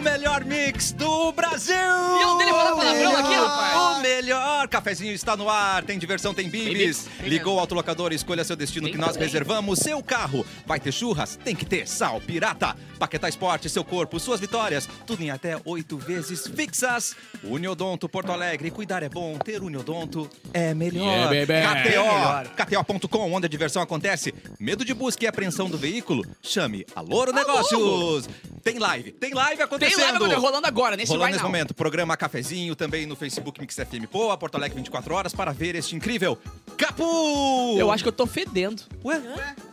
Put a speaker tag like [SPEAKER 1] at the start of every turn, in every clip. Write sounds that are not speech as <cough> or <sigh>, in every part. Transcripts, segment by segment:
[SPEAKER 1] melhor mix do Brasil!
[SPEAKER 2] E o dele fala palavrão aqui, rapaz?
[SPEAKER 1] O melhor cafezinho está no ar, tem diversão, tem bibis.
[SPEAKER 2] Tem bibis.
[SPEAKER 1] Ligou o autolocador, escolha seu destino
[SPEAKER 2] Tem
[SPEAKER 1] que nós
[SPEAKER 2] também.
[SPEAKER 1] reservamos seu carro. Vai ter churras? Tem que ter sal pirata. Paquetá Esporte, seu corpo, suas vitórias, tudo em até oito vezes fixas. Uniodonto Porto Alegre, cuidar é bom, ter Uniodonto é melhor.
[SPEAKER 3] Yeah, baby.
[SPEAKER 1] KTO, KTO.com, onde a diversão acontece. Medo de busca e apreensão do veículo? Chame a Loro Negócios. Tem live, tem live
[SPEAKER 2] Tem
[SPEAKER 1] acontecendo.
[SPEAKER 2] live agora, rolando agora, nesse
[SPEAKER 1] Rolando
[SPEAKER 2] right
[SPEAKER 1] nesse
[SPEAKER 2] now.
[SPEAKER 1] momento, programa Cafezinho, também no Facebook Mix FM Poa, Porto Alegre 24 horas, para ver este incrível Capu!
[SPEAKER 2] Eu acho que eu tô fedendo.
[SPEAKER 1] Ué?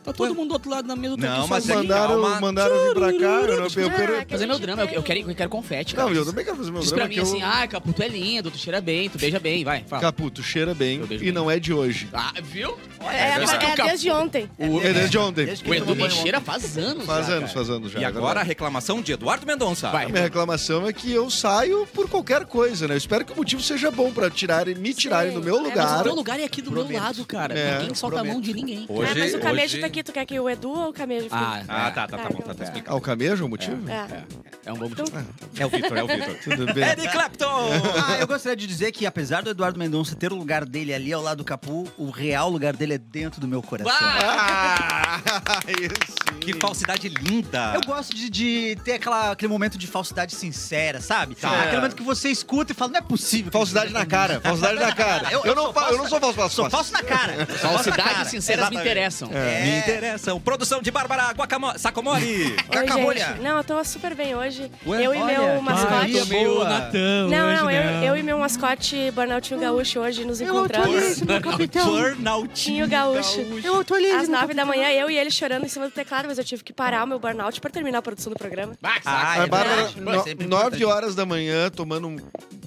[SPEAKER 2] Tá todo mundo do outro lado na mesa, eu tô
[SPEAKER 1] Não,
[SPEAKER 2] aqui
[SPEAKER 1] mas
[SPEAKER 2] sozinho.
[SPEAKER 1] é que dá.
[SPEAKER 4] Mandaram,
[SPEAKER 1] Calma.
[SPEAKER 4] mandaram vir pra cá, eu, não, eu
[SPEAKER 5] Ah,
[SPEAKER 4] quero...
[SPEAKER 5] que a
[SPEAKER 2] Fazer
[SPEAKER 5] gente
[SPEAKER 2] meu drama, eu, eu
[SPEAKER 5] tem.
[SPEAKER 2] quero, eu quero confete, cara.
[SPEAKER 4] Não, eu também quero fazer meu
[SPEAKER 2] Diz
[SPEAKER 4] drama.
[SPEAKER 2] pra mim
[SPEAKER 4] que eu-
[SPEAKER 2] assim, ah, Capu, tu é lindo, tu cheira bem, tu beija bem, vai, fala.
[SPEAKER 4] Capu, tu cheira bem
[SPEAKER 2] Eu beijo
[SPEAKER 4] e
[SPEAKER 2] bem.
[SPEAKER 4] não é de hoje.
[SPEAKER 2] Ah, viu?
[SPEAKER 5] É,
[SPEAKER 2] Olha, isso que o
[SPEAKER 5] é
[SPEAKER 2] Capu-
[SPEAKER 5] desde ontem.
[SPEAKER 4] O, é desde ontem.
[SPEAKER 2] O Edu me cheira faz anos.
[SPEAKER 4] Faz
[SPEAKER 2] já,
[SPEAKER 4] anos,
[SPEAKER 2] cara.
[SPEAKER 4] faz anos já.
[SPEAKER 1] E
[SPEAKER 4] é
[SPEAKER 1] agora a
[SPEAKER 4] verdade.
[SPEAKER 1] reclamação de Eduardo Mendonça.
[SPEAKER 2] Vai.
[SPEAKER 4] A minha reclamação é que eu saio por qualquer coisa, né? Eu espero que o motivo seja bom pra tirarem, me tirarem do meu
[SPEAKER 5] É, mas
[SPEAKER 2] É, mas o
[SPEAKER 4] lugar.
[SPEAKER 2] teu lugar é aqui do meu
[SPEAKER 4] Prometo.
[SPEAKER 2] lado, cara.
[SPEAKER 4] É,
[SPEAKER 2] ninguém solta a mão de ninguém.
[SPEAKER 1] Hoje-
[SPEAKER 5] ah, mas o Camejo
[SPEAKER 1] hoje-
[SPEAKER 5] tá aqui. Tu quer que o Edu ou o Camejo fique?
[SPEAKER 2] Ah,
[SPEAKER 1] Ah, tá, tá, tá
[SPEAKER 5] Tá,
[SPEAKER 1] bom, tá,
[SPEAKER 5] então
[SPEAKER 1] tá
[SPEAKER 5] tá.
[SPEAKER 1] explicado.
[SPEAKER 4] Ao camejo o motivo?
[SPEAKER 5] É.
[SPEAKER 2] É um bom
[SPEAKER 4] Então,
[SPEAKER 2] motivo.
[SPEAKER 1] É o Vitor, é o
[SPEAKER 5] <laughs>
[SPEAKER 1] Vitor.
[SPEAKER 4] Tudo bem.
[SPEAKER 1] Eric Clapton!
[SPEAKER 6] Ah, eu gostaria de dizer que apesar do Eduardo Mendonça ter o lugar dele ali ao lado do Capu, o real lugar dele é dentro do meu coração.
[SPEAKER 4] Ah, isso.
[SPEAKER 1] Que falsidade linda!
[SPEAKER 6] Eu gosto de, de ter aquela- aquele momento de falsidade sincera, sabe? Aquele momento que você escuta e fala, não é possível.
[SPEAKER 4] Falsidade na cara, falsidade na cara. Eu, não, fa- eu não sou falso, falso,
[SPEAKER 6] Sou
[SPEAKER 4] falso.
[SPEAKER 6] falso na cara.
[SPEAKER 4] tá
[SPEAKER 2] Falsidades sinceras me interessam.
[SPEAKER 4] É.
[SPEAKER 1] É. Me interessam. Produção de Bárbara Guacamo... Sacomori.
[SPEAKER 5] Oi,
[SPEAKER 6] Cacabolha.
[SPEAKER 5] gente. Não, eu tô super bem hoje.
[SPEAKER 6] Ué,
[SPEAKER 5] eu e
[SPEAKER 6] olha,
[SPEAKER 5] meu mascote.
[SPEAKER 6] Maria boa.
[SPEAKER 5] não, não, eu, eu e meu mascote Burnoutinho Gaúcho hoje nos encontramos. Tinho
[SPEAKER 1] Burnoutinho
[SPEAKER 5] Gaúcho. Eu tô ali. Às nove da manhã, eu e ele chorando em cima do teclado, mas eu tive que parar o meu burnout pra terminar a produção do programa.
[SPEAKER 2] Vai, que
[SPEAKER 1] Ah,
[SPEAKER 2] saco. né?
[SPEAKER 1] é
[SPEAKER 4] A Bárbara,
[SPEAKER 1] verdade. Pô, é sempre
[SPEAKER 4] 9
[SPEAKER 1] importante.
[SPEAKER 4] horas da manhã, tomando um-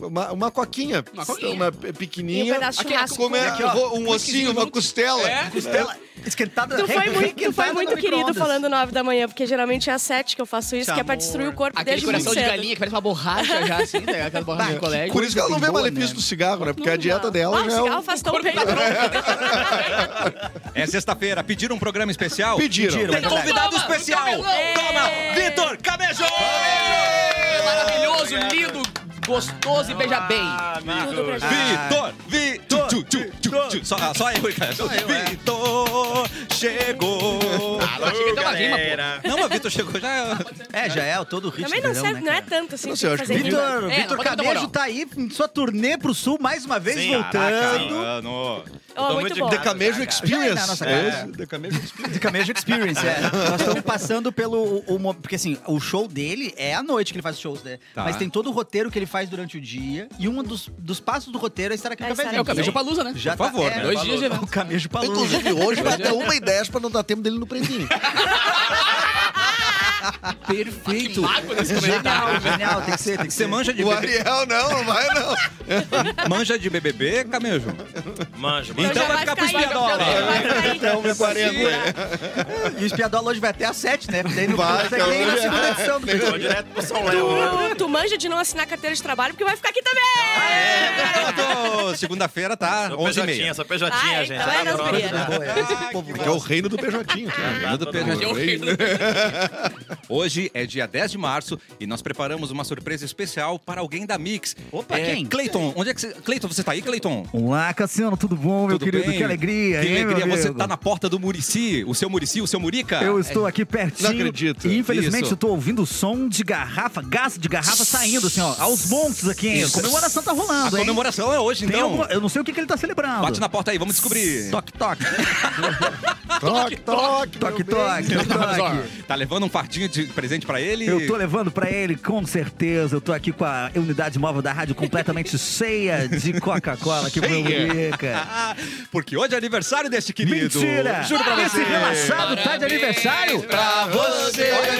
[SPEAKER 4] uma, uma coquinha.
[SPEAKER 2] Uma coquinha.
[SPEAKER 4] Uma pe-
[SPEAKER 5] E um
[SPEAKER 4] pequenininha.
[SPEAKER 5] pedaço de churrasco.
[SPEAKER 4] Come-
[SPEAKER 6] Aqui, ó.
[SPEAKER 4] ro- um ossinho, uma costela.
[SPEAKER 2] É?
[SPEAKER 6] Costela esquentada.
[SPEAKER 5] Tu
[SPEAKER 6] <laughs>
[SPEAKER 5] foi
[SPEAKER 6] re-
[SPEAKER 5] muito, tu
[SPEAKER 6] requentada
[SPEAKER 5] foi
[SPEAKER 6] no
[SPEAKER 5] muito querido
[SPEAKER 6] micro-ondas.
[SPEAKER 5] falando nove da manhã, porque geralmente é às sete que eu faço isso,
[SPEAKER 1] Te
[SPEAKER 5] que é pra
[SPEAKER 1] amor.
[SPEAKER 5] destruir o corpo
[SPEAKER 2] né? Aquele
[SPEAKER 5] desde muito
[SPEAKER 2] coração de
[SPEAKER 5] cedo.
[SPEAKER 2] galinha que parece uma borracha já, assim, né? Aquela borracha de colégio.
[SPEAKER 4] Por isso que ela não vê
[SPEAKER 6] Coisa boa,
[SPEAKER 4] malefício
[SPEAKER 6] né?
[SPEAKER 4] do cigarro, né? Porque a
[SPEAKER 5] Não,
[SPEAKER 4] dieta
[SPEAKER 5] não.
[SPEAKER 4] dela
[SPEAKER 5] Ah, o
[SPEAKER 4] já é
[SPEAKER 5] cigarro
[SPEAKER 4] um...
[SPEAKER 5] faz tão bem. né?
[SPEAKER 1] É sexta-feira. Pediram um programa especial?
[SPEAKER 4] Pediram. é
[SPEAKER 6] Pediram.
[SPEAKER 1] Tem
[SPEAKER 6] Então
[SPEAKER 1] convidado
[SPEAKER 2] toma,
[SPEAKER 1] especial.
[SPEAKER 2] do Camelão.
[SPEAKER 1] Toma, Vitor Camejo!
[SPEAKER 2] É Maravilhoso, lindo, gostoso e beija bem.
[SPEAKER 7] Ah,
[SPEAKER 5] Tudo pra gente.
[SPEAKER 1] Vitor, Vitor,
[SPEAKER 4] Ah. Tchu, tchu, tchu, tchu. é.
[SPEAKER 1] Só, só eu, cara. Vitor chegou.
[SPEAKER 7] tá
[SPEAKER 2] Alô, Chega até uma rima, pô.
[SPEAKER 1] Não, mas Vitor chegou já.
[SPEAKER 6] É, já é o todo o ritmo
[SPEAKER 5] Também não
[SPEAKER 6] verão,
[SPEAKER 5] serve,
[SPEAKER 6] né,
[SPEAKER 5] não é
[SPEAKER 6] cara?
[SPEAKER 5] tanto assim.
[SPEAKER 4] Não
[SPEAKER 5] tem
[SPEAKER 4] sei, eu
[SPEAKER 5] que
[SPEAKER 4] acho
[SPEAKER 5] fazer
[SPEAKER 4] que
[SPEAKER 5] tudo.
[SPEAKER 6] Vitor,
[SPEAKER 2] É, não
[SPEAKER 6] Vitor
[SPEAKER 2] pode dar
[SPEAKER 6] Camejo
[SPEAKER 2] moral.
[SPEAKER 6] tá aí em sua turnê pro sul, mais uma vez voltando.
[SPEAKER 1] Mano.
[SPEAKER 5] Ó, muito bom.
[SPEAKER 4] The Camejo
[SPEAKER 5] né?
[SPEAKER 6] Já é na
[SPEAKER 4] Experience.
[SPEAKER 6] nossa
[SPEAKER 4] É
[SPEAKER 6] cara.
[SPEAKER 4] isso, The Camejo
[SPEAKER 6] The Camejo Experience, é. Nós estamos passando pelo. O, o mo- porque assim, o show dele é à noite que ele faz os shows, né?
[SPEAKER 1] Tá.
[SPEAKER 6] Mas tem todo o roteiro que ele faz durante o dia. E um dos, dos passos do roteiro é estar aqui
[SPEAKER 5] É
[SPEAKER 6] no
[SPEAKER 5] estar
[SPEAKER 6] cafezinho.
[SPEAKER 2] É o cabejo palusa, né?
[SPEAKER 6] Já
[SPEAKER 1] Por
[SPEAKER 6] tá-
[SPEAKER 1] favor,
[SPEAKER 6] é,
[SPEAKER 1] né?
[SPEAKER 2] Dois dias de
[SPEAKER 6] O
[SPEAKER 2] evento.
[SPEAKER 6] camejo palusa.
[SPEAKER 4] Inclusive, hoje vai até 1h10 pra não dar tempo dele no pretinho.
[SPEAKER 6] Perfeito.
[SPEAKER 2] Ah, Mago desse comentário.
[SPEAKER 6] Genial, genial. Tem que ser, tem que
[SPEAKER 1] Você
[SPEAKER 6] ser.
[SPEAKER 1] manja de,
[SPEAKER 4] O
[SPEAKER 1] BBB,
[SPEAKER 4] Ariel não, não vai não.
[SPEAKER 1] manja de BBB, Camejo?
[SPEAKER 7] Manjo,
[SPEAKER 1] Então
[SPEAKER 7] manjo.
[SPEAKER 5] já
[SPEAKER 1] vai ficar pro
[SPEAKER 5] cair,
[SPEAKER 1] Espiadola.
[SPEAKER 5] vai cair.
[SPEAKER 4] Até 1h40.
[SPEAKER 6] E o espiadola hoje vai até às 7, né? Porque daí não
[SPEAKER 4] Vai,
[SPEAKER 6] consegue
[SPEAKER 4] cara,
[SPEAKER 6] nem na
[SPEAKER 4] hoje é.
[SPEAKER 6] segunda edição do
[SPEAKER 7] Vou
[SPEAKER 6] Pretinho.
[SPEAKER 7] direto pro São Léo.
[SPEAKER 5] Tu, tu manja de não assinar carteira de trabalho, porque vai ficar aqui também!
[SPEAKER 1] Pronto, é Segunda-feira tá
[SPEAKER 7] Sou
[SPEAKER 1] 11 h 30
[SPEAKER 7] pejotinha, sou pejotinha,
[SPEAKER 5] Ai,
[SPEAKER 7] gente.
[SPEAKER 5] então
[SPEAKER 7] Tá
[SPEAKER 5] é nas
[SPEAKER 7] pronto.
[SPEAKER 5] gurias.
[SPEAKER 1] Ah,
[SPEAKER 4] Que é o é reino do pejotinho.
[SPEAKER 1] <laughs>
[SPEAKER 7] Tá todo
[SPEAKER 1] Pedro.
[SPEAKER 7] mundo.
[SPEAKER 2] Eu fiz no-
[SPEAKER 1] Hoje é dia 10 de março e nós preparamos uma surpresa especial para alguém da Mix.
[SPEAKER 6] Opa,
[SPEAKER 1] é,
[SPEAKER 6] quem?
[SPEAKER 1] Cleiton, onde é que você... Cleiton, você tá aí, Cleiton?
[SPEAKER 6] Olá, Cassiano, tudo bom, meu
[SPEAKER 1] Tudo
[SPEAKER 6] querido?
[SPEAKER 1] bem?
[SPEAKER 6] Que alegria,
[SPEAKER 1] Que
[SPEAKER 6] hein, meu
[SPEAKER 1] alegria, você
[SPEAKER 6] amigo?
[SPEAKER 1] tá na porta do Murici, o seu Murici, o seu Murica?
[SPEAKER 6] Eu estou aqui pertinho.
[SPEAKER 4] Ah, é Não acredito.
[SPEAKER 6] E infelizmente
[SPEAKER 1] Isso.
[SPEAKER 6] eu tô ouvindo o som de garrafa, gás de garrafa saindo, assim, ó, aos montes aqui, hein? A
[SPEAKER 1] Isso.
[SPEAKER 6] comemoração tá
[SPEAKER 1] A
[SPEAKER 4] Ah,
[SPEAKER 6] rolando, hein?
[SPEAKER 1] comemoração é hoje,
[SPEAKER 6] Tem
[SPEAKER 1] então.
[SPEAKER 6] alguma- Eu não sei o que, que ele tá celebrando.
[SPEAKER 1] Bate na porta aí, vamos descobrir.
[SPEAKER 6] Toque,
[SPEAKER 4] <laughs>
[SPEAKER 6] toque.
[SPEAKER 4] Toque, toque,
[SPEAKER 6] toque,
[SPEAKER 4] meu bem.
[SPEAKER 6] toque, toque.
[SPEAKER 1] Tá levando um fardinho de presente pra ele?
[SPEAKER 6] Eu tô levando pra ele, com certeza. Eu tô aqui com a unidade móvel da rádio
[SPEAKER 4] <laughs>
[SPEAKER 6] completamente cheia de Coca-Cola aqui pro meu
[SPEAKER 4] Cheia.
[SPEAKER 6] Murica.
[SPEAKER 1] <laughs> Ah, Porque hoje é aniversário deste querido.
[SPEAKER 6] Mentira!
[SPEAKER 1] Juro pra
[SPEAKER 6] Esse
[SPEAKER 1] você.
[SPEAKER 6] relaxado tá de aniversário?
[SPEAKER 1] Pra você. é
[SPEAKER 4] Olha,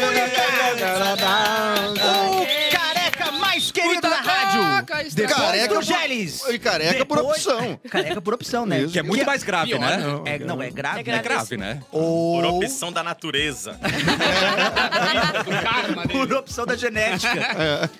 [SPEAKER 4] molecada.
[SPEAKER 1] O careca mais
[SPEAKER 3] mais querido da rádio.
[SPEAKER 2] Caraca, é está...
[SPEAKER 3] Depois
[SPEAKER 4] Careca
[SPEAKER 3] do
[SPEAKER 4] por-
[SPEAKER 3] Geles.
[SPEAKER 4] E careca por
[SPEAKER 3] Depois-
[SPEAKER 4] opção.
[SPEAKER 6] Careca por opção, né?
[SPEAKER 4] Isso.
[SPEAKER 1] Que é muito mais grave,
[SPEAKER 2] pior,
[SPEAKER 1] né?
[SPEAKER 4] não.
[SPEAKER 6] É, não, é grave.
[SPEAKER 5] É
[SPEAKER 1] É
[SPEAKER 5] grave.
[SPEAKER 1] grave, né?
[SPEAKER 7] Por
[SPEAKER 6] Ou
[SPEAKER 7] opção da natureza.
[SPEAKER 2] Karma dele.
[SPEAKER 6] por opção da <laughs> genética.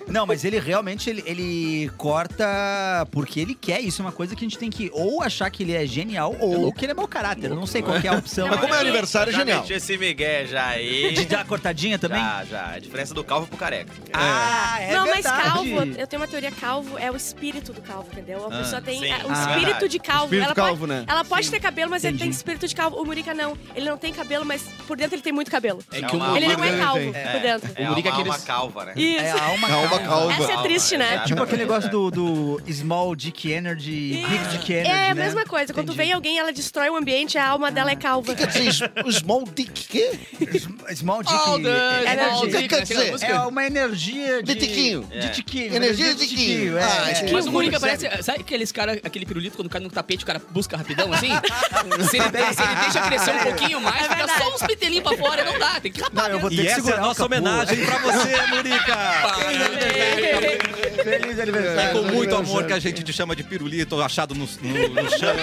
[SPEAKER 6] Não, mas ele realmente, ele, ele corta porque ele quer. Isso é uma coisa que a gente tem que ou achar que ele é genial ou que ele é mau caráter. Eu não sei qual que é a opção.
[SPEAKER 4] Mas como é aniversário, é
[SPEAKER 7] já
[SPEAKER 4] genial.
[SPEAKER 7] meti esse migué já aí.
[SPEAKER 6] <laughs> De dar a cortadinha também?
[SPEAKER 7] Já, já. A diferença do calvo pro careca.
[SPEAKER 6] Ah, é
[SPEAKER 5] não, mas
[SPEAKER 6] verdade.
[SPEAKER 5] calvo, eu tenho uma teoria, calvo é o espírito do calvo, entendeu? A pessoa tem
[SPEAKER 7] sim.
[SPEAKER 5] é, o
[SPEAKER 7] Ah.
[SPEAKER 5] espírito de calvo.
[SPEAKER 4] Espírito
[SPEAKER 5] ela
[SPEAKER 4] calvo,
[SPEAKER 5] pode,
[SPEAKER 4] né?
[SPEAKER 5] Ela pode ter cabelo, mas ele tem
[SPEAKER 6] Entendi.
[SPEAKER 5] espírito de calvo. O Murica não. Ele não tem cabelo, mas por dentro ele tem muito cabelo.
[SPEAKER 7] É
[SPEAKER 4] que o
[SPEAKER 7] uma-
[SPEAKER 5] ele não é
[SPEAKER 4] Murica
[SPEAKER 5] calvo
[SPEAKER 4] tem.
[SPEAKER 5] por dentro.
[SPEAKER 7] É
[SPEAKER 2] O Murica
[SPEAKER 7] uma
[SPEAKER 2] é aqueles-
[SPEAKER 7] alma calva, né?
[SPEAKER 5] Isso.
[SPEAKER 6] É a alma
[SPEAKER 4] Calma,
[SPEAKER 6] calva.
[SPEAKER 4] calva.
[SPEAKER 5] Essa é triste, né?
[SPEAKER 7] exatamente.
[SPEAKER 6] Tipo aquele negócio do, do Small Dick Energy,
[SPEAKER 5] Isso.
[SPEAKER 6] Big Dick Energy,
[SPEAKER 5] É a
[SPEAKER 6] né?
[SPEAKER 5] mesma coisa. Quando
[SPEAKER 6] Entendi. Ah.
[SPEAKER 5] vem alguém, ela destrói o ambiente, a alma dela é calva.
[SPEAKER 4] Quer dizer, s- small dick quê?
[SPEAKER 6] Small Dick
[SPEAKER 2] All the-
[SPEAKER 6] Energy.
[SPEAKER 2] all the-
[SPEAKER 4] Quer
[SPEAKER 2] naquela
[SPEAKER 4] dizer,
[SPEAKER 2] né? música.
[SPEAKER 6] É uma energia de...
[SPEAKER 4] De tiquinho.
[SPEAKER 6] É. De tiquinho.
[SPEAKER 4] Energia de tiquinho.
[SPEAKER 6] é.
[SPEAKER 4] Ah, entendi.
[SPEAKER 2] Mas o Mônica
[SPEAKER 4] Sério.
[SPEAKER 2] parece. Sabe aqueles cara, aquele pirulito quando cai no tapete, o cara busca rapidão assim? se, ele, se ele deixa crescer um pouquinho mais, fica só uns pitelinhos pra fora, não dá, tem que rapar.
[SPEAKER 6] Não, eu vou ter
[SPEAKER 1] E
[SPEAKER 6] que
[SPEAKER 1] essa é
[SPEAKER 6] segurar
[SPEAKER 1] a
[SPEAKER 6] o
[SPEAKER 1] nossa
[SPEAKER 6] capô.
[SPEAKER 1] homenagem pra você,
[SPEAKER 6] <laughs>
[SPEAKER 1] Murica!
[SPEAKER 6] Feliz
[SPEAKER 1] É
[SPEAKER 6] aniversário.
[SPEAKER 1] com muito amor que a gente te chama de pirulito achado no, no, no chão.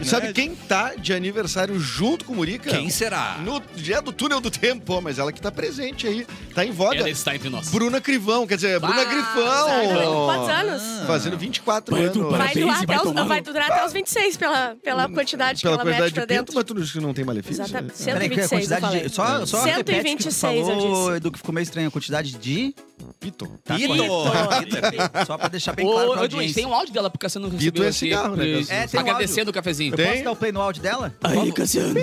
[SPEAKER 4] E Sabe quem tá de aniversário junto com o Murica?
[SPEAKER 1] Quem será?
[SPEAKER 4] No dia do túnel do tempo, ó, mas ela que tá presente aí, tá em
[SPEAKER 2] Ela é
[SPEAKER 4] voga.
[SPEAKER 2] está entre nós.
[SPEAKER 4] Bruna Crivão, quer dizer, Bruna
[SPEAKER 5] Quantos
[SPEAKER 4] Grifão.
[SPEAKER 5] anos?
[SPEAKER 4] Fazendo 24
[SPEAKER 2] Ah. Vai tu,
[SPEAKER 4] anos.
[SPEAKER 2] vai
[SPEAKER 5] Vai
[SPEAKER 2] Parabéns,
[SPEAKER 5] durar,
[SPEAKER 2] vai
[SPEAKER 5] até os,
[SPEAKER 2] tomar no-
[SPEAKER 5] vai durar até os 26 pela, pela quantidade
[SPEAKER 4] Pela
[SPEAKER 5] que ela
[SPEAKER 4] quantidade
[SPEAKER 5] mete
[SPEAKER 4] de
[SPEAKER 5] pra
[SPEAKER 4] pinto,
[SPEAKER 5] dentro.
[SPEAKER 4] mas tu não- tu não tem malefício?
[SPEAKER 5] Exatamente.
[SPEAKER 6] Peraí, que a
[SPEAKER 5] 126, eu
[SPEAKER 6] quantidade
[SPEAKER 5] falei.
[SPEAKER 6] de... Só, só repete o que tu
[SPEAKER 5] 126, eu
[SPEAKER 6] falou,
[SPEAKER 5] disse.
[SPEAKER 6] Edu, que ficou meio estranho. A quantidade de...
[SPEAKER 4] É, Pito.
[SPEAKER 6] Tá
[SPEAKER 1] Pito.
[SPEAKER 7] <laughs> tá
[SPEAKER 6] correto. Só pra deixar bem
[SPEAKER 2] Ô,
[SPEAKER 6] claro
[SPEAKER 2] Ô, Edu, a
[SPEAKER 6] pra
[SPEAKER 2] gente
[SPEAKER 6] audiência.
[SPEAKER 2] tem um áudio dela pro Cassiano receber.
[SPEAKER 4] é cigarro, né, Cassiano?
[SPEAKER 6] É, tem um
[SPEAKER 2] Agradecendo o cafezinho.
[SPEAKER 6] Eu
[SPEAKER 4] Tem?
[SPEAKER 6] posso dar o play no áudio dela?
[SPEAKER 2] Aí, Cassiano.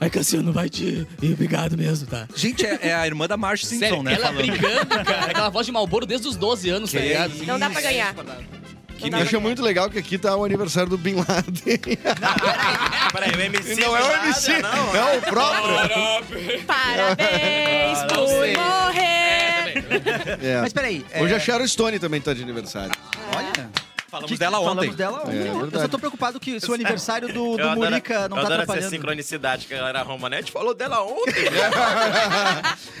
[SPEAKER 2] Aí, Cassiano, vai te. E obrigado mesmo, tá?
[SPEAKER 1] Gente, é, é a irmã da Marge Simpson,
[SPEAKER 2] Sério,
[SPEAKER 1] né?
[SPEAKER 2] ela
[SPEAKER 1] falando.
[SPEAKER 2] brigando, cara. Aquela voz de Malboro desde os 12 anos, tá ligado?
[SPEAKER 5] Não dá pra ganhar.
[SPEAKER 4] Eu achei muito legal que aqui tá o aniversário do Bin Laden.
[SPEAKER 7] Peraí, o MC.
[SPEAKER 4] Não é o MC,
[SPEAKER 7] Não,
[SPEAKER 4] é o próprio.
[SPEAKER 5] Parabéns por morrer.
[SPEAKER 4] É.
[SPEAKER 6] Mas peraí. é,
[SPEAKER 4] Hoje a Sharon Stone também tá de aniversário.
[SPEAKER 6] Olha.
[SPEAKER 1] Falamos dela ontem.
[SPEAKER 6] Falamos dela ontem.
[SPEAKER 4] É,
[SPEAKER 6] eu só
[SPEAKER 4] verdade.
[SPEAKER 6] tô preocupado que se o aniversário do, do
[SPEAKER 7] Eu adoro-
[SPEAKER 6] Murica não tá
[SPEAKER 7] eu adoro essa
[SPEAKER 6] atrapalhando.
[SPEAKER 7] sincronicidade que a galera Romanete falou dela ontem.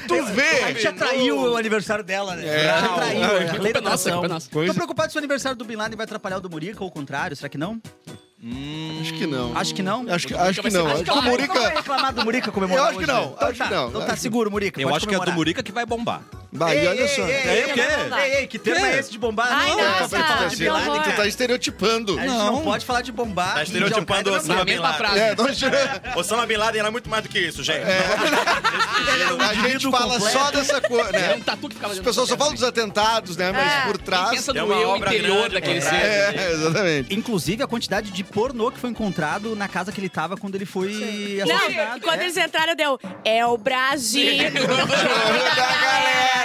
[SPEAKER 4] Tu
[SPEAKER 6] A gente
[SPEAKER 4] vê!
[SPEAKER 6] atraiu o aniversário dela, né?
[SPEAKER 4] É.
[SPEAKER 6] A gente
[SPEAKER 2] É.
[SPEAKER 6] atraiu. É. Lei da
[SPEAKER 2] Culpa nossa,
[SPEAKER 6] atração.
[SPEAKER 2] culpa nossa.
[SPEAKER 6] Tô preocupado se o aniversário do Bin Laden vai atrapalhar o do Murica ou o contrário. Será que não?
[SPEAKER 4] Acho que não.
[SPEAKER 6] Acho que não.
[SPEAKER 4] Acho que, acho que não. Acho que o
[SPEAKER 6] Não vai
[SPEAKER 4] Murica.
[SPEAKER 6] reclamar é do Murica comemorar
[SPEAKER 4] Eu acho que
[SPEAKER 6] hoje,
[SPEAKER 4] não,
[SPEAKER 6] né? Então
[SPEAKER 4] acho
[SPEAKER 6] tá,
[SPEAKER 4] que não,
[SPEAKER 6] Então
[SPEAKER 4] acho
[SPEAKER 6] tá
[SPEAKER 4] que
[SPEAKER 6] seguro, Murica.
[SPEAKER 1] Eu
[SPEAKER 6] pode
[SPEAKER 1] acho que é a do
[SPEAKER 6] comemorar.
[SPEAKER 1] Murica que vai bombar.
[SPEAKER 4] Bah, e olha só. Tá
[SPEAKER 6] Ei, ei,
[SPEAKER 1] Ei, o quê?
[SPEAKER 6] ei, ei, que tema
[SPEAKER 1] Quê?
[SPEAKER 6] é esse de bombar?
[SPEAKER 5] Ai,
[SPEAKER 6] não,
[SPEAKER 5] nossa,
[SPEAKER 6] acabei de falar de
[SPEAKER 5] que
[SPEAKER 6] Bin Laden.
[SPEAKER 5] horror.
[SPEAKER 4] Tu tá estereotipando.
[SPEAKER 6] A gente não.
[SPEAKER 1] Não.
[SPEAKER 6] pode falar de bombar.
[SPEAKER 7] Tá
[SPEAKER 6] e de
[SPEAKER 1] um
[SPEAKER 6] Al-Qaeda
[SPEAKER 7] estereotipando o
[SPEAKER 6] na
[SPEAKER 7] Osama
[SPEAKER 2] Na
[SPEAKER 7] Bin
[SPEAKER 2] mesma
[SPEAKER 7] Laden.
[SPEAKER 2] frase.
[SPEAKER 4] É, não estere-
[SPEAKER 7] <laughs> Osama Bin Laden era muito mais do que isso, gente.
[SPEAKER 4] a gente
[SPEAKER 6] indivíduo
[SPEAKER 4] fala
[SPEAKER 6] completo. é
[SPEAKER 4] só dessa coisa,
[SPEAKER 2] Era
[SPEAKER 4] né?
[SPEAKER 2] um tatu que ficava
[SPEAKER 4] As
[SPEAKER 2] dentro
[SPEAKER 4] pessoas
[SPEAKER 2] do
[SPEAKER 4] só falam dos atentados, né?
[SPEAKER 5] É.
[SPEAKER 4] Mas por
[SPEAKER 2] Quem
[SPEAKER 4] trás.
[SPEAKER 2] pensa
[SPEAKER 7] É
[SPEAKER 2] no
[SPEAKER 7] uma
[SPEAKER 2] eu
[SPEAKER 7] obra
[SPEAKER 2] interior
[SPEAKER 7] grande,
[SPEAKER 2] daquele
[SPEAKER 7] é.
[SPEAKER 2] ser.
[SPEAKER 4] É, exatamente.
[SPEAKER 6] Inclusive, a quantidade de pornô que foi encontrado na casa que ele tava quando ele foi
[SPEAKER 5] Não,
[SPEAKER 6] assassinado.
[SPEAKER 5] quando
[SPEAKER 6] é.
[SPEAKER 5] eles entraram, deu. É o Brasil.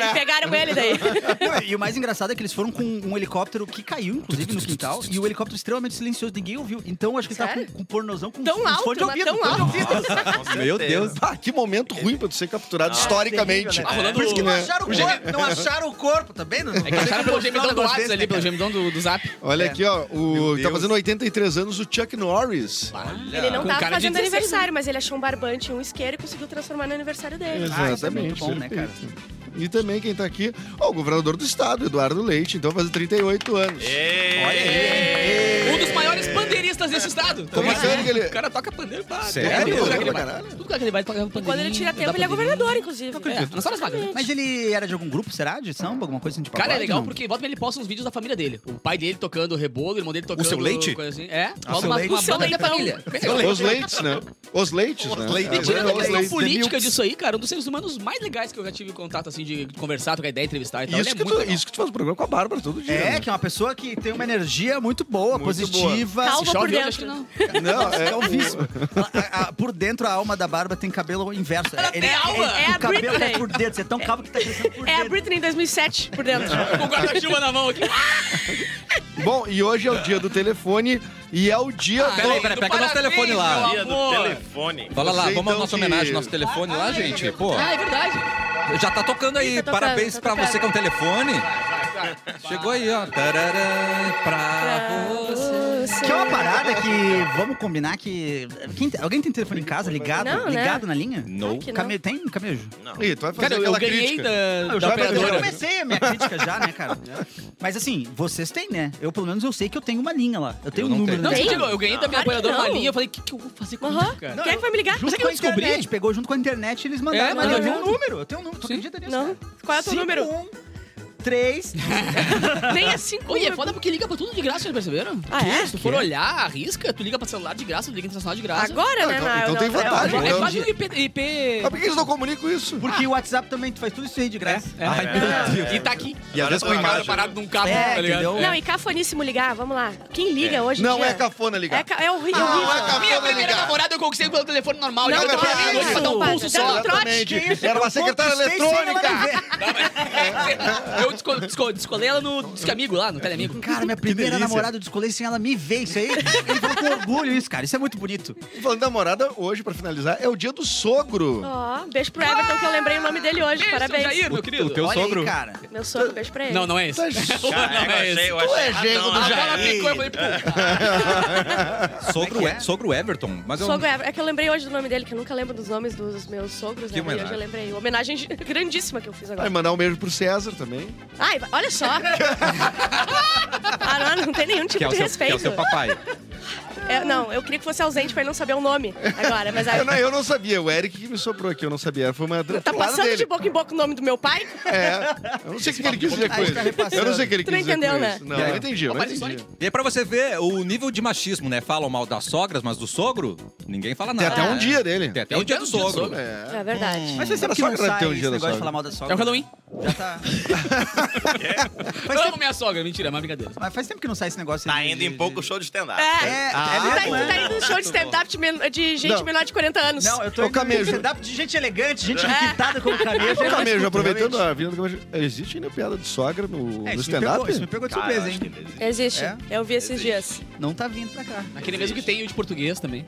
[SPEAKER 5] E Pegaram ele daí.
[SPEAKER 6] Não, E o mais engraçado é que eles foram com um helicóptero que caiu, inclusive, no quintal. E o helicóptero extremamente silencioso, ninguém ouviu. Então, acho que ele tá com,
[SPEAKER 5] Sério?
[SPEAKER 6] com pornozão com
[SPEAKER 5] Tão
[SPEAKER 6] com
[SPEAKER 5] alto,
[SPEAKER 6] fone de
[SPEAKER 5] mas
[SPEAKER 6] ouvido.
[SPEAKER 5] tão
[SPEAKER 6] fone de
[SPEAKER 5] alto.
[SPEAKER 6] ouvido.
[SPEAKER 1] Meu Deus.
[SPEAKER 4] Ah, que momento ruim pra tu ser capturado
[SPEAKER 7] Não,
[SPEAKER 4] historicamente.
[SPEAKER 6] Ah, terrível, né?
[SPEAKER 2] Ah, rolando-
[SPEAKER 4] Por isso que
[SPEAKER 6] Não
[SPEAKER 4] né?
[SPEAKER 6] acharam o corpo, não acharam o corpo, tá vendo?
[SPEAKER 2] É que acharam pelo gemidão do WhatsApp ali, pelo gemidão do, do Zap.
[SPEAKER 4] Olha
[SPEAKER 6] É.
[SPEAKER 4] aqui, ó. O,
[SPEAKER 1] Meu
[SPEAKER 4] tá
[SPEAKER 1] Deus.
[SPEAKER 4] fazendo 83 anos o Chuck Norris.
[SPEAKER 6] Ah,
[SPEAKER 5] Ele não
[SPEAKER 2] Com
[SPEAKER 5] tava
[SPEAKER 2] cara de
[SPEAKER 5] fazendo
[SPEAKER 2] 16
[SPEAKER 5] aniversário, mas ele achou um barbante e um isqueiro e conseguiu transformar no aniversário dele.
[SPEAKER 6] Ah, isso é muito bom, né, cara?
[SPEAKER 4] E também quem tá aqui, ó, o governador do estado, Eduardo Leite, então fazendo 38 anos.
[SPEAKER 2] Um dos maiores pandeiristas desse estado.
[SPEAKER 4] Como
[SPEAKER 2] Tá
[SPEAKER 4] assim?
[SPEAKER 2] ligado?
[SPEAKER 4] que ele-
[SPEAKER 2] O cara toca pandeiro pra...
[SPEAKER 1] Sério?
[SPEAKER 2] Tudo que ele
[SPEAKER 4] Pra
[SPEAKER 2] vai.
[SPEAKER 4] caralho.
[SPEAKER 2] Tudo que ele vai toca pandeiro.
[SPEAKER 5] Quando ele tira tempo, ele é governador, Hum. inclusive.
[SPEAKER 2] É, nas horas vagas.
[SPEAKER 6] Mas ele era de algum grupo, será? De samba? Alguma coisa assim de
[SPEAKER 2] Cara, é
[SPEAKER 6] pagode,
[SPEAKER 2] legal
[SPEAKER 6] não?
[SPEAKER 2] porque volta e meia ele posta uns vídeos da família dele. O pai dele tocando rebolo, o irmão dele tocando...
[SPEAKER 1] seu Leite?
[SPEAKER 2] coisa assim. É,
[SPEAKER 6] o
[SPEAKER 2] volta
[SPEAKER 6] seu
[SPEAKER 2] uma,
[SPEAKER 6] Leite.
[SPEAKER 2] uma banda da
[SPEAKER 5] Leitão.
[SPEAKER 2] família. Bem legal.
[SPEAKER 4] Os leites, né? Os leites, né?
[SPEAKER 1] leites.
[SPEAKER 4] É,
[SPEAKER 2] Tirando a
[SPEAKER 4] os
[SPEAKER 2] questão
[SPEAKER 4] leites,
[SPEAKER 2] política
[SPEAKER 4] the milks.
[SPEAKER 2] disso aí, cara, um dos seres humanos mais legais que eu já tive contato, assim, de conversar, trocar ideia, entrevistar e tal.
[SPEAKER 4] Isso
[SPEAKER 2] ele
[SPEAKER 4] que,
[SPEAKER 2] é muito
[SPEAKER 4] tu,
[SPEAKER 2] legal.
[SPEAKER 4] isso que tu faz o programa com a Bárbara todo dia.
[SPEAKER 6] É,
[SPEAKER 4] né?
[SPEAKER 6] que é uma pessoa que tem uma energia muito boa,
[SPEAKER 4] Muito
[SPEAKER 6] positiva.
[SPEAKER 5] boa. Calma
[SPEAKER 2] Se chove
[SPEAKER 5] por
[SPEAKER 2] hoje, acho que
[SPEAKER 5] dentro.
[SPEAKER 4] <laughs>
[SPEAKER 2] não.
[SPEAKER 4] Não, é,
[SPEAKER 6] <laughs> Calvíssimo. A- a- a- por dentro, a alma da barba tem cabelo inverso.
[SPEAKER 2] Ela tem alma.
[SPEAKER 5] É a
[SPEAKER 6] o cabelo
[SPEAKER 5] Britney.
[SPEAKER 6] tá por dentro. Você é tão calvo que tá crescendo por
[SPEAKER 5] É a
[SPEAKER 6] dentro.
[SPEAKER 5] Britney em 2007, por dentro.
[SPEAKER 2] Com o guarda-chuva na mão aqui.
[SPEAKER 4] Bom, e hoje é o dia do telefone e é o dia do...
[SPEAKER 1] peraí, peraí, pega nosso telefone lá.
[SPEAKER 7] Dia do telefone.
[SPEAKER 1] Fala lá,
[SPEAKER 4] Você,
[SPEAKER 1] vamos à
[SPEAKER 4] então,
[SPEAKER 1] nossa
[SPEAKER 4] que-
[SPEAKER 1] homenagem, nosso telefone lá, gente. Pô,
[SPEAKER 2] Ah, é verdade.
[SPEAKER 1] já tá tocando aí.
[SPEAKER 5] Ih, tá tocando,
[SPEAKER 1] Parabéns
[SPEAKER 5] tá
[SPEAKER 1] pra
[SPEAKER 5] tocando.
[SPEAKER 1] você com o telefone. Chegou aí, ó. Tarará, pra...
[SPEAKER 5] Pra você.
[SPEAKER 6] é uma parada que vamos combinar que. Quem tem- alguém tem telefone em casa ligado?
[SPEAKER 5] Não, né?
[SPEAKER 6] ligado na linha?
[SPEAKER 1] Não.
[SPEAKER 5] que não.
[SPEAKER 2] <laughs>
[SPEAKER 6] Came... Tem camejo?
[SPEAKER 7] Não.
[SPEAKER 4] Ih, tu vai fazer
[SPEAKER 2] Cara, eu
[SPEAKER 4] aquela
[SPEAKER 2] ganhei
[SPEAKER 4] crítica.
[SPEAKER 2] da, da
[SPEAKER 6] Eu já, eu já
[SPEAKER 2] operadora.
[SPEAKER 6] comecei a minha crítica já, né, cara? Mas assim, vocês têm, né? Eu, pelo menos, eu sei que eu tenho uma linha lá. Eu tenho
[SPEAKER 1] Eu
[SPEAKER 6] um
[SPEAKER 1] não
[SPEAKER 6] número,
[SPEAKER 2] Não,
[SPEAKER 6] né?
[SPEAKER 2] eu
[SPEAKER 5] Tem?
[SPEAKER 2] digo, eu ganhei da minha
[SPEAKER 5] Claro que
[SPEAKER 2] apoiadora uma
[SPEAKER 5] não.
[SPEAKER 2] linha. Eu falei, o que, que eu vou fazer com
[SPEAKER 5] Aham.
[SPEAKER 2] isso, cara?
[SPEAKER 5] Quem é que vai me ligar?
[SPEAKER 6] Junto
[SPEAKER 2] Sabe que
[SPEAKER 6] com
[SPEAKER 2] eu
[SPEAKER 6] a
[SPEAKER 2] descobri?
[SPEAKER 6] internet, pegou junto com a internet, eles mandaram.
[SPEAKER 2] É,
[SPEAKER 6] mas
[SPEAKER 2] mandou
[SPEAKER 6] eu tenho um
[SPEAKER 2] junto.
[SPEAKER 6] número, eu tenho um número, tu
[SPEAKER 2] Sim.
[SPEAKER 6] acredita nisso?
[SPEAKER 5] Não. Qual é o teu número?
[SPEAKER 6] 1, 3,
[SPEAKER 5] Nem é cinco.
[SPEAKER 2] Ui, é foda porque liga pra tudo de graça, vocês perceberam?
[SPEAKER 5] Ah, é?
[SPEAKER 2] Se tu for olhar, arrisca, tu liga pra celular de graça, tu liga internacional de graça.
[SPEAKER 5] Agora,
[SPEAKER 4] Não,
[SPEAKER 5] né?
[SPEAKER 4] então-
[SPEAKER 5] mas
[SPEAKER 4] então
[SPEAKER 5] não-
[SPEAKER 4] tem
[SPEAKER 5] não-
[SPEAKER 2] É
[SPEAKER 4] vantagem.
[SPEAKER 2] quase- é
[SPEAKER 4] Agora-
[SPEAKER 2] quase um IP... IP...
[SPEAKER 4] Mas por que eles não comunicam isso? Ah,
[SPEAKER 6] Porque o WhatsApp também, tu faz tudo isso aí de graça.
[SPEAKER 2] É.
[SPEAKER 6] Ai, meu
[SPEAKER 5] Ah.
[SPEAKER 6] Deus.
[SPEAKER 2] E tá aqui.
[SPEAKER 4] E às vezes com
[SPEAKER 2] Agora
[SPEAKER 4] imagem.
[SPEAKER 2] parado num carro,
[SPEAKER 6] É,
[SPEAKER 2] tá ligado?
[SPEAKER 6] entendeu?
[SPEAKER 5] Não, e cafoníssimo ligar, vamos lá. Quem liga hoje em
[SPEAKER 4] Não
[SPEAKER 5] dia?
[SPEAKER 4] é cafona ligar.
[SPEAKER 5] É, ca- é horrível.
[SPEAKER 4] Não é cafona
[SPEAKER 2] Minha primeira
[SPEAKER 4] ligar.
[SPEAKER 2] namorada eu conquistei pelo telefone normal.
[SPEAKER 5] Não,
[SPEAKER 2] já
[SPEAKER 4] não,
[SPEAKER 2] tô na
[SPEAKER 4] não,
[SPEAKER 2] noite pra dar um
[SPEAKER 5] não,
[SPEAKER 2] pulso
[SPEAKER 5] não,
[SPEAKER 2] só.
[SPEAKER 5] não. trote.
[SPEAKER 6] Que isso?
[SPEAKER 4] Era uma
[SPEAKER 6] Eu
[SPEAKER 4] secretária
[SPEAKER 6] conquistei sem ela
[SPEAKER 4] eletrônica.
[SPEAKER 6] me ver.
[SPEAKER 2] <laughs> Eu desco- desco- descolei ela no Disque Amigo lá, no Teleamigo.
[SPEAKER 6] Cara, minha primeira namorada eu descolei sem ela me ver. Isso aí, ele falou com orgulho isso, cara. Isso é muito bonito.
[SPEAKER 4] Falando da namorada, hoje, pra finalizar, é o dia do sogro.
[SPEAKER 5] Ó, beijo pro Everton, que eu lembrei o nome dele hoje.
[SPEAKER 2] Beijo,
[SPEAKER 5] Parabéns.
[SPEAKER 2] Jair, meu querido.
[SPEAKER 1] o teu-
[SPEAKER 6] Olha
[SPEAKER 1] sogro.
[SPEAKER 6] aí, cara.
[SPEAKER 5] Meu sogro, beijo pra ele.
[SPEAKER 2] Não, não é esse.
[SPEAKER 4] Tá
[SPEAKER 2] <laughs> Não,
[SPEAKER 7] Cara, eu
[SPEAKER 2] não é
[SPEAKER 7] achei,
[SPEAKER 2] esse.
[SPEAKER 7] eu achei.
[SPEAKER 4] é genro
[SPEAKER 7] Ah, não,
[SPEAKER 4] do
[SPEAKER 7] ah,
[SPEAKER 2] A bola
[SPEAKER 7] não.
[SPEAKER 2] picou, eu falei, pô,
[SPEAKER 1] Sogro,
[SPEAKER 6] que
[SPEAKER 1] é?
[SPEAKER 6] é?
[SPEAKER 1] sogro Everton. Mas eu...
[SPEAKER 5] Sogro Everton. É que eu lembrei hoje do nome dele, que eu nunca lembro dos nomes dos meus sogros,
[SPEAKER 1] Que
[SPEAKER 5] né? E hoje
[SPEAKER 1] homenagem.
[SPEAKER 5] eu lembrei. Uma homenagem <laughs> grandíssima que eu fiz
[SPEAKER 4] Vai
[SPEAKER 5] agora.
[SPEAKER 4] mandar um beijo pro César também.
[SPEAKER 5] Ai,
[SPEAKER 4] <laughs>
[SPEAKER 5] olha só. ah, não, não tem nenhum tipo
[SPEAKER 1] Que é, o
[SPEAKER 5] de
[SPEAKER 1] seu, que
[SPEAKER 5] respeito.
[SPEAKER 1] é o seu papai.
[SPEAKER 5] É, não, eu queria que fosse ausente pra ele não saber o nome agora, mas tá aí.
[SPEAKER 4] Eu não, eu não sabia, o Eric que me soprou aqui, eu não sabia. Foi uma
[SPEAKER 5] Tá
[SPEAKER 4] atropelada
[SPEAKER 5] passando
[SPEAKER 4] dele.
[SPEAKER 5] de boca em boca o nome do meu pai?
[SPEAKER 4] É. Eu não sei o que ele quis dizer com
[SPEAKER 6] Aí tá
[SPEAKER 4] isso.
[SPEAKER 6] repassando.
[SPEAKER 4] Eu não sei o que ele
[SPEAKER 5] Tu
[SPEAKER 4] quis
[SPEAKER 5] não
[SPEAKER 4] dizer
[SPEAKER 5] entendeu,
[SPEAKER 4] com
[SPEAKER 5] né?
[SPEAKER 4] isso. Não, eu não entendi, eu não
[SPEAKER 2] Aparece
[SPEAKER 4] entendi.
[SPEAKER 2] Sonic.
[SPEAKER 1] E aí, pra você ver o nível de machismo, né? Falam mal das sogras, mas do sogro, ninguém fala
[SPEAKER 4] Tem
[SPEAKER 1] nada.
[SPEAKER 4] até um
[SPEAKER 1] né?
[SPEAKER 4] dia dele.
[SPEAKER 1] Tem até o dia do sogro.
[SPEAKER 5] É verdade.
[SPEAKER 6] Mas você sabe
[SPEAKER 4] Era
[SPEAKER 6] que
[SPEAKER 4] só
[SPEAKER 6] não
[SPEAKER 4] pra ter
[SPEAKER 6] sai
[SPEAKER 4] um
[SPEAKER 6] esse
[SPEAKER 4] dia da
[SPEAKER 6] negócio
[SPEAKER 4] sogra.
[SPEAKER 6] de falar mal da
[SPEAKER 2] é
[SPEAKER 6] sogra.
[SPEAKER 2] o Halloween.
[SPEAKER 6] Já tá...
[SPEAKER 2] Eu amo minha sogra, mentira, é uma brincadeira.
[SPEAKER 6] Mas faz tempo que não sai esse negócio.
[SPEAKER 7] Tá
[SPEAKER 6] de-
[SPEAKER 7] indo em
[SPEAKER 6] de-
[SPEAKER 7] pouco
[SPEAKER 6] de-
[SPEAKER 7] show de stand-up.
[SPEAKER 5] É.
[SPEAKER 6] É,
[SPEAKER 4] Ah,
[SPEAKER 6] é
[SPEAKER 5] Tu tá,
[SPEAKER 6] mesmo?
[SPEAKER 5] tu tá indo no show de stand-up de men- de gente
[SPEAKER 4] Não.
[SPEAKER 5] menor de 40 anos.
[SPEAKER 6] Não, eu tô
[SPEAKER 4] Ô,
[SPEAKER 6] indo
[SPEAKER 4] Camejo.
[SPEAKER 6] no stand-up de gente elegante, gente requintada como camejo. é
[SPEAKER 4] Ô, Camejo, aproveitando
[SPEAKER 6] a...
[SPEAKER 4] a vinda do Camejo, existe ainda piada de sogra no,
[SPEAKER 6] É,
[SPEAKER 4] no
[SPEAKER 6] isso, me pegou,
[SPEAKER 4] stand-up?
[SPEAKER 6] isso me pegou de
[SPEAKER 7] Cara,
[SPEAKER 6] surpresa,
[SPEAKER 7] acho que
[SPEAKER 6] hein?
[SPEAKER 7] beleza.
[SPEAKER 5] Existe.
[SPEAKER 6] É?
[SPEAKER 5] Eu vi esses
[SPEAKER 7] Existe.
[SPEAKER 5] dias.
[SPEAKER 6] Não tá vindo pra cá.
[SPEAKER 2] Aquele mesmo que tem o de português também.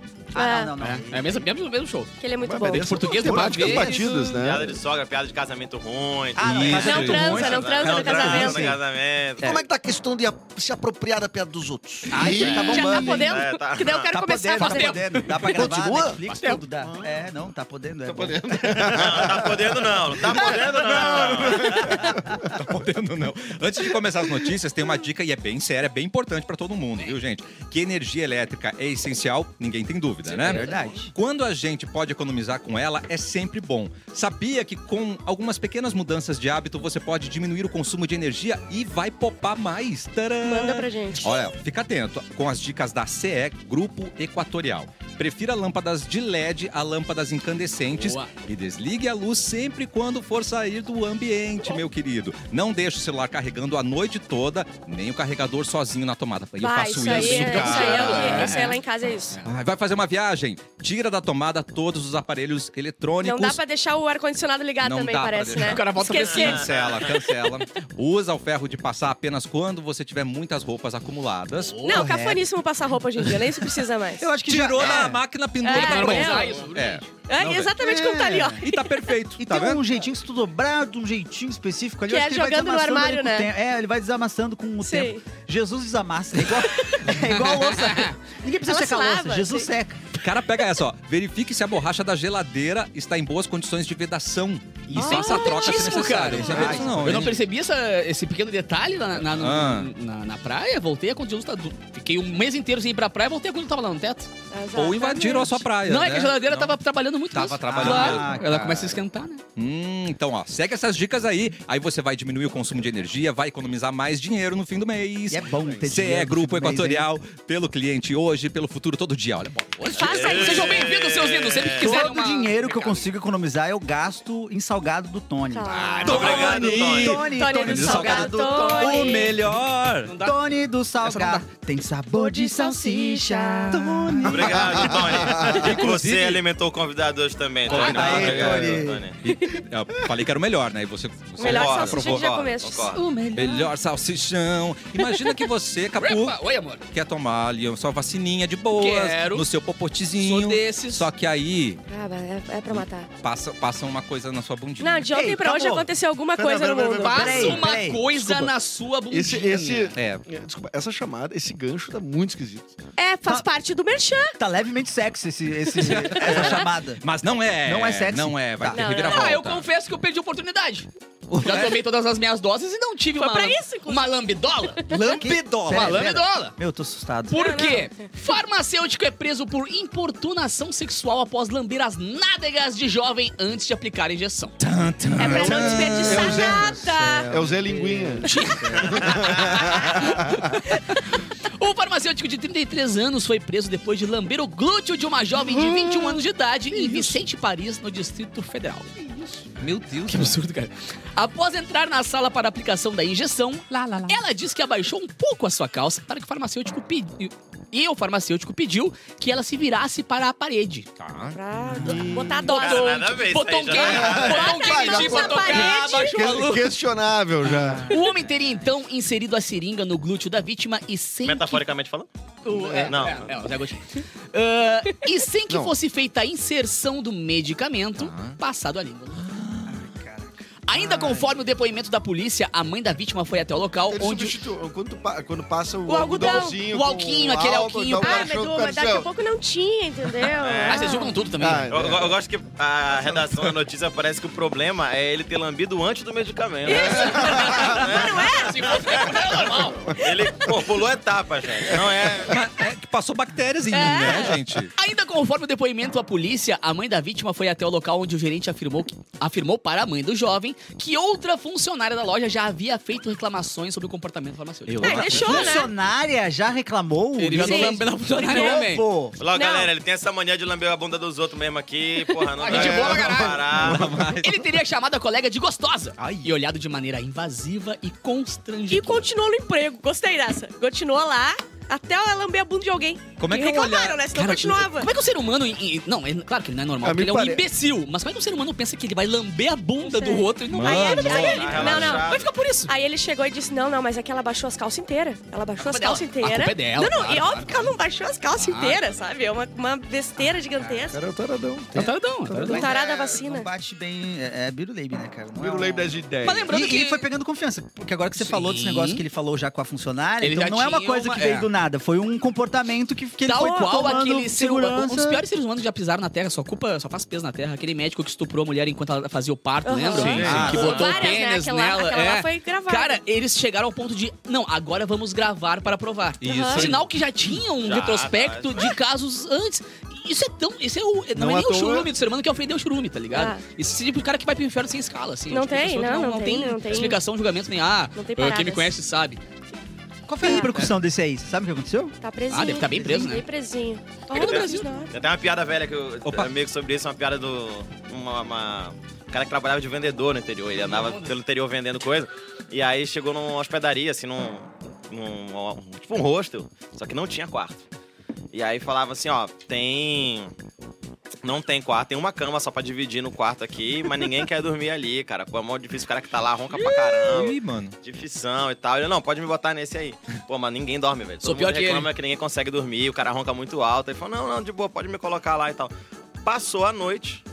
[SPEAKER 5] É.
[SPEAKER 6] Ah, não, não, não.
[SPEAKER 2] É o mesmo, mesmo, mesmo show.
[SPEAKER 5] Que ele é muito
[SPEAKER 4] Mas
[SPEAKER 5] bom.
[SPEAKER 4] beleza.
[SPEAKER 2] Português,
[SPEAKER 4] temáticas
[SPEAKER 2] português,
[SPEAKER 4] batidas, né?
[SPEAKER 7] Piada de sogra, piada de casamento ruim.
[SPEAKER 6] Ah, não,
[SPEAKER 7] tudo
[SPEAKER 1] mas
[SPEAKER 7] isso.
[SPEAKER 1] não transa,
[SPEAKER 5] não transa no
[SPEAKER 7] no
[SPEAKER 5] casamento.
[SPEAKER 7] casamento.
[SPEAKER 3] Como é que tá a questão de a- se apropriar da piada dos outros?
[SPEAKER 6] Ah, isso aí
[SPEAKER 5] Já tá
[SPEAKER 6] tá bombando, hein?
[SPEAKER 5] podendo?
[SPEAKER 7] É, tá.
[SPEAKER 5] Que daí eu quero
[SPEAKER 6] Tá
[SPEAKER 5] começar
[SPEAKER 6] podendo,
[SPEAKER 5] a
[SPEAKER 6] tá
[SPEAKER 5] fazer.
[SPEAKER 6] podendo. Dá pra gravar,
[SPEAKER 3] Continua?
[SPEAKER 6] Netflix, tudo dá. É, não, tá podendo. Tá podendo.
[SPEAKER 7] Não, tá podendo não, não tá podendo não.
[SPEAKER 1] <laughs> Tá podendo, não. Antes de começar as notícias, tem uma dica e é bem séria, bem importante pra todo mundo, viu, gente? Que energia elétrica é essencial, ninguém tem dúvida, né?
[SPEAKER 6] é verdade.
[SPEAKER 1] Quando a gente pode economizar com ela, é sempre bom. Sabia que com algumas pequenas mudanças de hábito, você pode diminuir o consumo de energia e vai poupar mais. Tcharam!
[SPEAKER 5] Manda pra gente.
[SPEAKER 1] Olha, fica atento com as dicas da CE Grupo Equatorial. Prefira lâmpadas de LED a lâmpadas incandescentes
[SPEAKER 2] Boa.
[SPEAKER 1] e desligue a luz sempre quando for sair do ambiente, meu querido. Não deixe o celular carregando a noite toda, nem o carregador sozinho na tomada. Eu
[SPEAKER 5] Vai,
[SPEAKER 1] faço
[SPEAKER 5] isso
[SPEAKER 1] isso,
[SPEAKER 5] aí,
[SPEAKER 1] cara.
[SPEAKER 5] é- isso aí é o que- isso aí lá em casa é isso.
[SPEAKER 1] Ai, vai fazer uma viagem, tira da tomada todos os aparelhos
[SPEAKER 5] Não
[SPEAKER 1] eletrônicos.
[SPEAKER 5] dá pra deixar o ar-condicionado ligado
[SPEAKER 1] Não
[SPEAKER 5] também,
[SPEAKER 1] dá pra
[SPEAKER 5] parece,
[SPEAKER 1] deixar.
[SPEAKER 5] né?
[SPEAKER 2] O cara volta pra
[SPEAKER 5] Esquecer.
[SPEAKER 1] Cancela, cancela. Usa o ferro de passar apenas quando você tiver muitas roupas acumuladas.
[SPEAKER 5] Não, cafoníssimo passar roupa hoje em dia, nem isso precisa mais.
[SPEAKER 6] Eu acho que
[SPEAKER 1] Tirou
[SPEAKER 6] já...
[SPEAKER 1] na
[SPEAKER 6] é.
[SPEAKER 1] máquina, pendura
[SPEAKER 5] É,
[SPEAKER 1] na
[SPEAKER 2] normalizar
[SPEAKER 1] mão.
[SPEAKER 2] isso,
[SPEAKER 1] É.
[SPEAKER 5] É
[SPEAKER 1] Não,
[SPEAKER 5] exatamente como tá ali, ó.
[SPEAKER 1] E tá perfeito,
[SPEAKER 6] <laughs> E
[SPEAKER 1] tá
[SPEAKER 6] tem
[SPEAKER 1] vendo?
[SPEAKER 6] um jeitinho que se tu dobrar de um jeitinho específico ali,
[SPEAKER 5] Que
[SPEAKER 6] eu
[SPEAKER 5] é
[SPEAKER 6] acho que ele vai
[SPEAKER 5] jogando no
[SPEAKER 6] desamassando
[SPEAKER 5] armário,
[SPEAKER 6] ali com
[SPEAKER 5] né?
[SPEAKER 6] o tempo. É, ele vai desamassando com o
[SPEAKER 5] Sim.
[SPEAKER 6] tempo. Jesus desamassa.
[SPEAKER 5] <laughs>
[SPEAKER 6] É igual, é igual a louça. Ninguém precisa
[SPEAKER 5] Ela
[SPEAKER 6] secar
[SPEAKER 5] se
[SPEAKER 6] a
[SPEAKER 5] lava,
[SPEAKER 6] louça. Jesus
[SPEAKER 5] sim.
[SPEAKER 6] seca.
[SPEAKER 1] Cara, pega essa, ó. Verifique se a borracha da geladeira está em boas condições de vedação.
[SPEAKER 6] Ah,
[SPEAKER 1] E
[SPEAKER 2] Isso é
[SPEAKER 1] faça a troca se
[SPEAKER 2] importantíssimo, cara.
[SPEAKER 1] necessário. Não sabia disso, não,
[SPEAKER 2] Ah, Eu não
[SPEAKER 1] hein?
[SPEAKER 2] percebi essa- esse pequeno detalhe na, na, no-
[SPEAKER 1] Ah.
[SPEAKER 2] na, na praia, voltei a condição tá du- Fiquei um mês inteiro sem ir pra praia, voltei quando tava lá no teto.
[SPEAKER 1] Ou invadiram a sua praia.
[SPEAKER 2] não,
[SPEAKER 1] né?
[SPEAKER 2] é que a geladeira
[SPEAKER 1] Não.
[SPEAKER 2] tava trabalhando muito
[SPEAKER 1] Tava
[SPEAKER 2] nisso.
[SPEAKER 1] trabalhando
[SPEAKER 2] Claro,
[SPEAKER 6] mesmo.
[SPEAKER 2] ela
[SPEAKER 6] Cara.
[SPEAKER 2] começa a esquentar, né?
[SPEAKER 1] Hum, então, ó, segue essas dicas aí. Aí você vai diminuir o consumo de energia, vai economizar mais dinheiro no fim do mês.
[SPEAKER 6] E é bom ter
[SPEAKER 1] CE
[SPEAKER 6] dinheiro no
[SPEAKER 1] Grupo
[SPEAKER 6] fim do mês,
[SPEAKER 1] Equatorial, pelo cliente hoje, pelo futuro todo dia. Olha, bom, hoje.
[SPEAKER 5] Faça isso.
[SPEAKER 2] Sejam bem-vindos, seus lindos. Sempre que quiserem
[SPEAKER 6] Todo
[SPEAKER 2] É. uma...
[SPEAKER 6] o dinheiro que eu
[SPEAKER 2] Obrigado.
[SPEAKER 6] consigo economizar, eu gasto em salgado do Tony.
[SPEAKER 5] Claro.
[SPEAKER 7] Muito obrigado, Tony.
[SPEAKER 6] Tony,
[SPEAKER 5] Tá. Tony
[SPEAKER 6] Tony
[SPEAKER 5] do
[SPEAKER 6] do
[SPEAKER 5] Salgado,
[SPEAKER 6] salgado.
[SPEAKER 5] Tony.
[SPEAKER 1] O melhor!
[SPEAKER 2] Não dá.
[SPEAKER 6] Tony do salgado. Tem sabor de salsicha. Tony.
[SPEAKER 7] Obrigado, Tony. Você alimentou o convidado hoje também, Tony.
[SPEAKER 6] Aí,
[SPEAKER 7] Obrigado,
[SPEAKER 6] Tony.
[SPEAKER 1] E, eu falei que era o melhor, né? E você. você
[SPEAKER 5] Melhor
[SPEAKER 7] Concordo,
[SPEAKER 5] salsicha que já
[SPEAKER 7] concordo,
[SPEAKER 5] comeste.
[SPEAKER 7] concordo.
[SPEAKER 2] O melhor.
[SPEAKER 1] Melhor salsichão. Imagina que você, Capu,
[SPEAKER 2] Opa, Oi, amor.
[SPEAKER 1] quer tomar ali sua vacininha de boas
[SPEAKER 2] Quero.
[SPEAKER 1] no seu popotezinho.
[SPEAKER 2] Sou desses.
[SPEAKER 1] Só que aí
[SPEAKER 5] Ah, vai, é, é pra matar.
[SPEAKER 1] passa, passa uma coisa na sua bundinha.
[SPEAKER 5] Não, de ontem
[SPEAKER 6] Ei,
[SPEAKER 5] pra hoje
[SPEAKER 6] acabou.
[SPEAKER 5] aconteceu alguma
[SPEAKER 3] Pera,
[SPEAKER 5] coisa no
[SPEAKER 3] pera, pera,
[SPEAKER 5] mundo.
[SPEAKER 2] Faça
[SPEAKER 6] Peraí,
[SPEAKER 2] uma
[SPEAKER 6] peraí,
[SPEAKER 2] coisa
[SPEAKER 6] desculpa.
[SPEAKER 2] na sua bundinha.
[SPEAKER 4] Esse, esse,
[SPEAKER 1] É.
[SPEAKER 4] Desculpa, essa chamada, esse gancho tá muito esquisito.
[SPEAKER 5] É, faz parte do merchan.
[SPEAKER 6] Tá levemente sexy esse, esse- essa chamada.
[SPEAKER 1] Mas não é.
[SPEAKER 6] Não é sexy.
[SPEAKER 1] Não é, vai
[SPEAKER 6] Tá.
[SPEAKER 1] ter
[SPEAKER 5] Não, não,
[SPEAKER 1] reviravolta. é?
[SPEAKER 2] Ah,
[SPEAKER 1] <laughs>
[SPEAKER 2] eu confesso que eu perdi a oportunidade. Já tomei todas as minhas doses e não tive
[SPEAKER 5] Foi
[SPEAKER 2] uma,
[SPEAKER 5] pra isso, inclusive.
[SPEAKER 2] uma lambidola.
[SPEAKER 6] Lampidola.
[SPEAKER 2] Uma lambidola.
[SPEAKER 6] Meu, eu tô assustado.
[SPEAKER 2] Por
[SPEAKER 5] Não,
[SPEAKER 2] quê? Farmacêutico é preso por importunação sexual após lamber as nádegas de jovem antes de aplicar a injeção.
[SPEAKER 1] Tan, tan.
[SPEAKER 5] É pra não
[SPEAKER 4] Eu já-
[SPEAKER 5] desperdiçar nada.
[SPEAKER 4] É o Zé Linguinha.
[SPEAKER 2] O farmacêutico de 33 anos foi preso depois de lamber o glúteo de uma jovem de 21 anos de idade em Vicente Paris, no Distrito Federal.
[SPEAKER 1] Meu Deus.
[SPEAKER 2] Que absurdo, cara. Após entrar na sala para aplicação da injeção, ela disse que abaixou um pouco a sua calça para que o farmacêutico pediu. E o farmacêutico pediu que ela se virasse para a parede.
[SPEAKER 1] Tá.
[SPEAKER 5] Pra É, botar
[SPEAKER 2] Botou,
[SPEAKER 5] dose.
[SPEAKER 7] nada a ver, isso
[SPEAKER 2] Tá botou
[SPEAKER 7] aí
[SPEAKER 2] um
[SPEAKER 7] já
[SPEAKER 2] quê?
[SPEAKER 7] não
[SPEAKER 2] Botou um
[SPEAKER 5] Vai,
[SPEAKER 2] quê?
[SPEAKER 5] vai,
[SPEAKER 2] Botou um
[SPEAKER 5] vai.
[SPEAKER 2] quê? Abaixou a
[SPEAKER 4] Que-
[SPEAKER 2] luz.
[SPEAKER 4] questionável já.
[SPEAKER 2] O homem teria então inserido a seringa no glúteo da vítima e sem que
[SPEAKER 7] Metaforicamente falando?
[SPEAKER 2] o- é,
[SPEAKER 7] Não.
[SPEAKER 2] é, é, o Zé Agostinho. Ah, e sem que
[SPEAKER 4] Não. Ah.
[SPEAKER 2] fosse feita a inserção do medicamento, passado a língua. Ainda conforme o depoimento da polícia, a mãe da vítima foi até o local
[SPEAKER 4] Ele
[SPEAKER 2] onde.
[SPEAKER 4] substitui- quando, pa- quando passa o,
[SPEAKER 5] O algodão.
[SPEAKER 2] O
[SPEAKER 4] com
[SPEAKER 2] alquinho, aquele
[SPEAKER 4] álcool,
[SPEAKER 2] alquinho.
[SPEAKER 4] dá o
[SPEAKER 5] Ah, mas,
[SPEAKER 4] cachorro assim,
[SPEAKER 5] Edu,
[SPEAKER 4] com
[SPEAKER 5] mas daqui a
[SPEAKER 4] carcel.
[SPEAKER 5] pouco não tinha, entendeu?
[SPEAKER 3] É.
[SPEAKER 2] Ah, vocês julgam tudo também. né?
[SPEAKER 4] Ah,
[SPEAKER 7] Eu, eu- eu gosto que a redação da notícia parece que o problema é ele ter lambido antes do medicamento.
[SPEAKER 2] Não é? Se fosse, é normal.
[SPEAKER 7] Ele pô, pulou etapa, gente. Não é.
[SPEAKER 1] Mas é que passou bactérias em mim,
[SPEAKER 5] É.
[SPEAKER 1] né, gente?
[SPEAKER 2] Ainda conforme o depoimento à polícia, a mãe da vítima foi até o local onde o gerente afirmou, que- afirmou para a mãe do jovem que outra funcionária da loja já havia feito reclamações sobre o comportamento farmacêutico.
[SPEAKER 5] É, deixou,
[SPEAKER 6] a
[SPEAKER 5] né?
[SPEAKER 6] funcionária já reclamou?
[SPEAKER 2] Ele
[SPEAKER 6] Já
[SPEAKER 2] já não
[SPEAKER 5] Sim.
[SPEAKER 2] lembra
[SPEAKER 6] <laughs>
[SPEAKER 2] da funcionária
[SPEAKER 5] Porque-
[SPEAKER 2] também.
[SPEAKER 6] Pô,
[SPEAKER 5] Não.
[SPEAKER 7] Logo, galera, ele tem essa mania de lamber a bunda dos outros mesmo aqui. Porra, não
[SPEAKER 2] A
[SPEAKER 7] dá
[SPEAKER 2] gente
[SPEAKER 7] pra
[SPEAKER 2] boa pra caralho.
[SPEAKER 7] parar.
[SPEAKER 2] Ele teria chamado a colega de gostosa
[SPEAKER 6] Ai.
[SPEAKER 2] e olhado de maneira invasiva e
[SPEAKER 5] E
[SPEAKER 2] constrangedora.
[SPEAKER 5] continuou no emprego. Gostei dessa. Continuou lá até ela lamber a bunda de alguém.
[SPEAKER 1] Como é que eu
[SPEAKER 5] reclamaram,
[SPEAKER 1] olhar-
[SPEAKER 5] né? Senão
[SPEAKER 2] Cara,
[SPEAKER 5] continuava.
[SPEAKER 2] Como é que o ser humano. e- e- não, é, claro que ele não é normal,
[SPEAKER 4] Ah,
[SPEAKER 2] porque
[SPEAKER 4] me
[SPEAKER 2] ele é um
[SPEAKER 4] pare-
[SPEAKER 2] imbecil. Mas como é que o ser humano pensa que ele vai lamber a bunda
[SPEAKER 5] Não
[SPEAKER 2] do
[SPEAKER 5] sei.
[SPEAKER 2] outro e não
[SPEAKER 1] Mano.
[SPEAKER 2] vai?
[SPEAKER 5] Aí, ele- aí ele- não,
[SPEAKER 7] Ah, relaxado.
[SPEAKER 5] não.
[SPEAKER 2] Vai ficar por isso.
[SPEAKER 5] Aí ele chegou e disse: Não, não, mas é que ela baixou as calças inteiras. Ela baixou
[SPEAKER 2] A
[SPEAKER 5] as
[SPEAKER 2] culpa
[SPEAKER 5] calças
[SPEAKER 2] dela. A
[SPEAKER 5] inteiras.
[SPEAKER 2] culpa é dela,
[SPEAKER 5] Não, não,
[SPEAKER 2] claro,
[SPEAKER 5] e
[SPEAKER 2] claro,
[SPEAKER 5] óbvio que ela não baixou as calças
[SPEAKER 2] Claro.
[SPEAKER 5] inteiras, sabe? É uma, uma besteira gigantesca.
[SPEAKER 4] Cara, é o taradão.
[SPEAKER 2] É um taradão, é um taradão.
[SPEAKER 5] O tarado da
[SPEAKER 6] é,
[SPEAKER 5] vacina.
[SPEAKER 6] Não bate bem. É, é Biruleibe, né, cara? Não é
[SPEAKER 4] Primeiro
[SPEAKER 6] um-
[SPEAKER 4] lembro das ideias.
[SPEAKER 2] Mas lembrando
[SPEAKER 6] e,
[SPEAKER 2] que.
[SPEAKER 6] e ele foi pegando confiança. Porque agora que você
[SPEAKER 2] Sim.
[SPEAKER 6] falou desse negócio que ele falou já com a funcionária,
[SPEAKER 2] Ele já
[SPEAKER 6] então não é uma
[SPEAKER 2] tinha
[SPEAKER 6] coisa
[SPEAKER 2] uma-
[SPEAKER 6] que veio
[SPEAKER 2] é.
[SPEAKER 6] do nada. Foi um comportamento que, que ele
[SPEAKER 2] Tal
[SPEAKER 6] foi
[SPEAKER 2] qual
[SPEAKER 6] tomando
[SPEAKER 2] aquele ser humano. Um
[SPEAKER 6] segurança.
[SPEAKER 2] dos piores seres humanos que já pisaram na Terra, só culpa, só faz peso na Terra. Aquele médico que estuprou a mulher enquanto ela fazia o parto,
[SPEAKER 5] Aham.
[SPEAKER 2] lembra?
[SPEAKER 5] Sim,
[SPEAKER 2] Ah,
[SPEAKER 1] sim.
[SPEAKER 2] que botou o
[SPEAKER 5] Várias, né?
[SPEAKER 2] pênis
[SPEAKER 5] Aquela-
[SPEAKER 2] nela.
[SPEAKER 5] aquela
[SPEAKER 2] é.
[SPEAKER 5] lá foi gravada.
[SPEAKER 2] Cara, eles chegaram ao ponto de. Não, agora vamos gravar para provar.
[SPEAKER 1] Isso aí.
[SPEAKER 2] Sinal que já tinha um
[SPEAKER 7] Já,
[SPEAKER 2] retrospecto de casos antes. Isso é tão. Isso é o, não,
[SPEAKER 4] Não
[SPEAKER 2] é
[SPEAKER 4] à
[SPEAKER 2] nem o
[SPEAKER 4] toa.
[SPEAKER 2] churume do ser humano que ofendeu o churume, tá ligado?
[SPEAKER 5] Ah.
[SPEAKER 2] Esse Isso é tipo o cara que vai pro inferno sem escala, assim.
[SPEAKER 5] Não
[SPEAKER 2] tipo,
[SPEAKER 5] tem,
[SPEAKER 2] pessoa que
[SPEAKER 5] não, não tem, não tem.
[SPEAKER 2] explicação, julgamento, nem. Ah,
[SPEAKER 5] Não tem
[SPEAKER 2] quem me
[SPEAKER 5] paradas.
[SPEAKER 2] conhece sabe.
[SPEAKER 6] Qual foi a
[SPEAKER 5] Ah.
[SPEAKER 6] repercussão desse aí? Você sabe o que <laughs> aconteceu?
[SPEAKER 5] Tá presinho.
[SPEAKER 2] Ah, deve tá bem preso, né?
[SPEAKER 5] Bem presinho.
[SPEAKER 2] Ele
[SPEAKER 5] Olha o
[SPEAKER 2] tá
[SPEAKER 5] Brasil.
[SPEAKER 7] Tem até uma piada velha que eu
[SPEAKER 1] Opa.
[SPEAKER 7] amigo sobre isso, uma piada do. Uma, uma- um cara que trabalhava de vendedor no interior. Ele andava pelo interior vendendo coisa. E aí chegou numa hospedaria, assim, num. num- um- tipo um hostel. Só que não tinha quarto. E aí falava assim, ó, tem. Não tem quarto, tem uma cama só pra dividir no quarto aqui, mas ninguém quer dormir ali, cara. Pô, é mó difícil, o cara que tá lá ronca pra caramba
[SPEAKER 1] Ih, mano.
[SPEAKER 7] de fissão e tal. Ele, não, pode me botar nesse aí. Pô, mas ninguém dorme, velho.
[SPEAKER 2] Sou
[SPEAKER 7] Todo
[SPEAKER 2] pior
[SPEAKER 7] mundo
[SPEAKER 2] que ele.
[SPEAKER 7] reclama que ninguém consegue dormir, o cara ronca muito alto. Ele falou, não, não, de boa, pode me colocar lá e tal. Passou a noite,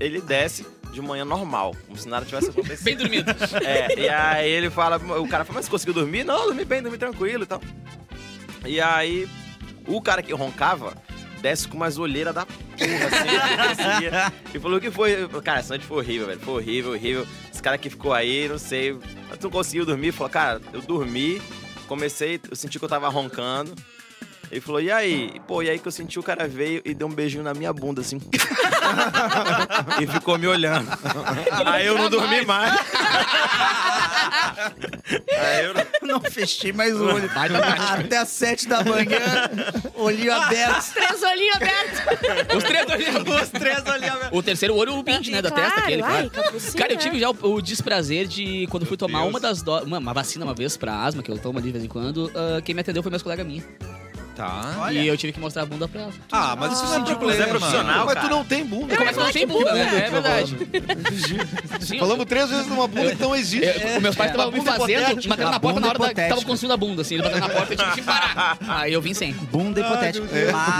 [SPEAKER 7] ele desce de manhã normal, como se nada
[SPEAKER 2] <laughs>
[SPEAKER 7] tivesse acontecido.
[SPEAKER 2] Bem dormido.
[SPEAKER 5] <laughs>
[SPEAKER 7] É, e aí ele fala, o cara fala, mas você conseguiu dormir? Não, eu dormi bem, dormi tranquilo e tal. E aí, o cara que roncava desce com umas olheiras da porra, assim, que descia, e falou que foi. Eu falei, Cara, essa noite foi horrível, velho. Foi horrível, horrível. Esse cara que ficou aí, não sei. Mas tu não conseguiu dormir? Falou, cara, eu dormi, comecei, eu senti que eu tava roncando. Ele falou, e aí? E, Pô, e aí que eu senti o cara veio e deu um beijinho na minha bunda, assim. e ficou me olhando. aí eu não dormi mais. aí eu não...
[SPEAKER 6] Não fechei mais o olho. Até às sete da manhã, olhinho aberto.
[SPEAKER 5] Três olhinhos <laughs> abertos.
[SPEAKER 2] Os três olhos. Os três O terceiro olho, o pinte, né? Da
[SPEAKER 5] Claro,
[SPEAKER 2] testa, aquele.
[SPEAKER 5] ai,
[SPEAKER 2] claro. é.
[SPEAKER 5] capucinho,
[SPEAKER 2] Cara, eu
[SPEAKER 5] né?
[SPEAKER 2] tive já o, o desprazer de, quando fui tomar uma das doses, uma, uma vacina uma vez pra asma, que eu tomo ali de vez em quando, ah, quem me atendeu foi meus colegas minha.
[SPEAKER 1] Tá.
[SPEAKER 6] Olha.
[SPEAKER 2] E eu tive que mostrar a bunda pra ela.
[SPEAKER 1] Ah, mas isso não é
[SPEAKER 7] Ridículo, mas
[SPEAKER 1] problema.
[SPEAKER 7] é profissional,
[SPEAKER 4] mas
[SPEAKER 7] cara.
[SPEAKER 4] tu não tem um bunda.
[SPEAKER 2] Como é que não tem bunda?
[SPEAKER 4] bunda,
[SPEAKER 2] É, é verdade. <laughs> Sim, É,
[SPEAKER 4] Falamos três vezes numa bunda que não existe.
[SPEAKER 2] eu- meus pais estavam me
[SPEAKER 4] bunda
[SPEAKER 2] fazendo,
[SPEAKER 4] hipotética.
[SPEAKER 2] batendo na
[SPEAKER 6] Uma
[SPEAKER 2] porta na
[SPEAKER 6] bunda
[SPEAKER 2] hora da.
[SPEAKER 6] hipotética.
[SPEAKER 2] Estavam construindo a bunda, assim. Ele bateu na porta e eu tive que <laughs> parar. Aí eu vim sem.
[SPEAKER 6] <laughs> Bunda hipotética.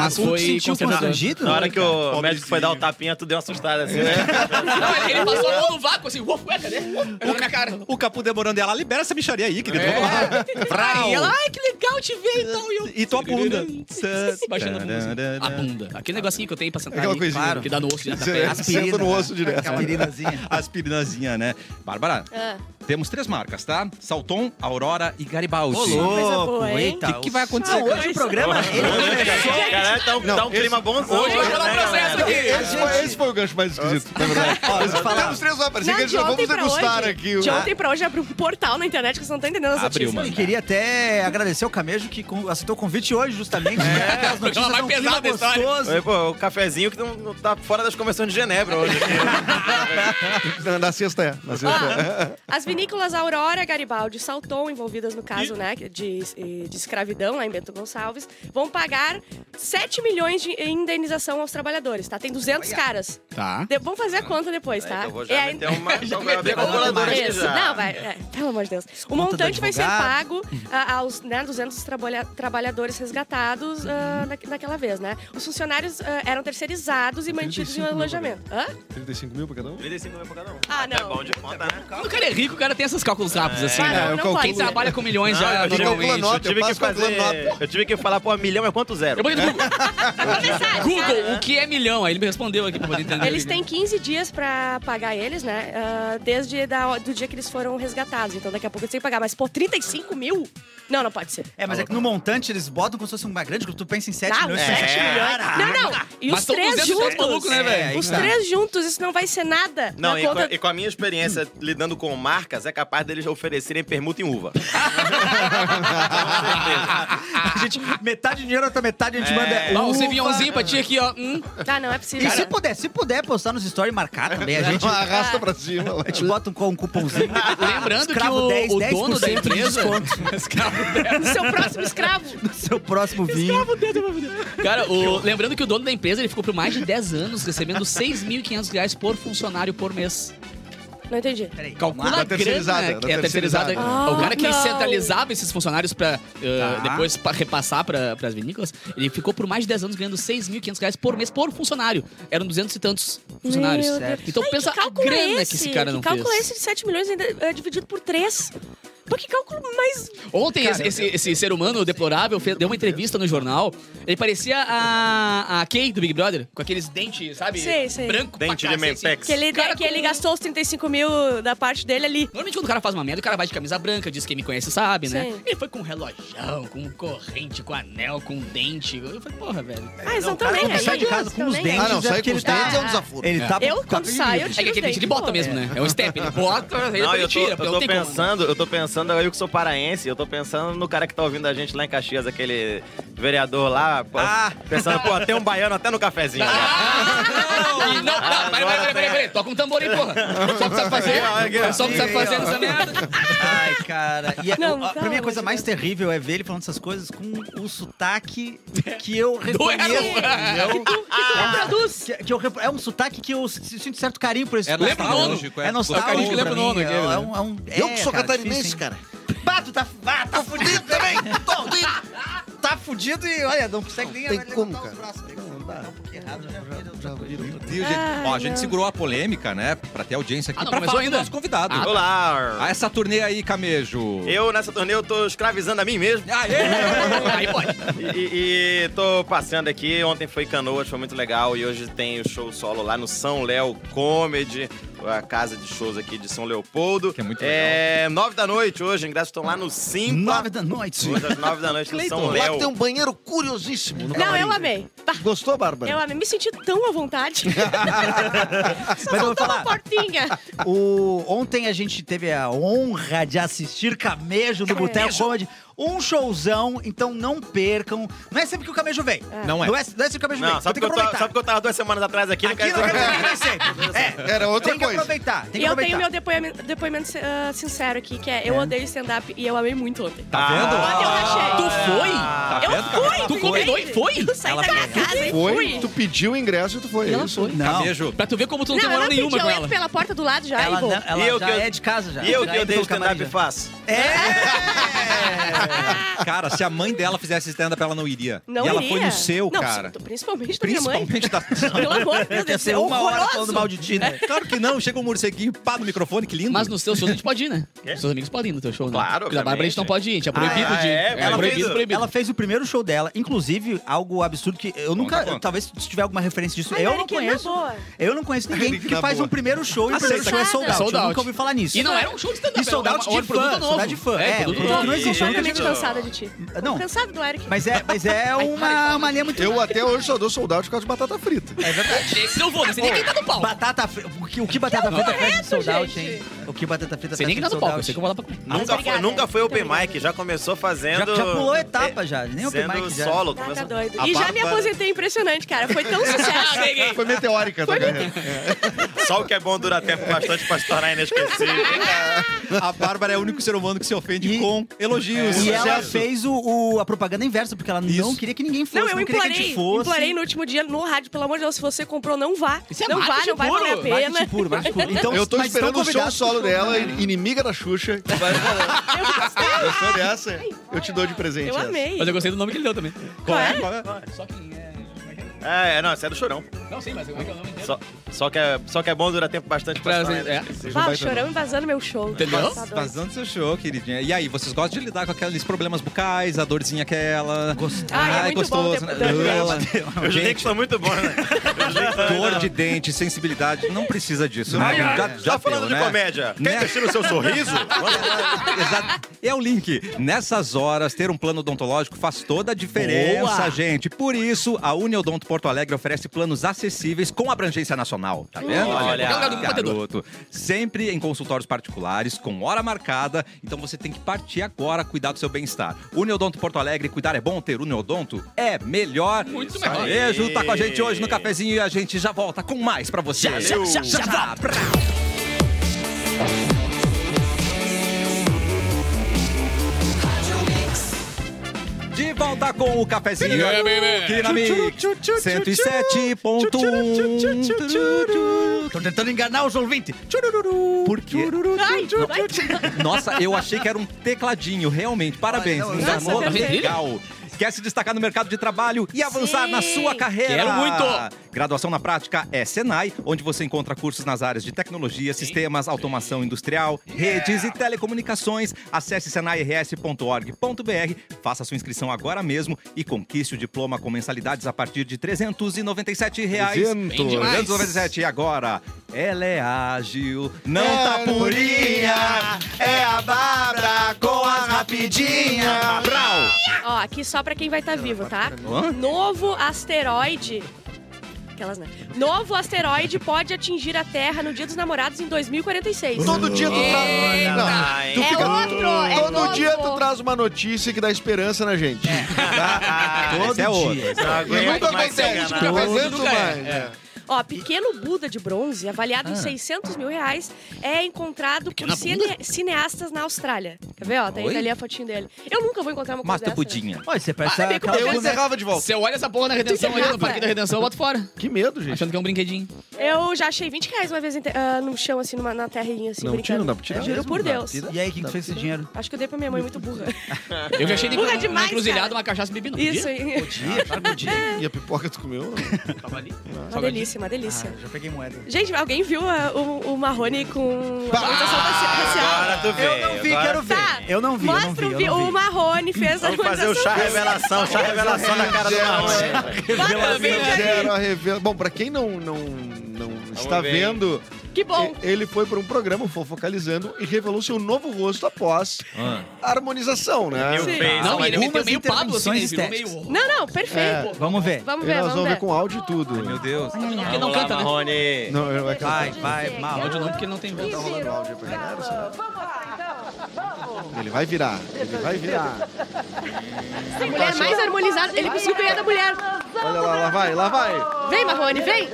[SPEAKER 2] Mas
[SPEAKER 6] o que
[SPEAKER 2] foi
[SPEAKER 6] sentiu
[SPEAKER 2] constrangedor.
[SPEAKER 6] constrangido?
[SPEAKER 7] Na hora que o
[SPEAKER 1] Pobrezinho.
[SPEAKER 7] médico foi dar o tapinha, tu deu uma assustada assim, né?
[SPEAKER 2] Não, ele, ele passou a mão no vácuo, assim, uou, ué, cadê? Uou, era na minha cara.
[SPEAKER 1] O Capu demorando ela, libera essa micharia aí, querido.
[SPEAKER 2] É.
[SPEAKER 1] Vamos lá. Vrau.
[SPEAKER 2] Aí ela, ai, que legal te ver então. E eu.
[SPEAKER 1] E tua bunda.
[SPEAKER 2] Baixando a bunda. assim. A bunda. Aquele negocinho que eu tenho pra sentar.
[SPEAKER 4] Aquela
[SPEAKER 2] ali,
[SPEAKER 4] coisinha.
[SPEAKER 2] claro, que dá no osso direto da
[SPEAKER 4] Você-
[SPEAKER 2] perna.
[SPEAKER 6] Aspirina.
[SPEAKER 4] Senta no osso
[SPEAKER 6] né?
[SPEAKER 4] direto.
[SPEAKER 6] Aquela pirinazinha.
[SPEAKER 1] As pirinazinhas, né? Bárbara,
[SPEAKER 5] Ah,
[SPEAKER 1] temos três marcas, tá? Salton, Aurora e Garibaldi.
[SPEAKER 6] Ô,
[SPEAKER 5] coisa
[SPEAKER 6] louco,
[SPEAKER 5] boa, hein?
[SPEAKER 6] eita.
[SPEAKER 1] O que, que vai acontecer?
[SPEAKER 6] Ah, hoje
[SPEAKER 4] <laughs>
[SPEAKER 6] o programa, ele começou...
[SPEAKER 7] Caralho, tá um, tá um clima bonzão.
[SPEAKER 2] Hoje eu vou
[SPEAKER 7] né,
[SPEAKER 2] dar processo
[SPEAKER 7] galera?
[SPEAKER 2] aqui.
[SPEAKER 4] Esse foi, esse foi o gancho mais esquisito, na verdade. Temos três lá, parecia
[SPEAKER 5] Não,
[SPEAKER 4] que a gente já vamos
[SPEAKER 5] pra
[SPEAKER 4] degustar
[SPEAKER 5] hoje,
[SPEAKER 4] aqui. o- Ah,
[SPEAKER 5] De ontem pra hoje abriu um portal na internet que vocês não estão entendendo as
[SPEAKER 1] Abriu,
[SPEAKER 5] notícias.
[SPEAKER 1] mano.
[SPEAKER 6] E queria até agradecer o Camejo que com- aceitou o convite hoje, justamente. É, aquelas
[SPEAKER 2] programa mais
[SPEAKER 6] num clima
[SPEAKER 2] pesado da história.
[SPEAKER 6] gostoso.
[SPEAKER 7] Aí, pô, o cafezinho que não, não tá fora das convenções de Genebra hoje.
[SPEAKER 4] Na, na sexta é. Na
[SPEAKER 5] Ah,
[SPEAKER 4] sexta é.
[SPEAKER 5] As vinícolas Aurora, Garibaldi e Salton, envolvidas no caso né, de, de escravidão lá em Bento Gonçalves, vão pagar 7 milhões de indenização aos trabalhadores, tá? Tem 200 caras.
[SPEAKER 2] Tá.
[SPEAKER 5] De- vamos fazer a conta depois,
[SPEAKER 7] Aí
[SPEAKER 5] tá?
[SPEAKER 7] que eu vou
[SPEAKER 5] É
[SPEAKER 7] já
[SPEAKER 5] a- <laughs>
[SPEAKER 7] meter uma, então já vou abrir a
[SPEAKER 2] Conta
[SPEAKER 7] calculadora aqui
[SPEAKER 5] Isso.
[SPEAKER 7] já.
[SPEAKER 5] Não, vai. é, pelo amor de Deus. O
[SPEAKER 6] do
[SPEAKER 5] montante vai ser pago
[SPEAKER 6] advogado.
[SPEAKER 5] ah, aos né, 200 trabalha- trabalhados resgatados ah, na- naquela vez, né? Os funcionários ah, eram terceirizados e mantidos
[SPEAKER 4] 35
[SPEAKER 5] em
[SPEAKER 4] mil,
[SPEAKER 5] alojamento. Hã?
[SPEAKER 4] 35 mil pra cada um?
[SPEAKER 7] 35 mil pra cada um.
[SPEAKER 5] Ah, não.
[SPEAKER 7] É bom de conta, né?
[SPEAKER 2] Quando o cara é rico, o cara tem esses cálculos rápidos, assim,
[SPEAKER 5] Ah,
[SPEAKER 2] né?
[SPEAKER 5] não,
[SPEAKER 4] eu
[SPEAKER 5] não
[SPEAKER 4] calculo-
[SPEAKER 5] pode.
[SPEAKER 2] Quem trabalha com milhões já
[SPEAKER 7] Ah, eu tive-
[SPEAKER 4] calcula
[SPEAKER 2] normalmente.
[SPEAKER 4] nota,
[SPEAKER 7] eu tive
[SPEAKER 4] eu
[SPEAKER 7] que
[SPEAKER 4] faço
[SPEAKER 7] fazer.
[SPEAKER 4] calculando
[SPEAKER 7] Eu tive que falar, pô, milhão é quanto zero?
[SPEAKER 2] Eu botei no Google.
[SPEAKER 5] Começar,
[SPEAKER 2] Google, o que é milhão? Aí ele me respondeu aqui pra poder entender.
[SPEAKER 5] Eles têm 15 dias pra pagar eles, né? Ah, desde da, do dia que eles foram resgatados. Então daqui a pouco eles têm que pagar. Mas, pô, 35 mil? Não, não pode ser.
[SPEAKER 6] É, mas é que no montante eles botam como se fosse uma grande, tu pensa em 7
[SPEAKER 5] Não,
[SPEAKER 6] milhões.
[SPEAKER 5] 7 milhões. Não, não. E
[SPEAKER 2] Mas
[SPEAKER 5] os
[SPEAKER 2] são
[SPEAKER 5] três
[SPEAKER 2] 200 conto
[SPEAKER 5] juntos.
[SPEAKER 2] maluco, né, velho?
[SPEAKER 6] É,
[SPEAKER 5] Os
[SPEAKER 6] então.
[SPEAKER 5] três juntos, isso não vai ser nada.
[SPEAKER 7] Não,
[SPEAKER 5] na
[SPEAKER 7] e,
[SPEAKER 5] conta...
[SPEAKER 7] com, e com a minha experiência lidando com marcas, é capaz deles oferecerem permuta
[SPEAKER 5] <laughs>
[SPEAKER 7] em uva.
[SPEAKER 6] <laughs> A gente, metade dinheiro, outra metade a
[SPEAKER 4] É.
[SPEAKER 6] gente manda.
[SPEAKER 2] Ó, um
[SPEAKER 6] uva.
[SPEAKER 2] ceviãozinho pra ti aqui, ó. Hum.
[SPEAKER 5] Ah, não é possível.
[SPEAKER 6] E se puder, se puder postar nos stories e marcar também, a gente, a
[SPEAKER 4] Arrasta pra cima. lá.
[SPEAKER 6] gente bota um, co- um cupomzinho. <laughs>
[SPEAKER 2] Lembrando que
[SPEAKER 6] Escravo
[SPEAKER 2] o,
[SPEAKER 6] 10,
[SPEAKER 2] o dono da
[SPEAKER 6] 10% de
[SPEAKER 2] empresa. <laughs> Escravo 10.
[SPEAKER 5] Seu próximo escravo.
[SPEAKER 6] Seu próximo vinho.
[SPEAKER 2] Cara, o- lembrando que o dono da empresa ele ficou por mais de 10 anos recebendo 6.500 reais por funcionário por mês.
[SPEAKER 5] Não entendi.
[SPEAKER 6] Peraí, calma.
[SPEAKER 2] Calcula
[SPEAKER 4] Da
[SPEAKER 2] a
[SPEAKER 4] terceirizada,
[SPEAKER 2] grana.
[SPEAKER 4] da
[SPEAKER 2] que- é, terceirizada.
[SPEAKER 5] terceirizada.
[SPEAKER 2] o cara que
[SPEAKER 5] Ah, não.
[SPEAKER 2] centralizava esses funcionários pra uh,
[SPEAKER 6] Tá.
[SPEAKER 2] depois pa- repassar pra, pras vinícolas, ele ficou por mais de 10 anos ganhando 6.500 reais por mês por funcionário. Eram 200 e tantos funcionários.
[SPEAKER 5] Meu
[SPEAKER 6] certo.
[SPEAKER 5] Deus.
[SPEAKER 2] Então
[SPEAKER 5] Ai,
[SPEAKER 2] pensa
[SPEAKER 5] que
[SPEAKER 2] a
[SPEAKER 5] cálculo é
[SPEAKER 2] grana que esse cara não
[SPEAKER 5] que cálculo é
[SPEAKER 2] fez.
[SPEAKER 5] esse de 7 milhões ainda, é, dividido por 3? Pô, que cálculo mais...
[SPEAKER 2] Ontem, esse, esse- esse ser humano deplorável fez- deu uma entrevista no jornal. Ele parecia a, a Kay do Big Brother, com aqueles dentes, sabe?
[SPEAKER 5] Sei, sei.
[SPEAKER 2] Branco pra
[SPEAKER 7] Dente de
[SPEAKER 2] cacete, assim.
[SPEAKER 7] Mempex.
[SPEAKER 5] Que ele,
[SPEAKER 2] Cara,
[SPEAKER 5] que ele
[SPEAKER 2] com-
[SPEAKER 5] gastou os 35 mil da parte dele ali.
[SPEAKER 2] Normalmente quando o cara faz uma merda, o cara vai de camisa branca, diz quem me conhece sabe, né?
[SPEAKER 5] Sim.
[SPEAKER 2] Ele foi com um relojão, com corrente, com anel, com um dente. Eu falei, porra, velho.
[SPEAKER 5] Ah, eles não
[SPEAKER 6] Não, o
[SPEAKER 5] estão
[SPEAKER 6] cara
[SPEAKER 5] nem
[SPEAKER 6] não
[SPEAKER 5] aí.
[SPEAKER 6] sai de casa com
[SPEAKER 5] Tão
[SPEAKER 6] os
[SPEAKER 5] nem
[SPEAKER 6] dentes.
[SPEAKER 5] aí.
[SPEAKER 4] Ah, não,
[SPEAKER 6] Mas é
[SPEAKER 4] sai
[SPEAKER 6] porque
[SPEAKER 4] com os
[SPEAKER 6] ele tá-
[SPEAKER 4] dentes é um desaforo.
[SPEAKER 6] Ele tá
[SPEAKER 5] Eu,
[SPEAKER 6] com
[SPEAKER 5] quando saio, eu
[SPEAKER 2] É que
[SPEAKER 5] tiro os
[SPEAKER 2] aquele
[SPEAKER 5] dentes.
[SPEAKER 2] dente ele bota mesmo, né? É um step, ele bota, ele
[SPEAKER 7] Não, eu tô,
[SPEAKER 2] tira,
[SPEAKER 7] eu
[SPEAKER 2] porque
[SPEAKER 7] tô
[SPEAKER 2] não tem como, né?
[SPEAKER 7] pensando, eu tô pensando, eu que sou paraense, eu tô pensando no cara que tá ouvindo a gente lá em Caxias, aquele vereador lá, pô,
[SPEAKER 6] Ah.
[SPEAKER 7] pensando, pô, tem um baiano até no cafezinho. né?
[SPEAKER 2] Ah, não, não, peraí, peraí, peraí, peraí, peraí. Toca um tambor aí, porra. Só que sabe fazer. Só que sabe fazer essa merda.
[SPEAKER 6] Ai, cara. E a,
[SPEAKER 5] Não,
[SPEAKER 6] a- pra
[SPEAKER 5] não,
[SPEAKER 6] mim, a coisa
[SPEAKER 5] mas-
[SPEAKER 6] mais terrível é ver ele falando essas coisas com o sotaque que eu
[SPEAKER 2] é,
[SPEAKER 6] reconheço.
[SPEAKER 2] <laughs> Erasmo.
[SPEAKER 6] entendeu?
[SPEAKER 5] Produz.
[SPEAKER 6] Que- que eu repro- é um sotaque que eu s- sinto certo carinho por esse
[SPEAKER 1] É
[SPEAKER 6] sotaque.
[SPEAKER 1] nostálgico, é.
[SPEAKER 6] É nostálgico.
[SPEAKER 1] É o
[SPEAKER 2] lembra
[SPEAKER 6] pra
[SPEAKER 2] o nome
[SPEAKER 6] mim,
[SPEAKER 2] aqui,
[SPEAKER 6] é,
[SPEAKER 2] né?
[SPEAKER 6] é um, é um-
[SPEAKER 3] Eu que
[SPEAKER 6] é,
[SPEAKER 3] sou
[SPEAKER 6] cara,
[SPEAKER 3] catarinense,
[SPEAKER 6] difícil, hein?
[SPEAKER 3] cara.
[SPEAKER 6] Bah, tu tá, ah, tá fudido também.
[SPEAKER 3] Tô fudido.
[SPEAKER 6] Tá fudido e olha, não consegue nem
[SPEAKER 3] tem
[SPEAKER 6] levantar
[SPEAKER 3] como,
[SPEAKER 6] os
[SPEAKER 3] cara.
[SPEAKER 6] braços, né?
[SPEAKER 3] Não dá.
[SPEAKER 6] Tá um pouquinho errado, já- já- já-
[SPEAKER 1] Meu Deus, gente.
[SPEAKER 5] Ah.
[SPEAKER 1] Ó, a gente segurou a polêmica, né? Pra ter audiência aqui,
[SPEAKER 2] Ah, não,
[SPEAKER 1] pra
[SPEAKER 2] começou
[SPEAKER 1] falar
[SPEAKER 2] ainda?
[SPEAKER 1] do nosso convidado. Ah,
[SPEAKER 7] Olá!
[SPEAKER 1] essa turnê aí, Camejo.
[SPEAKER 7] Eu, nessa turnê, eu tô escravizando a mim
[SPEAKER 1] <laughs>
[SPEAKER 7] mesmo.
[SPEAKER 1] Aê!
[SPEAKER 2] <laughs> Aí pode.
[SPEAKER 7] E, e- e tô passeando aqui. Ontem foi Canoas, foi muito legal. E hoje tem o show solo lá no São Léo Comedy, a casa de shows aqui de São Leopoldo.
[SPEAKER 1] Que é muito
[SPEAKER 7] É, nove da noite hoje, ingressos estão lá no Simpla.
[SPEAKER 6] Nove da noite.
[SPEAKER 7] Hoje às nove da noite no São
[SPEAKER 3] Lá que tem
[SPEAKER 7] Léo.
[SPEAKER 3] um banheiro curiosíssimo. no
[SPEAKER 5] Não, eu
[SPEAKER 3] camarim.
[SPEAKER 5] amei. Bah,
[SPEAKER 3] Gostou, Bárbara?
[SPEAKER 5] Eu amei. Me senti tão à vontade. Só
[SPEAKER 6] Mas eu vou
[SPEAKER 5] faltou uma
[SPEAKER 6] falar.
[SPEAKER 5] portinha.
[SPEAKER 6] O, ontem a gente teve a honra de assistir Camejo no Boteco Comedy. Um showzão, então não percam. Não é sempre que o camejo vem.
[SPEAKER 1] Não é.
[SPEAKER 6] Não é, não é sempre que o camejo vem.
[SPEAKER 7] Não,
[SPEAKER 6] tem que
[SPEAKER 7] sabe que, eu tô,
[SPEAKER 6] aproveitar.
[SPEAKER 7] sabe que eu tava duas semanas atrás aqui?
[SPEAKER 6] Aqui
[SPEAKER 7] quero
[SPEAKER 6] não
[SPEAKER 7] dizer-
[SPEAKER 6] quer dizer que vem sempre. É.
[SPEAKER 4] Era outra
[SPEAKER 6] Tem que
[SPEAKER 4] coisa.
[SPEAKER 6] aproveitar, tem que
[SPEAKER 5] E eu
[SPEAKER 6] aproveitar.
[SPEAKER 5] tenho meu depoimento, depoimento ah, sincero aqui, que é eu odeio stand-up e eu amei muito ontem.
[SPEAKER 7] Ah.
[SPEAKER 1] Tá vendo?
[SPEAKER 5] Ontem eu rachei.
[SPEAKER 2] Tu foi?
[SPEAKER 1] Tá
[SPEAKER 5] Eu
[SPEAKER 1] vendo, Camejo?
[SPEAKER 5] fui!
[SPEAKER 2] Tu combinou e foi?
[SPEAKER 5] Eu saí da minha casa e
[SPEAKER 4] Foi,
[SPEAKER 5] fui.
[SPEAKER 4] tu pediu o ingresso e tu foi. é
[SPEAKER 2] Ela
[SPEAKER 4] isso?
[SPEAKER 2] foi.
[SPEAKER 6] Não.
[SPEAKER 2] <laughs>
[SPEAKER 1] Camejo.
[SPEAKER 2] Pra tu ver como tu não,
[SPEAKER 5] Não,
[SPEAKER 2] tem
[SPEAKER 5] eu
[SPEAKER 2] moral
[SPEAKER 5] não pedi,
[SPEAKER 2] nenhuma com
[SPEAKER 5] eu
[SPEAKER 2] ela.
[SPEAKER 5] entro pela porta do lado já
[SPEAKER 6] Ela,
[SPEAKER 5] e vou.
[SPEAKER 6] não- ela
[SPEAKER 7] E eu
[SPEAKER 6] já
[SPEAKER 7] que eu-
[SPEAKER 6] é de casa já.
[SPEAKER 7] Ah, E eu
[SPEAKER 6] Já
[SPEAKER 7] que
[SPEAKER 6] é do
[SPEAKER 7] odeio
[SPEAKER 6] camarim
[SPEAKER 7] stand-up
[SPEAKER 6] já.
[SPEAKER 7] faço.
[SPEAKER 1] Cara, se a mãe dela fizesse stand-up, ela não iria.
[SPEAKER 5] Não
[SPEAKER 1] e ela
[SPEAKER 5] iria.
[SPEAKER 1] foi no seu,
[SPEAKER 5] Não,
[SPEAKER 1] cara.
[SPEAKER 5] Principalmente da minha mãe.
[SPEAKER 1] Principalmente da.
[SPEAKER 5] <laughs> Pelo amor de Deus,
[SPEAKER 6] Deve
[SPEAKER 5] deve
[SPEAKER 6] ser
[SPEAKER 5] ser
[SPEAKER 6] uma hora
[SPEAKER 5] horroroso.
[SPEAKER 6] falando mal de ti, né?
[SPEAKER 1] Claro que não, chega um morceguinho, pá no microfone, que lindo.
[SPEAKER 2] Mas nos teus shows a gente pode ir, né? Seus amigos podem ir no teu show, né?
[SPEAKER 7] Claro,
[SPEAKER 2] Porque da Bárbara a gente
[SPEAKER 7] obviamente.
[SPEAKER 2] não pode ir, a gente é proibido
[SPEAKER 7] Ah,
[SPEAKER 2] de.
[SPEAKER 7] é?
[SPEAKER 2] É,
[SPEAKER 7] Ela
[SPEAKER 2] proibido,
[SPEAKER 7] fez-
[SPEAKER 2] proibido.
[SPEAKER 6] Ela fez o primeiro show dela, inclusive algo absurdo que eu nunca.
[SPEAKER 1] conta.
[SPEAKER 6] Talvez se tiver alguma referência disso,
[SPEAKER 5] Ai,
[SPEAKER 6] eu
[SPEAKER 5] Eric,
[SPEAKER 6] não
[SPEAKER 5] na
[SPEAKER 6] conheço.
[SPEAKER 5] boa.
[SPEAKER 6] Eu não conheço ninguém
[SPEAKER 4] Eric,
[SPEAKER 6] que
[SPEAKER 4] na
[SPEAKER 6] faz
[SPEAKER 4] boa.
[SPEAKER 6] um primeiro show e o primeiro
[SPEAKER 1] Aceita.
[SPEAKER 6] show é sold out.
[SPEAKER 2] Sold
[SPEAKER 6] Eu
[SPEAKER 2] out.
[SPEAKER 6] nunca ouvi falar nisso.
[SPEAKER 2] E não era um show de stand-up.
[SPEAKER 6] E sold
[SPEAKER 2] era
[SPEAKER 6] out
[SPEAKER 2] um- era
[SPEAKER 6] de
[SPEAKER 2] um produto
[SPEAKER 6] fã,
[SPEAKER 2] novo.
[SPEAKER 6] sold out de fã. É,
[SPEAKER 2] produto
[SPEAKER 6] produto
[SPEAKER 2] novo.
[SPEAKER 6] que não
[SPEAKER 5] Tô
[SPEAKER 6] existe. eu nunca
[SPEAKER 5] completamente
[SPEAKER 6] tive-
[SPEAKER 5] cansada de ti. Tô
[SPEAKER 6] Não.
[SPEAKER 5] Cansada do Eric.
[SPEAKER 6] Mas é, mas é uma, uma linha muito.
[SPEAKER 4] Eu até hoje só dou soldado por causa de batata frita.
[SPEAKER 6] É verdade.
[SPEAKER 2] Esse eu vou, não sei nem quem tá no palco.
[SPEAKER 6] Batata frita. O que, o que batata frita faz de sold out,
[SPEAKER 5] gente.
[SPEAKER 6] hein? O que batata frita
[SPEAKER 2] Sei
[SPEAKER 6] faz
[SPEAKER 2] nem
[SPEAKER 6] de
[SPEAKER 2] quem tá no
[SPEAKER 6] sold
[SPEAKER 2] palco, eu
[SPEAKER 6] out?
[SPEAKER 2] sei que eu vou lá pra comer.
[SPEAKER 5] Mas
[SPEAKER 7] Nunca foi,
[SPEAKER 5] obrigada.
[SPEAKER 7] nunca foi open
[SPEAKER 5] Muito
[SPEAKER 7] mic, já começou fazendo.
[SPEAKER 6] Já- já
[SPEAKER 1] é,
[SPEAKER 6] pulou etapa já, nem open
[SPEAKER 7] sendo
[SPEAKER 6] mic já.
[SPEAKER 7] solo.
[SPEAKER 5] Ah, tá
[SPEAKER 7] começou-
[SPEAKER 5] doido.
[SPEAKER 1] A
[SPEAKER 5] E já me
[SPEAKER 1] Bárbara-
[SPEAKER 5] aposentei impressionante, cara. Foi
[SPEAKER 6] <laughs>
[SPEAKER 5] tão sucesso.
[SPEAKER 6] É.
[SPEAKER 4] Foi meteórica tá a tua carreira.
[SPEAKER 7] Só o que é bom dura tempo bastante pra se tornar inesquecível.
[SPEAKER 1] A Bárbara é o único ser humano que se ofende
[SPEAKER 6] E- <laughs>
[SPEAKER 1] com elogios. <laughs>
[SPEAKER 6] E ela
[SPEAKER 1] Sucesso.
[SPEAKER 6] fez o, o- a propaganda inversa, porque ela não
[SPEAKER 1] Isso.
[SPEAKER 6] queria que ninguém fosse.
[SPEAKER 5] Não, eu
[SPEAKER 6] queria que a gente
[SPEAKER 5] implorei,
[SPEAKER 6] fosse.
[SPEAKER 5] implorei no último dia no rádio, pelo amor de Deus, se você comprou, não vá.
[SPEAKER 2] Isso é
[SPEAKER 5] não vá,
[SPEAKER 2] marketing
[SPEAKER 5] não vai valer a
[SPEAKER 2] puro,
[SPEAKER 5] pena.
[SPEAKER 6] Marketing puro, marketing
[SPEAKER 5] <laughs>
[SPEAKER 6] puro. Então,
[SPEAKER 4] Eu tô
[SPEAKER 6] mas
[SPEAKER 4] esperando
[SPEAKER 6] estão
[SPEAKER 4] o show
[SPEAKER 6] convidados
[SPEAKER 4] solo
[SPEAKER 6] pro show,
[SPEAKER 4] dela,
[SPEAKER 6] né?
[SPEAKER 4] inimiga da Xuxa. que vai- Gostou dessa? Eu te dou de presente.
[SPEAKER 6] é.
[SPEAKER 5] Eu
[SPEAKER 4] essa.
[SPEAKER 5] amei.
[SPEAKER 2] Mas eu gostei do nome que ele deu também.
[SPEAKER 1] Qual é?
[SPEAKER 2] Só quem é.
[SPEAKER 7] É, não, isso é do chorão.
[SPEAKER 2] Não sei, mas como é que é o nome dele?
[SPEAKER 7] Só, só, que é, só que é bom dura tempo bastante pra se tornar
[SPEAKER 2] Prazer, é.
[SPEAKER 7] inesquecível.
[SPEAKER 5] Pá, o chorão invasando meu show.
[SPEAKER 2] Entendeu?
[SPEAKER 5] Nossa, tá doido.
[SPEAKER 1] Vazando seu show, queridinha. E aí, vocês gostam de lidar com aqueles problemas bucais, a dorzinha aquela? Gostoso.
[SPEAKER 5] Ai, é muito bom
[SPEAKER 1] gostoso.
[SPEAKER 5] ter-
[SPEAKER 1] né?
[SPEAKER 5] ter-
[SPEAKER 1] Ah,
[SPEAKER 7] Os links
[SPEAKER 1] Gente,
[SPEAKER 7] são muito bons, né? Os links são muito
[SPEAKER 1] dor
[SPEAKER 7] bons.
[SPEAKER 1] de dente, sensibilidade, não precisa disso. né? Já, já
[SPEAKER 7] Tá falando
[SPEAKER 1] deu,
[SPEAKER 7] de
[SPEAKER 1] né?
[SPEAKER 7] comédia.
[SPEAKER 1] Né?
[SPEAKER 7] Quer investir no seu
[SPEAKER 1] <laughs>
[SPEAKER 7] sorriso?
[SPEAKER 1] Exato. É o link. Nessas horas, ter um plano odontológico faz toda a diferença,
[SPEAKER 2] Boa.
[SPEAKER 1] gente. Por isso, a Uniodonto Porto Alegre oferece planos acessíveis com abrangência nacional. Tá vendo?
[SPEAKER 7] Olha.
[SPEAKER 1] Garoto. garoto. Sempre em consultórios particulares, com hora marcada. Então você tem que partir agora, cuidar do seu bem-estar. Uniodonto Porto Alegre, cuidar é bom, ter Uniodonto é melhor.
[SPEAKER 2] Muito
[SPEAKER 1] Isso
[SPEAKER 2] melhor.
[SPEAKER 1] aí. Beijo, tá com a gente hoje no cafezinho e a gente já volta com mais pra você.
[SPEAKER 7] Valeu.
[SPEAKER 1] Já, já, já, já. De volta com o cafezinho
[SPEAKER 2] Yeah, baby.
[SPEAKER 1] aqui na Mix 107.1.
[SPEAKER 6] Tô tentando enganar os ouvintes.
[SPEAKER 1] Por quê?
[SPEAKER 5] Ai, ai,
[SPEAKER 1] Nossa, eu achei que era um tecladinho, realmente. Parabéns,
[SPEAKER 6] não,
[SPEAKER 1] nos
[SPEAKER 6] nossa,
[SPEAKER 1] armou
[SPEAKER 5] perfeito.
[SPEAKER 1] legal. Quer se destacar no mercado de trabalho e avançar na sua carreira?
[SPEAKER 2] Quero muito.
[SPEAKER 1] Graduação na Prática é Senai, onde você encontra cursos nas áreas de tecnologia, sistemas, automação industrial, redes e telecomunicações. Acesse senairs.org.br, faça sua inscrição agora mesmo e conquiste o diploma com mensalidades a partir de R$ 397 reais.
[SPEAKER 2] Bem demais.
[SPEAKER 1] 397 e agora, ela é ágil, não
[SPEAKER 4] É,
[SPEAKER 1] tá purinha,
[SPEAKER 6] é a Bárbara com as rapidinhas.
[SPEAKER 1] Brau!
[SPEAKER 5] Ó, aqui só pra quem vai estar vivo, tá?
[SPEAKER 1] Hã?
[SPEAKER 5] Novo asteroide. Aquelas, né? Novo asteroide pode atingir a Terra no Dia dos Namorados em 2046.
[SPEAKER 4] Todo dia tu
[SPEAKER 7] Eita,
[SPEAKER 4] traz. Não,
[SPEAKER 7] tá? hein?
[SPEAKER 4] tu
[SPEAKER 5] É
[SPEAKER 4] fica-
[SPEAKER 5] outro, é
[SPEAKER 4] Todo
[SPEAKER 5] novo.
[SPEAKER 4] dia tu traz uma notícia que dá esperança na gente.
[SPEAKER 2] É,
[SPEAKER 1] Todo
[SPEAKER 6] Todo
[SPEAKER 1] é outro.
[SPEAKER 6] dia.
[SPEAKER 7] Não
[SPEAKER 4] E nunca
[SPEAKER 7] aguento mais ser
[SPEAKER 4] acontece, nunca
[SPEAKER 7] enganado.
[SPEAKER 4] acontece
[SPEAKER 2] Nunca é,
[SPEAKER 4] mais.
[SPEAKER 2] é.
[SPEAKER 5] Ó, pequeno Buda de bronze, avaliado
[SPEAKER 1] Ah.
[SPEAKER 5] em 600 mil reais, é encontrado por cine- cineastas na Austrália. Quer ver, ó? Tem
[SPEAKER 6] Oi?
[SPEAKER 5] ali a fotinho dele. Eu nunca vou encontrar uma coisa
[SPEAKER 1] Mata
[SPEAKER 5] dessa. né?
[SPEAKER 1] o pudinha.
[SPEAKER 6] Olha, você parece
[SPEAKER 5] é
[SPEAKER 2] Ah,
[SPEAKER 6] aquela
[SPEAKER 4] Eu
[SPEAKER 6] boneca-
[SPEAKER 4] encerrava de volta.
[SPEAKER 2] Se eu olho essa porra na redenção ali no
[SPEAKER 5] Rafa.
[SPEAKER 2] parque da redenção, eu boto fora.
[SPEAKER 4] Que medo, gente.
[SPEAKER 2] Achando que é um brinquedinho.
[SPEAKER 5] Eu já achei 20 reais uma vez em te- ah, no chão, assim, numa, na terrinha, assim,
[SPEAKER 4] Não tira,
[SPEAKER 5] brincando.
[SPEAKER 4] não dá pra tirar.
[SPEAKER 5] Juro por Deus.
[SPEAKER 6] E aí, quem que fez esse dinheiro?
[SPEAKER 5] Acho que eu dei pra minha mãe muito burra.
[SPEAKER 2] Eu já achei
[SPEAKER 5] Burra
[SPEAKER 2] na- na
[SPEAKER 5] demais,
[SPEAKER 2] encruzilhada
[SPEAKER 5] cara.
[SPEAKER 2] uma cachaça e bebi no
[SPEAKER 5] <laughs> Isso
[SPEAKER 2] dia.
[SPEAKER 5] aí.
[SPEAKER 2] é, tá
[SPEAKER 4] E a pipoca tu comeu?
[SPEAKER 2] Tava ali.
[SPEAKER 5] Uma delícia, uma delícia.
[SPEAKER 6] já peguei moeda.
[SPEAKER 5] Gente, alguém viu a- o, o Marrone com a harmonização
[SPEAKER 7] Ah, Agora
[SPEAKER 5] racial?
[SPEAKER 7] tu vê.
[SPEAKER 6] Eu não vi,
[SPEAKER 7] agora
[SPEAKER 6] quero
[SPEAKER 7] tu
[SPEAKER 6] ver.
[SPEAKER 7] vê.
[SPEAKER 5] Tá.
[SPEAKER 6] Eu não vi, eu não vi,
[SPEAKER 5] Mostra
[SPEAKER 6] eu
[SPEAKER 5] o
[SPEAKER 6] não
[SPEAKER 5] vi-
[SPEAKER 6] vi.
[SPEAKER 5] o Marrone fez a
[SPEAKER 7] Vamos fazer o chá
[SPEAKER 5] harmonização racial.
[SPEAKER 7] revelação, chá revelação na cara do Marrone.
[SPEAKER 4] Zero a revela. Bom, pra quem não, não, não está
[SPEAKER 7] ver.
[SPEAKER 4] vendo,
[SPEAKER 5] Que bom.
[SPEAKER 4] e- ele foi pra um programa, o Fofocalizando, e revelou seu novo rosto após
[SPEAKER 2] Ah.
[SPEAKER 4] a harmonização, né?
[SPEAKER 7] Meu
[SPEAKER 5] Sim.
[SPEAKER 7] beijo.
[SPEAKER 2] Não, e ele meteu
[SPEAKER 6] Algumas
[SPEAKER 2] meio Pablo, assim, né? Ele virou
[SPEAKER 6] intervenções
[SPEAKER 2] meio...
[SPEAKER 5] Não, não, perfeito.
[SPEAKER 6] Vamos ver.
[SPEAKER 5] Vamos
[SPEAKER 4] E
[SPEAKER 5] ver,
[SPEAKER 4] nós vamos
[SPEAKER 5] vamos
[SPEAKER 4] ver
[SPEAKER 5] ver.
[SPEAKER 4] né, com áudio e tudo. né?
[SPEAKER 1] Meu Deus.
[SPEAKER 2] Porque não
[SPEAKER 7] Vamos lá,
[SPEAKER 2] canta, né?
[SPEAKER 7] um Marrone.
[SPEAKER 4] Não, eu não
[SPEAKER 6] Vai, vai, mal.
[SPEAKER 2] Não, de novo, porque não tem voz.
[SPEAKER 4] rolando áudio pra galera, será?
[SPEAKER 5] Vamos lá, então.
[SPEAKER 4] Ah, Ele vai virar. Ele vai virar.
[SPEAKER 5] A mulher mais harmonizada. Ele conseguiu ganhar da mulher.
[SPEAKER 4] Olha lá, lá vai, lá vai.
[SPEAKER 5] Vem, Marrone, vem.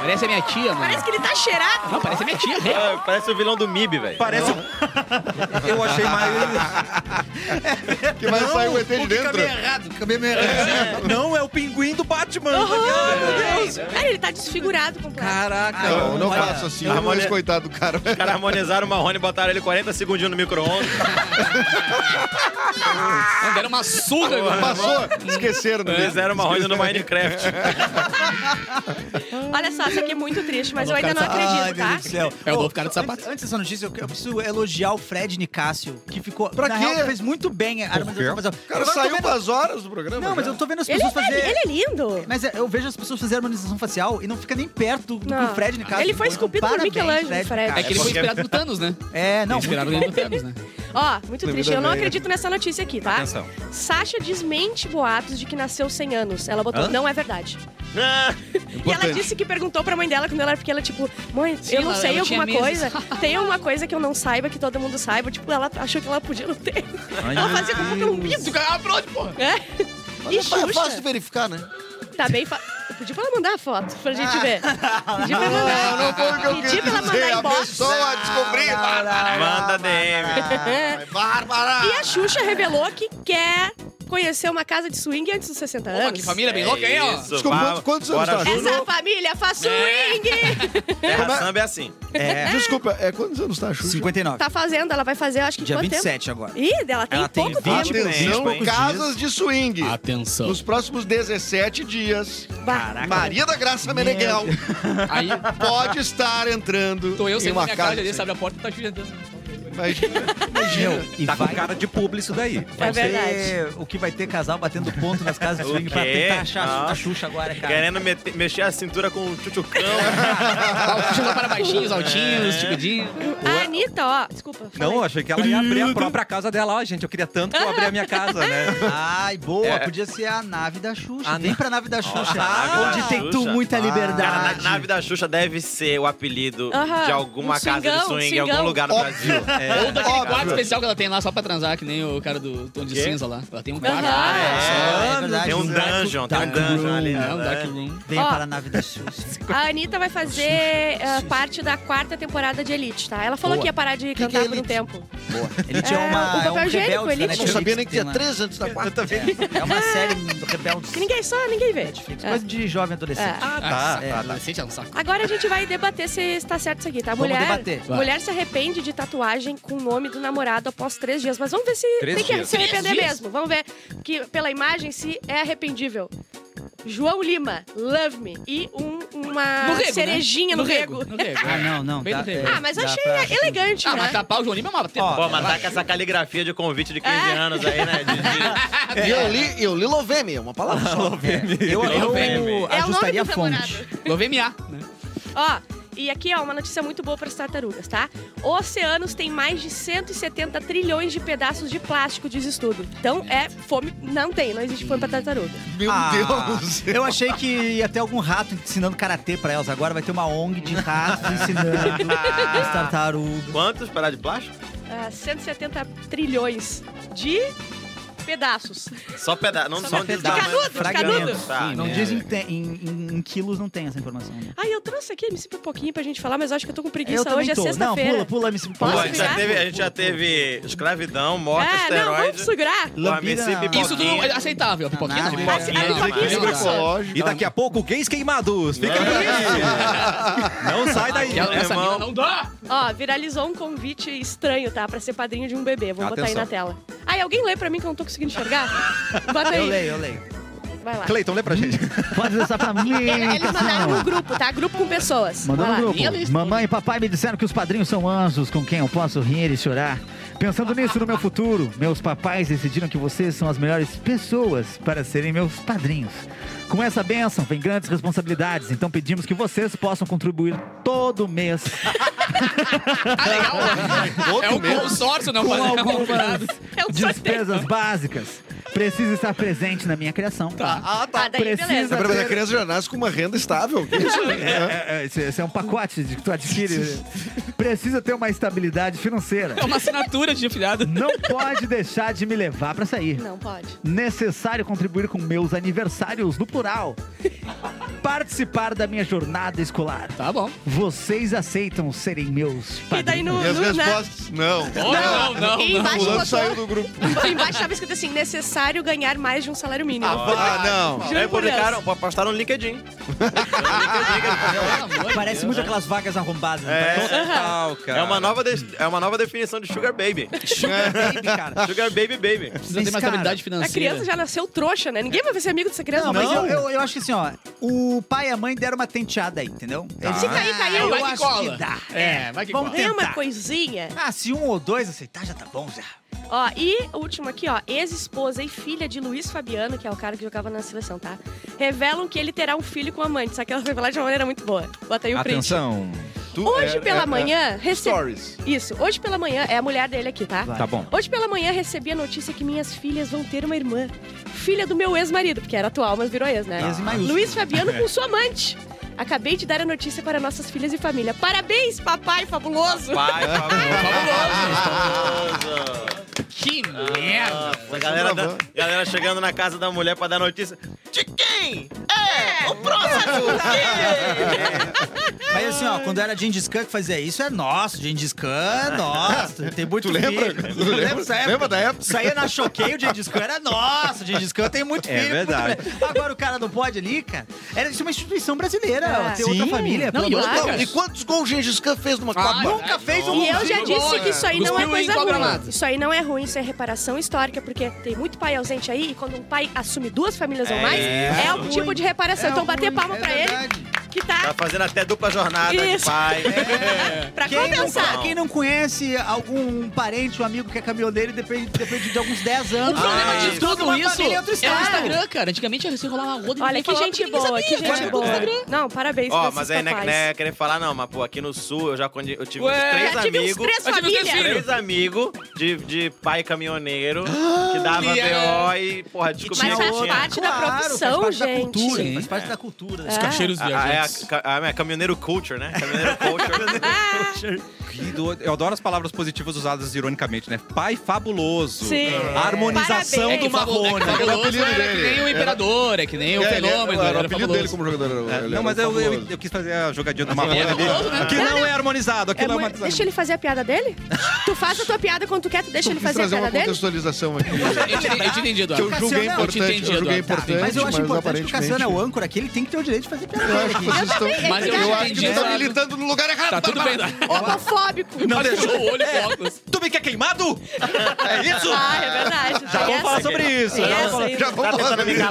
[SPEAKER 2] Parece a minha tia, mano.
[SPEAKER 5] Parece que ele tá cheirado.
[SPEAKER 2] Não, parece a minha tia, velho.
[SPEAKER 7] Ah, Parece o vilão do MIB, velho.
[SPEAKER 1] Parece. Eu
[SPEAKER 6] <laughs>
[SPEAKER 1] achei mais.
[SPEAKER 4] Que vai sair o ET de dentro.
[SPEAKER 6] errado, cabelo errado.
[SPEAKER 1] Não é o pinguim do Batman.
[SPEAKER 5] Cara, ele tá desfigurado completamente.
[SPEAKER 1] Caraca.
[SPEAKER 4] Não, não faço assim.
[SPEAKER 7] eu
[SPEAKER 4] Eu vou
[SPEAKER 7] olhei-
[SPEAKER 4] coitado do cara.
[SPEAKER 7] Os caras harmonizaram o Marrone e botaram ele 40 segundinhos
[SPEAKER 6] <laughs>
[SPEAKER 7] no micro-ondas.
[SPEAKER 2] Mano, deram uma surra. mano.
[SPEAKER 4] Passou. Esqueceram.
[SPEAKER 6] Né?
[SPEAKER 4] do jeito.
[SPEAKER 7] Fizeram o Marrone no Minecraft.
[SPEAKER 5] Olha só, isso aqui é muito triste, mas eu ainda não acredito,
[SPEAKER 6] Ai, meu Deus do
[SPEAKER 5] tá?
[SPEAKER 6] céu.
[SPEAKER 2] É o
[SPEAKER 6] Ô,
[SPEAKER 2] novo cara de sapato.
[SPEAKER 6] Antes, antes dessa notícia, eu, eu preciso elogiar o Fred Nicásio, que ficou.
[SPEAKER 4] Pra
[SPEAKER 6] na
[SPEAKER 4] quê?
[SPEAKER 6] real, fez muito bem a harmonização. facial.
[SPEAKER 4] O cara
[SPEAKER 6] Agora eu tô
[SPEAKER 4] saiu
[SPEAKER 6] vendo-
[SPEAKER 4] umas horas do programa.
[SPEAKER 6] Não, mas
[SPEAKER 4] já.
[SPEAKER 6] eu tô vendo as
[SPEAKER 5] Ele
[SPEAKER 6] pessoas
[SPEAKER 5] é,
[SPEAKER 6] fazer.
[SPEAKER 5] ele é lindo.
[SPEAKER 6] Mas é, eu vejo as pessoas fazerem harmonização facial e não fica nem perto do que o
[SPEAKER 5] Não.
[SPEAKER 6] Fred Nicásio.
[SPEAKER 5] Ele foi
[SPEAKER 6] ficou.
[SPEAKER 5] esculpido por
[SPEAKER 6] Parabéns,
[SPEAKER 5] Michelangelo, Fred.
[SPEAKER 6] Nicásio.
[SPEAKER 2] É que ele foi inspirado no Thanos, né?
[SPEAKER 6] É, não.
[SPEAKER 2] Inspirado
[SPEAKER 6] muito
[SPEAKER 2] no Thanos, né?
[SPEAKER 5] Ó, muito triste. Eu não acredito nessa notícia aqui, tá?
[SPEAKER 7] Atenção.
[SPEAKER 5] Sasha desmente boatos de que nasceu 100 anos. Ela botou, não é verdade.
[SPEAKER 7] Ah,
[SPEAKER 5] E ela disse que perguntou pra mãe dela quando ela era pequena, tipo, mãe,
[SPEAKER 2] Sim,
[SPEAKER 5] eu não
[SPEAKER 2] ela-
[SPEAKER 5] sei
[SPEAKER 2] ela tinha
[SPEAKER 5] alguma coisa.
[SPEAKER 2] meses.
[SPEAKER 5] Tem alguma coisa que eu não saiba, que todo mundo saiba. Tipo, ela achou que ela podia não ter. ela fazia com pelo umbigo.
[SPEAKER 2] Ah, pronto, porra.
[SPEAKER 5] É?
[SPEAKER 3] Mas
[SPEAKER 5] E
[SPEAKER 3] é fa- é fácil
[SPEAKER 5] Xuxa,
[SPEAKER 3] verificar, né?
[SPEAKER 5] tá bem fa... Eu Pedi pra ela mandar a foto pra gente ver. Pedi pra ela mandar.
[SPEAKER 4] Ah. Não, não foi o que eu
[SPEAKER 5] Pedi
[SPEAKER 4] quis
[SPEAKER 5] pra Tipo ela mandar
[SPEAKER 4] dizer. A
[SPEAKER 5] inbox.
[SPEAKER 4] pessoa descobriu.
[SPEAKER 7] É. Manda DM.
[SPEAKER 5] É.
[SPEAKER 3] Bárbara!
[SPEAKER 5] E a Xuxa revelou que quer conhecer uma casa de swing antes dos 60 anos.
[SPEAKER 2] Pô, que família bem louca, hein, ó.
[SPEAKER 7] Isso,
[SPEAKER 4] Desculpa,
[SPEAKER 7] vá-
[SPEAKER 4] quantos- quantos
[SPEAKER 7] bora,
[SPEAKER 4] anos tá,
[SPEAKER 7] Ju?
[SPEAKER 4] Ju?
[SPEAKER 5] Essa família faz
[SPEAKER 2] É.
[SPEAKER 5] swing!
[SPEAKER 7] Terra Samba é assim.
[SPEAKER 4] Desculpa, é quantos anos tá a Xuxa?
[SPEAKER 6] 59.
[SPEAKER 5] Tá fazendo, ela vai fazer, acho que
[SPEAKER 6] Dia
[SPEAKER 5] quanto
[SPEAKER 6] 27 agora.
[SPEAKER 5] tempo? Ih, dela tem
[SPEAKER 7] Ela tem
[SPEAKER 5] pouco
[SPEAKER 7] 20
[SPEAKER 5] tempo.
[SPEAKER 4] Atenção,
[SPEAKER 7] Tempo, hein?
[SPEAKER 4] casas de swing.
[SPEAKER 7] Ah, tá.
[SPEAKER 2] Atenção.
[SPEAKER 4] Nos próximos 17 dias,
[SPEAKER 7] Ah,
[SPEAKER 5] Bah,
[SPEAKER 4] Maria da Graça Meneghel
[SPEAKER 2] Aí
[SPEAKER 4] pode estar entrando
[SPEAKER 2] tô eu
[SPEAKER 4] em
[SPEAKER 2] sem
[SPEAKER 4] uma
[SPEAKER 2] minha casa,
[SPEAKER 4] casa.
[SPEAKER 2] ele abre a porta e tá gigantando.
[SPEAKER 4] Imagina.
[SPEAKER 6] Meu, e
[SPEAKER 1] Tá com
[SPEAKER 6] vai
[SPEAKER 1] cara de público isso daí.
[SPEAKER 5] É
[SPEAKER 6] ter
[SPEAKER 5] verdade.
[SPEAKER 6] o que vai ter casal batendo ponto nas casas de
[SPEAKER 7] O
[SPEAKER 6] swing pra
[SPEAKER 7] quê?
[SPEAKER 6] tentar achar
[SPEAKER 7] Nossa.
[SPEAKER 6] a Xuxa agora, cara.
[SPEAKER 7] Querendo meter- mexer a cintura com o tchutchucão.
[SPEAKER 6] <laughs>
[SPEAKER 2] Chama para baixinhos, altinhos, esticudinhos.
[SPEAKER 5] A Anitta, ó, desculpa.
[SPEAKER 1] Não, eu achei que ela ia abrir a própria casa dela. Ó, gente, eu queria tanto que eu abri a minha casa, <laughs> né?
[SPEAKER 6] Ai, boa, podia ser a nave da Xuxa. Vem pra nave da Xuxa,
[SPEAKER 7] a nave da
[SPEAKER 6] Ah, onde tem tu
[SPEAKER 7] Xuxa. Ah,
[SPEAKER 6] muita
[SPEAKER 7] Cara, na
[SPEAKER 6] liberdade.
[SPEAKER 7] nave da Xuxa deve ser o apelido
[SPEAKER 5] Aham,
[SPEAKER 7] de alguma
[SPEAKER 5] um
[SPEAKER 7] casa
[SPEAKER 5] swingão,
[SPEAKER 7] de swing em
[SPEAKER 5] swingão.
[SPEAKER 7] algum lugar no
[SPEAKER 4] Óbvio.
[SPEAKER 7] Brasil.
[SPEAKER 2] Ou daquele quarto especial que ela tem lá só pra transar, que nem o cara do Tom de
[SPEAKER 7] Quê?
[SPEAKER 2] Cinza lá. Ela tem um quarto.
[SPEAKER 5] Aham. Ah,
[SPEAKER 2] só-
[SPEAKER 6] é verdade.
[SPEAKER 7] Tem um
[SPEAKER 6] Dark-
[SPEAKER 7] dungeon, tem um
[SPEAKER 6] Dark
[SPEAKER 7] dungeon ali.
[SPEAKER 2] É um
[SPEAKER 7] né?
[SPEAKER 2] dark room.
[SPEAKER 6] Vem
[SPEAKER 5] Ó.
[SPEAKER 6] para a nave da Xuxa.
[SPEAKER 5] A Anitta vai fazer ah, parte da quarta temporada de Elite, tá? Ela falou
[SPEAKER 6] Boa.
[SPEAKER 5] que ia parar
[SPEAKER 3] que
[SPEAKER 5] de cantar
[SPEAKER 3] é
[SPEAKER 5] por um
[SPEAKER 3] Elite?
[SPEAKER 5] tempo.
[SPEAKER 6] Ele tinha
[SPEAKER 5] É,
[SPEAKER 6] uma.
[SPEAKER 5] o
[SPEAKER 6] é um
[SPEAKER 5] papel higiênico,
[SPEAKER 6] rebelde da
[SPEAKER 5] ele- Ah.
[SPEAKER 6] Netflix,
[SPEAKER 3] Não sabia nem que
[SPEAKER 6] tem
[SPEAKER 3] tinha
[SPEAKER 6] uma-
[SPEAKER 3] três antes da quarta.
[SPEAKER 6] É, é uma série do rebeldes.
[SPEAKER 5] Que ninguém só, ninguém vê.
[SPEAKER 6] Netflix,
[SPEAKER 5] É.
[SPEAKER 6] coisa de jovem adolescente.
[SPEAKER 5] É.
[SPEAKER 2] Ah, tá.
[SPEAKER 6] É,
[SPEAKER 2] Adolescente é um saco.
[SPEAKER 5] Agora a gente vai debater se está certo isso aqui, tá?
[SPEAKER 6] Vamos
[SPEAKER 5] Mulher,
[SPEAKER 6] debater, vai.
[SPEAKER 5] mulher se arrepende de tatuagem com o nome do namorado após três dias. Mas vamos ver se
[SPEAKER 1] Três
[SPEAKER 5] tem que
[SPEAKER 1] dias.
[SPEAKER 5] se arrepender
[SPEAKER 2] Três dias?
[SPEAKER 5] mesmo. Vamos ver que, pela imagem se é arrependível. João Lima, Love Me. E um- uma
[SPEAKER 2] No rego, né?
[SPEAKER 5] cerejinha no, rego.
[SPEAKER 2] No rego.
[SPEAKER 6] Ah, não, não.
[SPEAKER 2] Bem
[SPEAKER 6] dá-
[SPEAKER 2] no rego.
[SPEAKER 6] é,
[SPEAKER 5] Ah, mas eu
[SPEAKER 6] dá
[SPEAKER 5] achei
[SPEAKER 6] pra-
[SPEAKER 5] elegante,
[SPEAKER 2] Ah,
[SPEAKER 5] né?
[SPEAKER 2] mas tapar o João Lima é uma
[SPEAKER 7] Pô, mas tá com essa caligrafia de convite de 15
[SPEAKER 5] É.
[SPEAKER 7] anos aí, né? De- de-
[SPEAKER 3] E eu li, eu li Loveme, é uma palavra
[SPEAKER 4] Ah,
[SPEAKER 3] só.
[SPEAKER 6] Eu, eu,
[SPEAKER 7] Bem,
[SPEAKER 5] É o nome
[SPEAKER 6] ajustaria
[SPEAKER 5] do
[SPEAKER 6] a fonte.
[SPEAKER 5] namorado.
[SPEAKER 2] Vou ver MA. né?
[SPEAKER 5] Ó, e aqui ó, uma notícia muito boa para as tartarugas, tá? Oceanos têm mais de 170 trilhões de pedaços de plástico, diz estudo. Então é fome, não tem, não existe fome para tartaruga.
[SPEAKER 4] Meu
[SPEAKER 6] Ah,
[SPEAKER 4] Deus do céu.
[SPEAKER 6] Eu achei que ia ter algum rato ensinando karatê pra elas. Agora vai ter uma ONG de ratos ensinando as tartarugas.
[SPEAKER 7] Quantos parar de plástico?
[SPEAKER 5] Ah, 170 trilhões de pedaços.
[SPEAKER 7] Só pedaço. Não Tá, só
[SPEAKER 5] pedaço.
[SPEAKER 7] desdar,
[SPEAKER 5] Canudo, de
[SPEAKER 6] Fragmentos.
[SPEAKER 7] canudo.
[SPEAKER 6] Não
[SPEAKER 7] Sim, né?
[SPEAKER 6] diz em, te- em- em- em quilos, não tem essa informação. né?
[SPEAKER 5] Ai, eu trouxe aqui, me sinto um pouquinho pra gente falar, mas eu acho que eu tô com
[SPEAKER 6] eu
[SPEAKER 5] preguiça.
[SPEAKER 6] também
[SPEAKER 5] Hoje é
[SPEAKER 6] tô. Não, pula,
[SPEAKER 5] sexta-feira.
[SPEAKER 6] pula, me se-
[SPEAKER 5] Posso
[SPEAKER 7] Pô,
[SPEAKER 6] pula.
[SPEAKER 7] a, gente já
[SPEAKER 5] virar?
[SPEAKER 7] teve, a gente já teve escravidão, morte,
[SPEAKER 5] É, não, vamos
[SPEAKER 7] asteroide.
[SPEAKER 5] segurar.
[SPEAKER 6] Lambida-
[SPEAKER 7] Pipoquinha.
[SPEAKER 2] Isso tudo é aceitável. A pipoquinha
[SPEAKER 6] Nada,
[SPEAKER 2] também.
[SPEAKER 6] né?
[SPEAKER 5] A pipoquinha
[SPEAKER 2] não,
[SPEAKER 5] se
[SPEAKER 2] não, não.
[SPEAKER 5] passou.
[SPEAKER 4] Lógico.
[SPEAKER 1] E daqui a pouco, gays queimados. Fica por aí. Não sai daí.
[SPEAKER 2] Aquela- Essa
[SPEAKER 7] Meu
[SPEAKER 2] mina
[SPEAKER 7] irmão.
[SPEAKER 2] não dá.
[SPEAKER 5] Ó, viralizou um convite estranho, tá? Pra ser padrinho de um bebê. Vou botar aí
[SPEAKER 1] Atenção.
[SPEAKER 5] na tela. Ai, alguém lê pra mim que eu não tô conseguindo enxergar? Bota aí.
[SPEAKER 6] Eu leio, eu leio.
[SPEAKER 5] Vai lá.
[SPEAKER 1] Cleiton, Então lê pra <laughs> gente.
[SPEAKER 6] é, Pode usar pra mim.
[SPEAKER 5] <laughs> Eles mandaram no grupo, tá? Grupo com pessoas.
[SPEAKER 6] Mandou
[SPEAKER 5] Vai
[SPEAKER 6] no
[SPEAKER 5] lá.
[SPEAKER 6] grupo.
[SPEAKER 2] Minha lista.
[SPEAKER 6] Mamãe e papai me disseram que os padrinhos são anjos com quem eu posso rir e chorar. Pensando nisso no meu futuro, meus papais decidiram que vocês são as melhores pessoas para serem meus padrinhos. Com essa bênção vem grandes responsabilidades, então pedimos que vocês possam contribuir todo <laughs> mês
[SPEAKER 2] Ah, legal. É o consórcio, não
[SPEAKER 6] com
[SPEAKER 2] padrão. <laughs>
[SPEAKER 6] algumas
[SPEAKER 5] É um sorteio.
[SPEAKER 6] despesas básicas. Precisa estar presente na minha criação.
[SPEAKER 2] Tá.
[SPEAKER 3] Ah,
[SPEAKER 5] Ah,
[SPEAKER 3] tá.
[SPEAKER 5] daí,
[SPEAKER 6] Precisa
[SPEAKER 5] beleza.
[SPEAKER 4] Mas a criança já nasce com uma renda estável. que isso? né?
[SPEAKER 6] É, é, esse, esse é um pacote de que tu adquire. Precisa ter uma estabilidade financeira.
[SPEAKER 2] É uma assinatura de afiliado.
[SPEAKER 6] Não pode deixar de me levar pra sair.
[SPEAKER 5] Não pode.
[SPEAKER 6] Necessário contribuir com meus aniversários, no plural. Participar da minha jornada escolar.
[SPEAKER 2] Tá bom.
[SPEAKER 6] Vocês aceitam serem meus
[SPEAKER 5] E daí
[SPEAKER 6] padrinhos?
[SPEAKER 5] no.
[SPEAKER 4] E as
[SPEAKER 5] no né?
[SPEAKER 4] respostas, não.
[SPEAKER 2] Oh, não, não,
[SPEAKER 5] E
[SPEAKER 2] não.
[SPEAKER 5] embaixo,
[SPEAKER 4] Fulano saiu
[SPEAKER 5] botou,
[SPEAKER 4] do grupo.
[SPEAKER 5] embaixo tava escrito assim: necessário ganhar mais de um salário mínimo.
[SPEAKER 4] Ah, não.
[SPEAKER 5] Juro
[SPEAKER 7] Aí
[SPEAKER 5] por Deus.
[SPEAKER 7] publicaram, postaram no LinkedIn.
[SPEAKER 2] Pelo amor de
[SPEAKER 8] Parece
[SPEAKER 2] Deus.
[SPEAKER 8] muito aquelas vagas arrombadas. né?
[SPEAKER 7] É,
[SPEAKER 1] Total, cara.
[SPEAKER 7] é, uma nova de- é uma nova definição de sugar <laughs> baby.
[SPEAKER 8] Baby, Tá cara.
[SPEAKER 7] Sugar baby baby.
[SPEAKER 2] Precisa ter
[SPEAKER 8] Mas,
[SPEAKER 2] mais
[SPEAKER 8] cara,
[SPEAKER 2] estabilidade
[SPEAKER 5] A
[SPEAKER 2] financeira.
[SPEAKER 5] criança já nasceu trouxa, né? Ninguém vai ser amigo dessa criança.
[SPEAKER 8] Não,
[SPEAKER 5] mas
[SPEAKER 8] mas eu, eu, eu acho que assim, ó, o pai e a mãe deram uma tenteada aí, entendeu? Eles-
[SPEAKER 5] Se cair, caiu.
[SPEAKER 8] eu
[SPEAKER 2] Vai que
[SPEAKER 8] acho
[SPEAKER 2] cola.
[SPEAKER 8] que dá.
[SPEAKER 2] É, vai que
[SPEAKER 8] Vamos
[SPEAKER 2] cola.
[SPEAKER 5] tem uma
[SPEAKER 8] tentar.
[SPEAKER 5] coisinha.
[SPEAKER 8] Ah, se um ou dois aceitar, já tá bom, já.
[SPEAKER 5] Ó, e último aqui, ó. Ex-esposa e filha de Luiz Fabiano, que é o cara que jogava na seleção, tá? Revelam que ele terá um filho com amante, só que ela revelar de uma maneira muito boa. Bota aí o print.
[SPEAKER 1] Atenção.
[SPEAKER 4] Tu-
[SPEAKER 5] Hoje
[SPEAKER 4] é-
[SPEAKER 5] pela
[SPEAKER 4] é-
[SPEAKER 5] manhã,
[SPEAKER 4] é-
[SPEAKER 5] recebi.
[SPEAKER 4] Stories.
[SPEAKER 5] Isso, hoje pela manhã, é a mulher dele aqui, tá?
[SPEAKER 1] Tá bom.
[SPEAKER 5] Hoje pela manhã recebi a notícia que minhas filhas vão ter uma irmã. Filha do meu ex-marido, porque era atual, mas virou ex, né?
[SPEAKER 8] Ex em maiúsculo.
[SPEAKER 5] Luiz Fabiano com sua amante. Acabei de dar a notícia para nossas filhas e família. Parabéns, papai fabuloso!
[SPEAKER 7] Pai,
[SPEAKER 5] é.
[SPEAKER 7] fabuloso.
[SPEAKER 2] Que merda.
[SPEAKER 7] A galera, da-
[SPEAKER 4] bom.
[SPEAKER 7] galera chegando na casa da mulher pra dar notícia. De quem? É, o próximo.
[SPEAKER 8] Mas assim, ó, quando era Gengis Khan que fazia isso, é nosso. Gengis
[SPEAKER 4] <laughs>
[SPEAKER 8] Khan, nossa. é Tem muito
[SPEAKER 4] Tu lembra?
[SPEAKER 8] filho.
[SPEAKER 4] Tu
[SPEAKER 8] Lembra essa
[SPEAKER 4] lembra?
[SPEAKER 8] época?
[SPEAKER 4] Lembra da época?
[SPEAKER 8] Saía na choqueio, o Gengis Khan era nosso. Gengis Khan tem muito
[SPEAKER 1] É
[SPEAKER 8] filho. muito
[SPEAKER 1] verdade.
[SPEAKER 8] filho. <laughs> Agora o cara não pode ali, cara. Era isso é uma instituição brasileira.
[SPEAKER 5] É.
[SPEAKER 8] Tem outra
[SPEAKER 6] Sim.
[SPEAKER 8] família.
[SPEAKER 2] Não,
[SPEAKER 8] pelo
[SPEAKER 2] e
[SPEAKER 8] amor de
[SPEAKER 2] outra,
[SPEAKER 8] Deus.
[SPEAKER 4] Não, e quantos gols o Gengis Khan fez numa Copa?
[SPEAKER 6] é
[SPEAKER 8] Nunca fez um
[SPEAKER 5] E eu já
[SPEAKER 8] gol.
[SPEAKER 5] disse que isso aí não é
[SPEAKER 2] Cuspiu em
[SPEAKER 5] coisa
[SPEAKER 2] qual
[SPEAKER 5] ruim.
[SPEAKER 2] gramado?
[SPEAKER 5] Isso aí não é ruim, isso é reparação histórica, porque tem muito pai ausente aí, e quando um pai assume duas famílias ou mais, é, o
[SPEAKER 8] ruim.
[SPEAKER 5] tipo de reparação.
[SPEAKER 8] É
[SPEAKER 5] então bater
[SPEAKER 8] ruim,
[SPEAKER 5] palma
[SPEAKER 8] é
[SPEAKER 5] pra
[SPEAKER 8] verdade.
[SPEAKER 5] ele, que
[SPEAKER 7] Tá
[SPEAKER 5] tá,
[SPEAKER 7] fazendo até dupla jornada de
[SPEAKER 5] Isso. É,
[SPEAKER 7] pai.
[SPEAKER 5] pra
[SPEAKER 8] Quem não,
[SPEAKER 5] compensar.
[SPEAKER 8] quem não conhece algum parente, um amigo que é caminhoneiro, depende, depende de alguns 10
[SPEAKER 2] O
[SPEAKER 8] anos.
[SPEAKER 2] problema
[SPEAKER 8] Ah,
[SPEAKER 2] de tudo
[SPEAKER 8] uma
[SPEAKER 2] isso
[SPEAKER 8] família
[SPEAKER 2] é
[SPEAKER 8] é outro
[SPEAKER 2] o
[SPEAKER 8] estado.
[SPEAKER 2] Instagram, cara. Antigamente a gente rolava roda e
[SPEAKER 5] Olha,
[SPEAKER 2] ninguém
[SPEAKER 5] que
[SPEAKER 2] falava
[SPEAKER 5] gente
[SPEAKER 2] porque ninguém
[SPEAKER 5] boa, que
[SPEAKER 2] sabia, cara.
[SPEAKER 5] gente boa. Não, parabéns
[SPEAKER 7] Ó,
[SPEAKER 5] pra
[SPEAKER 7] mas
[SPEAKER 5] esses
[SPEAKER 7] aí não é,
[SPEAKER 5] papais.
[SPEAKER 7] não é querer falar não, mas pô, aqui no Sul eu já condi- eu tive
[SPEAKER 2] Ué,
[SPEAKER 7] uns três
[SPEAKER 5] Já tive uns
[SPEAKER 7] amigos.
[SPEAKER 5] três
[SPEAKER 2] Eu tive uns três
[SPEAKER 5] famílias.
[SPEAKER 7] Três amigos de, de pai caminhoneiro <gasps> que dava
[SPEAKER 2] que
[SPEAKER 7] BO e, porra, descobria
[SPEAKER 5] Mas
[SPEAKER 7] que
[SPEAKER 5] faz
[SPEAKER 7] tinha.
[SPEAKER 5] parte da profissão,
[SPEAKER 8] faz parte
[SPEAKER 5] gente.
[SPEAKER 8] Da cultura,
[SPEAKER 2] Sim.
[SPEAKER 8] faz parte da cultura.
[SPEAKER 5] É.
[SPEAKER 2] Cacheiros
[SPEAKER 7] Ah, é,
[SPEAKER 2] viajantes.
[SPEAKER 7] a, ca- ah, é caminhoneiro culture, né? <laughs> Caminhoneiro culture.
[SPEAKER 1] Que do- Eu adoro as palavras positivas usadas ironicamente, né? Pai fabuloso.
[SPEAKER 5] Sim.
[SPEAKER 1] Harmonização
[SPEAKER 5] Parabéns.
[SPEAKER 1] do Marrone.
[SPEAKER 2] É
[SPEAKER 4] Era o
[SPEAKER 2] fabuloso,
[SPEAKER 4] apelido
[SPEAKER 2] era que
[SPEAKER 4] dele.
[SPEAKER 2] nem o imperador, é que nem o
[SPEAKER 4] É, ele era-
[SPEAKER 2] fenômeno.
[SPEAKER 4] Era o
[SPEAKER 2] Era
[SPEAKER 4] apelido dele
[SPEAKER 2] fabuloso.
[SPEAKER 4] como jogador.
[SPEAKER 1] É,
[SPEAKER 4] ele
[SPEAKER 1] Não,
[SPEAKER 4] era
[SPEAKER 1] mas eu, eu,
[SPEAKER 4] fabuloso.
[SPEAKER 1] eu quis fazer a jogadinha do Marrone.
[SPEAKER 2] fabuloso, né?
[SPEAKER 1] Que não é harmonizado, aquilo é,
[SPEAKER 5] É muito-
[SPEAKER 1] harmonizado.
[SPEAKER 5] Deixa ele fazer a piada dele? tu faz a tua piada quando tu quer, tu deixa
[SPEAKER 4] Eu
[SPEAKER 5] ele
[SPEAKER 4] quis
[SPEAKER 5] fazer a
[SPEAKER 4] trazer
[SPEAKER 5] piada
[SPEAKER 4] uma
[SPEAKER 5] dele?
[SPEAKER 4] contextualização aqui. né?
[SPEAKER 2] Eu te- eu te entendi,
[SPEAKER 4] Que eu
[SPEAKER 2] Eduardo.
[SPEAKER 8] Cassiano, eu
[SPEAKER 4] julguei
[SPEAKER 2] te
[SPEAKER 4] importante.
[SPEAKER 2] entendi,
[SPEAKER 4] Eu julguei
[SPEAKER 2] Eduardo. Tá,
[SPEAKER 4] importante,
[SPEAKER 8] Mas eu acho importante que o Cassiano é
[SPEAKER 4] aparentemente-
[SPEAKER 8] o âncora aqui, ele tem que ter o direito de fazer
[SPEAKER 4] Eu acho que
[SPEAKER 8] piada.
[SPEAKER 4] vocês estão...
[SPEAKER 2] Mas eu
[SPEAKER 4] Eu
[SPEAKER 2] já
[SPEAKER 4] acho que
[SPEAKER 2] entendi,
[SPEAKER 4] vocês estão
[SPEAKER 2] Eduardo.
[SPEAKER 4] militando no lugar errado.
[SPEAKER 2] Tá tudo bem. né? <laughs>
[SPEAKER 5] Homofóbico.
[SPEAKER 1] Não
[SPEAKER 2] Mas
[SPEAKER 1] deixa.
[SPEAKER 2] fechou o olho e óculos.
[SPEAKER 1] Tu me quer queimado? É isso?
[SPEAKER 5] Ah, é verdade.
[SPEAKER 1] Já vamos
[SPEAKER 5] Essa-
[SPEAKER 1] falar sobre isso.
[SPEAKER 5] essa
[SPEAKER 1] Já vamos
[SPEAKER 5] aí. é assim.
[SPEAKER 2] Tá
[SPEAKER 4] Já vamos falar sobre isso.
[SPEAKER 2] Vamos dar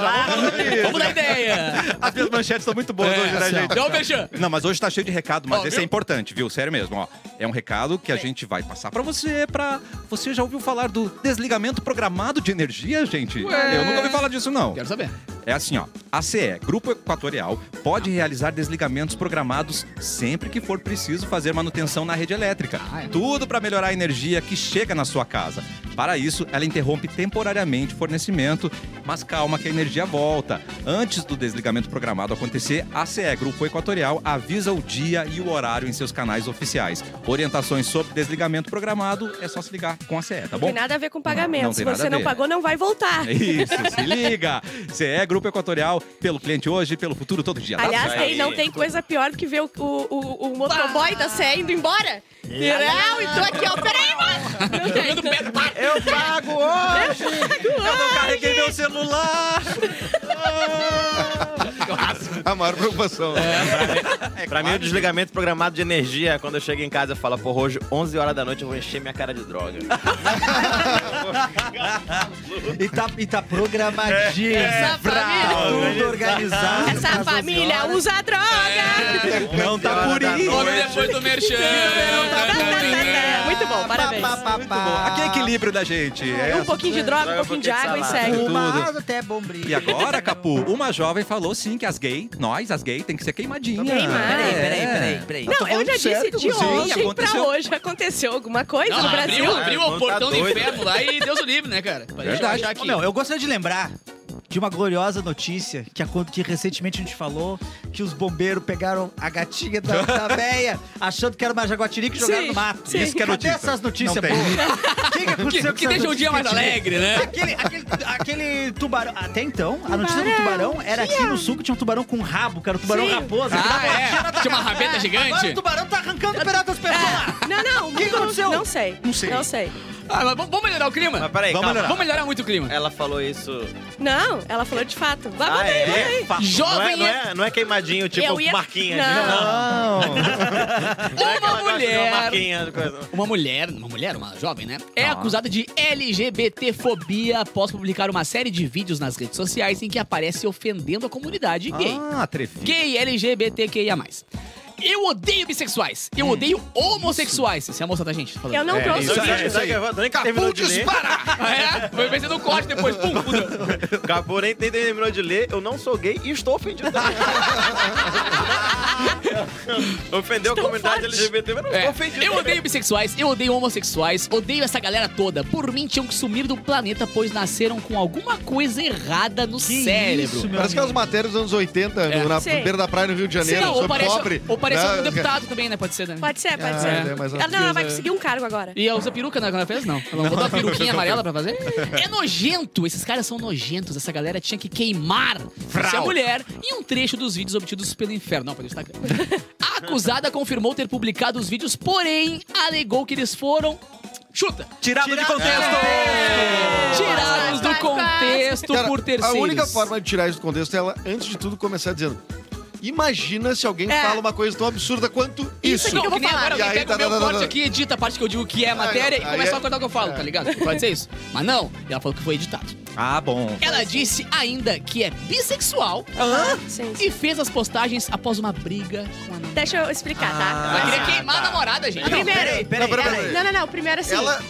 [SPEAKER 2] ideia.
[SPEAKER 1] falar- As minhas manchetes estão muito boas hoje, né,
[SPEAKER 8] assim, ó.
[SPEAKER 1] gente?
[SPEAKER 2] Então, Merchan.
[SPEAKER 1] Não, mas hoje tá cheio de recado, mas
[SPEAKER 2] Ó,
[SPEAKER 1] esse
[SPEAKER 2] viu?
[SPEAKER 1] é importante, viu? Sério mesmo, ó. É um recado que a gente vai passar pra você, pra... Você já ouviu falar do desligamento programado de energia, gente? Eu nunca ouvi falar disso, não.
[SPEAKER 2] Quero saber.
[SPEAKER 1] É assim, ó. A CE, Grupo Equatorial, pode realizar desligamentos programados sempre que for preciso fazer manutenção na rede elétrica. Tudo para melhorar a energia que chega na sua casa. Para isso, ela interrompe temporariamente o fornecimento, mas calma que a energia volta. Antes do desligamento programado acontecer, a CE, Grupo Equatorial, avisa o dia e o horário em seus canais oficiais. Orientações sobre desligamento programado é só se ligar com a CE, tá
[SPEAKER 5] Não
[SPEAKER 1] bom?
[SPEAKER 5] tem nada a ver com pagamento.
[SPEAKER 1] Não tem
[SPEAKER 5] Se
[SPEAKER 1] nada
[SPEAKER 5] você
[SPEAKER 1] a
[SPEAKER 5] não
[SPEAKER 1] ver.
[SPEAKER 5] pagou, não vai voltar.
[SPEAKER 1] Isso, se liga! CE Grupo Equatorial, pelo cliente hoje, pelo futuro todo dia. tá?
[SPEAKER 5] Aliás,
[SPEAKER 7] aí.
[SPEAKER 5] aí não tem coisa pior do que ver o, o, o, o motoboy da CE indo embora. Não, então aqui, ó, peraí, mano. Não tem.
[SPEAKER 2] Jogando pé no mar.
[SPEAKER 7] Eu pago hoje!
[SPEAKER 1] eu não carreguei meu celular!
[SPEAKER 4] A maior preocupação.
[SPEAKER 2] É,
[SPEAKER 7] pra mim, o desligamento programado de energia é quando eu chego em casa e falo, porra, hoje, 11 horas da noite, eu vou encher minha cara de droga.
[SPEAKER 8] E tá, e tá programadinho.
[SPEAKER 5] É,
[SPEAKER 8] tá
[SPEAKER 5] Essa família, uh,
[SPEAKER 8] Tudo organizado. Tá
[SPEAKER 5] essa família usa
[SPEAKER 1] <laughs>
[SPEAKER 5] droga.
[SPEAKER 1] Não tá por isso!
[SPEAKER 7] é
[SPEAKER 2] Come depois do Merchan.
[SPEAKER 6] tá
[SPEAKER 5] Muito bom, parabéns.
[SPEAKER 6] Ah.
[SPEAKER 1] Aqui é equilíbrio da gente. é
[SPEAKER 5] Um pouquinho de droga, um
[SPEAKER 7] Droga,
[SPEAKER 5] pouquinho de água e
[SPEAKER 7] pouquinho de
[SPEAKER 8] é
[SPEAKER 5] segue.
[SPEAKER 8] Fumado até bombril.
[SPEAKER 1] um E agora, Capu, uma jovem falou sim que as gay, nós, as gay, tem que ser queimadinha.
[SPEAKER 5] Queimada.
[SPEAKER 8] Peraí, peraí,
[SPEAKER 1] É.
[SPEAKER 8] peraí, peraí.
[SPEAKER 5] Não, eu já disse de
[SPEAKER 1] Sim,
[SPEAKER 5] ontem pra
[SPEAKER 1] aconteceu.
[SPEAKER 5] hoje. Aconteceu alguma coisa
[SPEAKER 2] Não,
[SPEAKER 5] no Brasil?
[SPEAKER 2] abriu, abriu
[SPEAKER 7] Não,
[SPEAKER 2] o
[SPEAKER 7] tá
[SPEAKER 2] portão do
[SPEAKER 7] doido.
[SPEAKER 2] inferno lá e aí, Deus o livre, né, cara? Pra gente
[SPEAKER 8] Verdade.
[SPEAKER 2] achar que-
[SPEAKER 8] Não, eu gostaria de lembrar de uma gloriosa notícia que, acon- que recentemente a gente falou que os bombeiros pegaram a gatinha da, da véia achando que era uma jaguatirica e jogaram
[SPEAKER 5] Sim,
[SPEAKER 8] no mato.
[SPEAKER 5] sim. Isso
[SPEAKER 1] que é
[SPEAKER 8] Cadê
[SPEAKER 1] notícia.
[SPEAKER 8] essas notícias
[SPEAKER 1] Não tem.
[SPEAKER 8] boas? <laughs> O que, que
[SPEAKER 2] Que,
[SPEAKER 8] aconteceu com
[SPEAKER 2] que
[SPEAKER 8] essas
[SPEAKER 6] tá
[SPEAKER 2] deixa o dia mais
[SPEAKER 8] notícias que
[SPEAKER 2] alegre, né?
[SPEAKER 8] Aquele, aquele, aquele tubarão. Até então, a notícia do tubarão era aqui no sul que tinha um tubarão com rabo, que era o tubarão
[SPEAKER 5] Sim.
[SPEAKER 8] raposa. que dava-
[SPEAKER 2] Ah, é. Tinha uma
[SPEAKER 8] Agora
[SPEAKER 2] rabeta
[SPEAKER 8] o
[SPEAKER 2] gigante.
[SPEAKER 8] tubarão tá arrancando o pedaço das pessoas.
[SPEAKER 5] Não, não, o
[SPEAKER 8] que
[SPEAKER 5] mundo não-
[SPEAKER 8] aconteceu?
[SPEAKER 5] Não sei.
[SPEAKER 4] Não sei.
[SPEAKER 5] Não sei.
[SPEAKER 2] Ah, mas vamos vamos melhorar o clima?
[SPEAKER 7] Mas peraí,
[SPEAKER 1] Vamos
[SPEAKER 7] calma.
[SPEAKER 1] melhorar.
[SPEAKER 2] Vamos melhorar muito o clima.
[SPEAKER 7] Ela falou isso.
[SPEAKER 5] Não, ela falou de fato. Vai,
[SPEAKER 2] Ah,
[SPEAKER 7] Ah,
[SPEAKER 5] manda
[SPEAKER 7] é?
[SPEAKER 5] aí, manda aí.
[SPEAKER 7] Fato.
[SPEAKER 2] é, Jovem
[SPEAKER 7] não, é, não, é, não é queimadinho, tipo
[SPEAKER 5] Eu ia-
[SPEAKER 7] marquinha.
[SPEAKER 5] Não.
[SPEAKER 7] entendeu? <laughs> Não é
[SPEAKER 2] Uma
[SPEAKER 7] aquela coisa, não,
[SPEAKER 2] mulher.
[SPEAKER 7] marquinha, coisa.
[SPEAKER 2] Uma mulher, uma mulher, uma jovem, né? É acusada de LGBTfobia após publicar uma série de vídeos nas redes sociais em que aparece ofendendo a comunidade gay.
[SPEAKER 1] Ah, trefi.
[SPEAKER 2] Gay, LGBTQIA+. Eu odeio bissexuais. Eu odeio homossexuais. Isso é a moça da gente. falando.
[SPEAKER 5] Eu não trouxe
[SPEAKER 1] isso aí.
[SPEAKER 5] o vídeo.
[SPEAKER 7] Sabe- sabe que eu nem terminou
[SPEAKER 1] Capu
[SPEAKER 7] de ler.
[SPEAKER 1] dispara!
[SPEAKER 2] Ah, é? Foi vencendo o corte depois. Pum, fudeu.
[SPEAKER 7] <laughs> Acabou, nem, nem terminou de ler. Eu não sou gay e estou ofendido.
[SPEAKER 2] <laughs>
[SPEAKER 7] Ofendeu a comunidade LGBT, mas não
[SPEAKER 2] É,
[SPEAKER 7] estou ofendido.
[SPEAKER 2] Eu odeio bissexuais, eu odeio homossexuais, odeio essa galera toda. Por mim, tinham que sumir do planeta, pois nasceram com alguma coisa errada no cérebro.
[SPEAKER 8] Isso, meu
[SPEAKER 4] Parece aquelas
[SPEAKER 8] amigo.
[SPEAKER 4] matérias dos anos 80,
[SPEAKER 2] É.
[SPEAKER 4] no, na
[SPEAKER 5] Sim.
[SPEAKER 4] beira da praia no Rio de Janeiro,
[SPEAKER 2] Sim, ou
[SPEAKER 4] sobre
[SPEAKER 2] parece,
[SPEAKER 4] pobre.
[SPEAKER 2] ou parece
[SPEAKER 4] né?
[SPEAKER 2] um deputado também, né? Pode ser, né?
[SPEAKER 5] Pode ser, pode
[SPEAKER 4] Ah,
[SPEAKER 5] ser.
[SPEAKER 4] é, mas
[SPEAKER 5] ela, não, ela vai
[SPEAKER 4] é.
[SPEAKER 5] conseguir um cargo agora.
[SPEAKER 2] E ela usa peruca na- quando ela fez? Não. Ela botou a peruquinha amarela pra fazer? É nojento. Esses caras são nojentos. Essa galera tinha que queimar essa mulher em um trecho dos vídeos obtidos pelo inferno. Não, pelo Instagram. A acusada confirmou ter publicado os vídeos, porém alegou que eles foram... Chuta!
[SPEAKER 1] Tirado de É. contexto!
[SPEAKER 2] Tirados do contexto
[SPEAKER 4] Cara,
[SPEAKER 2] por terceiros.
[SPEAKER 4] A única forma de tirar isso do contexto é ela, antes de tudo, começar dizendo: Imagina se alguém
[SPEAKER 5] É.
[SPEAKER 4] fala uma coisa tão absurda quanto isso.
[SPEAKER 5] Isso
[SPEAKER 2] Não,
[SPEAKER 5] que eu vou
[SPEAKER 2] nem
[SPEAKER 5] falar.
[SPEAKER 2] agora
[SPEAKER 4] E
[SPEAKER 2] alguém
[SPEAKER 4] aí,
[SPEAKER 2] pega
[SPEAKER 4] tá,
[SPEAKER 2] o meu
[SPEAKER 4] tá, tá, tá,
[SPEAKER 2] corte
[SPEAKER 4] tá.
[SPEAKER 2] aqui, edita a parte que eu digo que é a matéria
[SPEAKER 4] aí
[SPEAKER 2] e começa
[SPEAKER 4] é-
[SPEAKER 2] a cortar o que eu falo, tá ligado? Pode ser isso? Mas não, ela falou que foi editado.
[SPEAKER 1] Ah, bom.
[SPEAKER 2] Ela disse ainda que é bissexual
[SPEAKER 5] Sim, sim.
[SPEAKER 2] e fez as postagens após uma briga com a namorada.
[SPEAKER 5] Deixa eu explicar,
[SPEAKER 2] Ela
[SPEAKER 5] tá?
[SPEAKER 2] queria queimar a namorada, gente.
[SPEAKER 5] Primeiro.
[SPEAKER 8] Peraí, peraí.
[SPEAKER 4] Não,
[SPEAKER 5] Ela- Não, não, não. Primeiro assim.
[SPEAKER 4] Ela,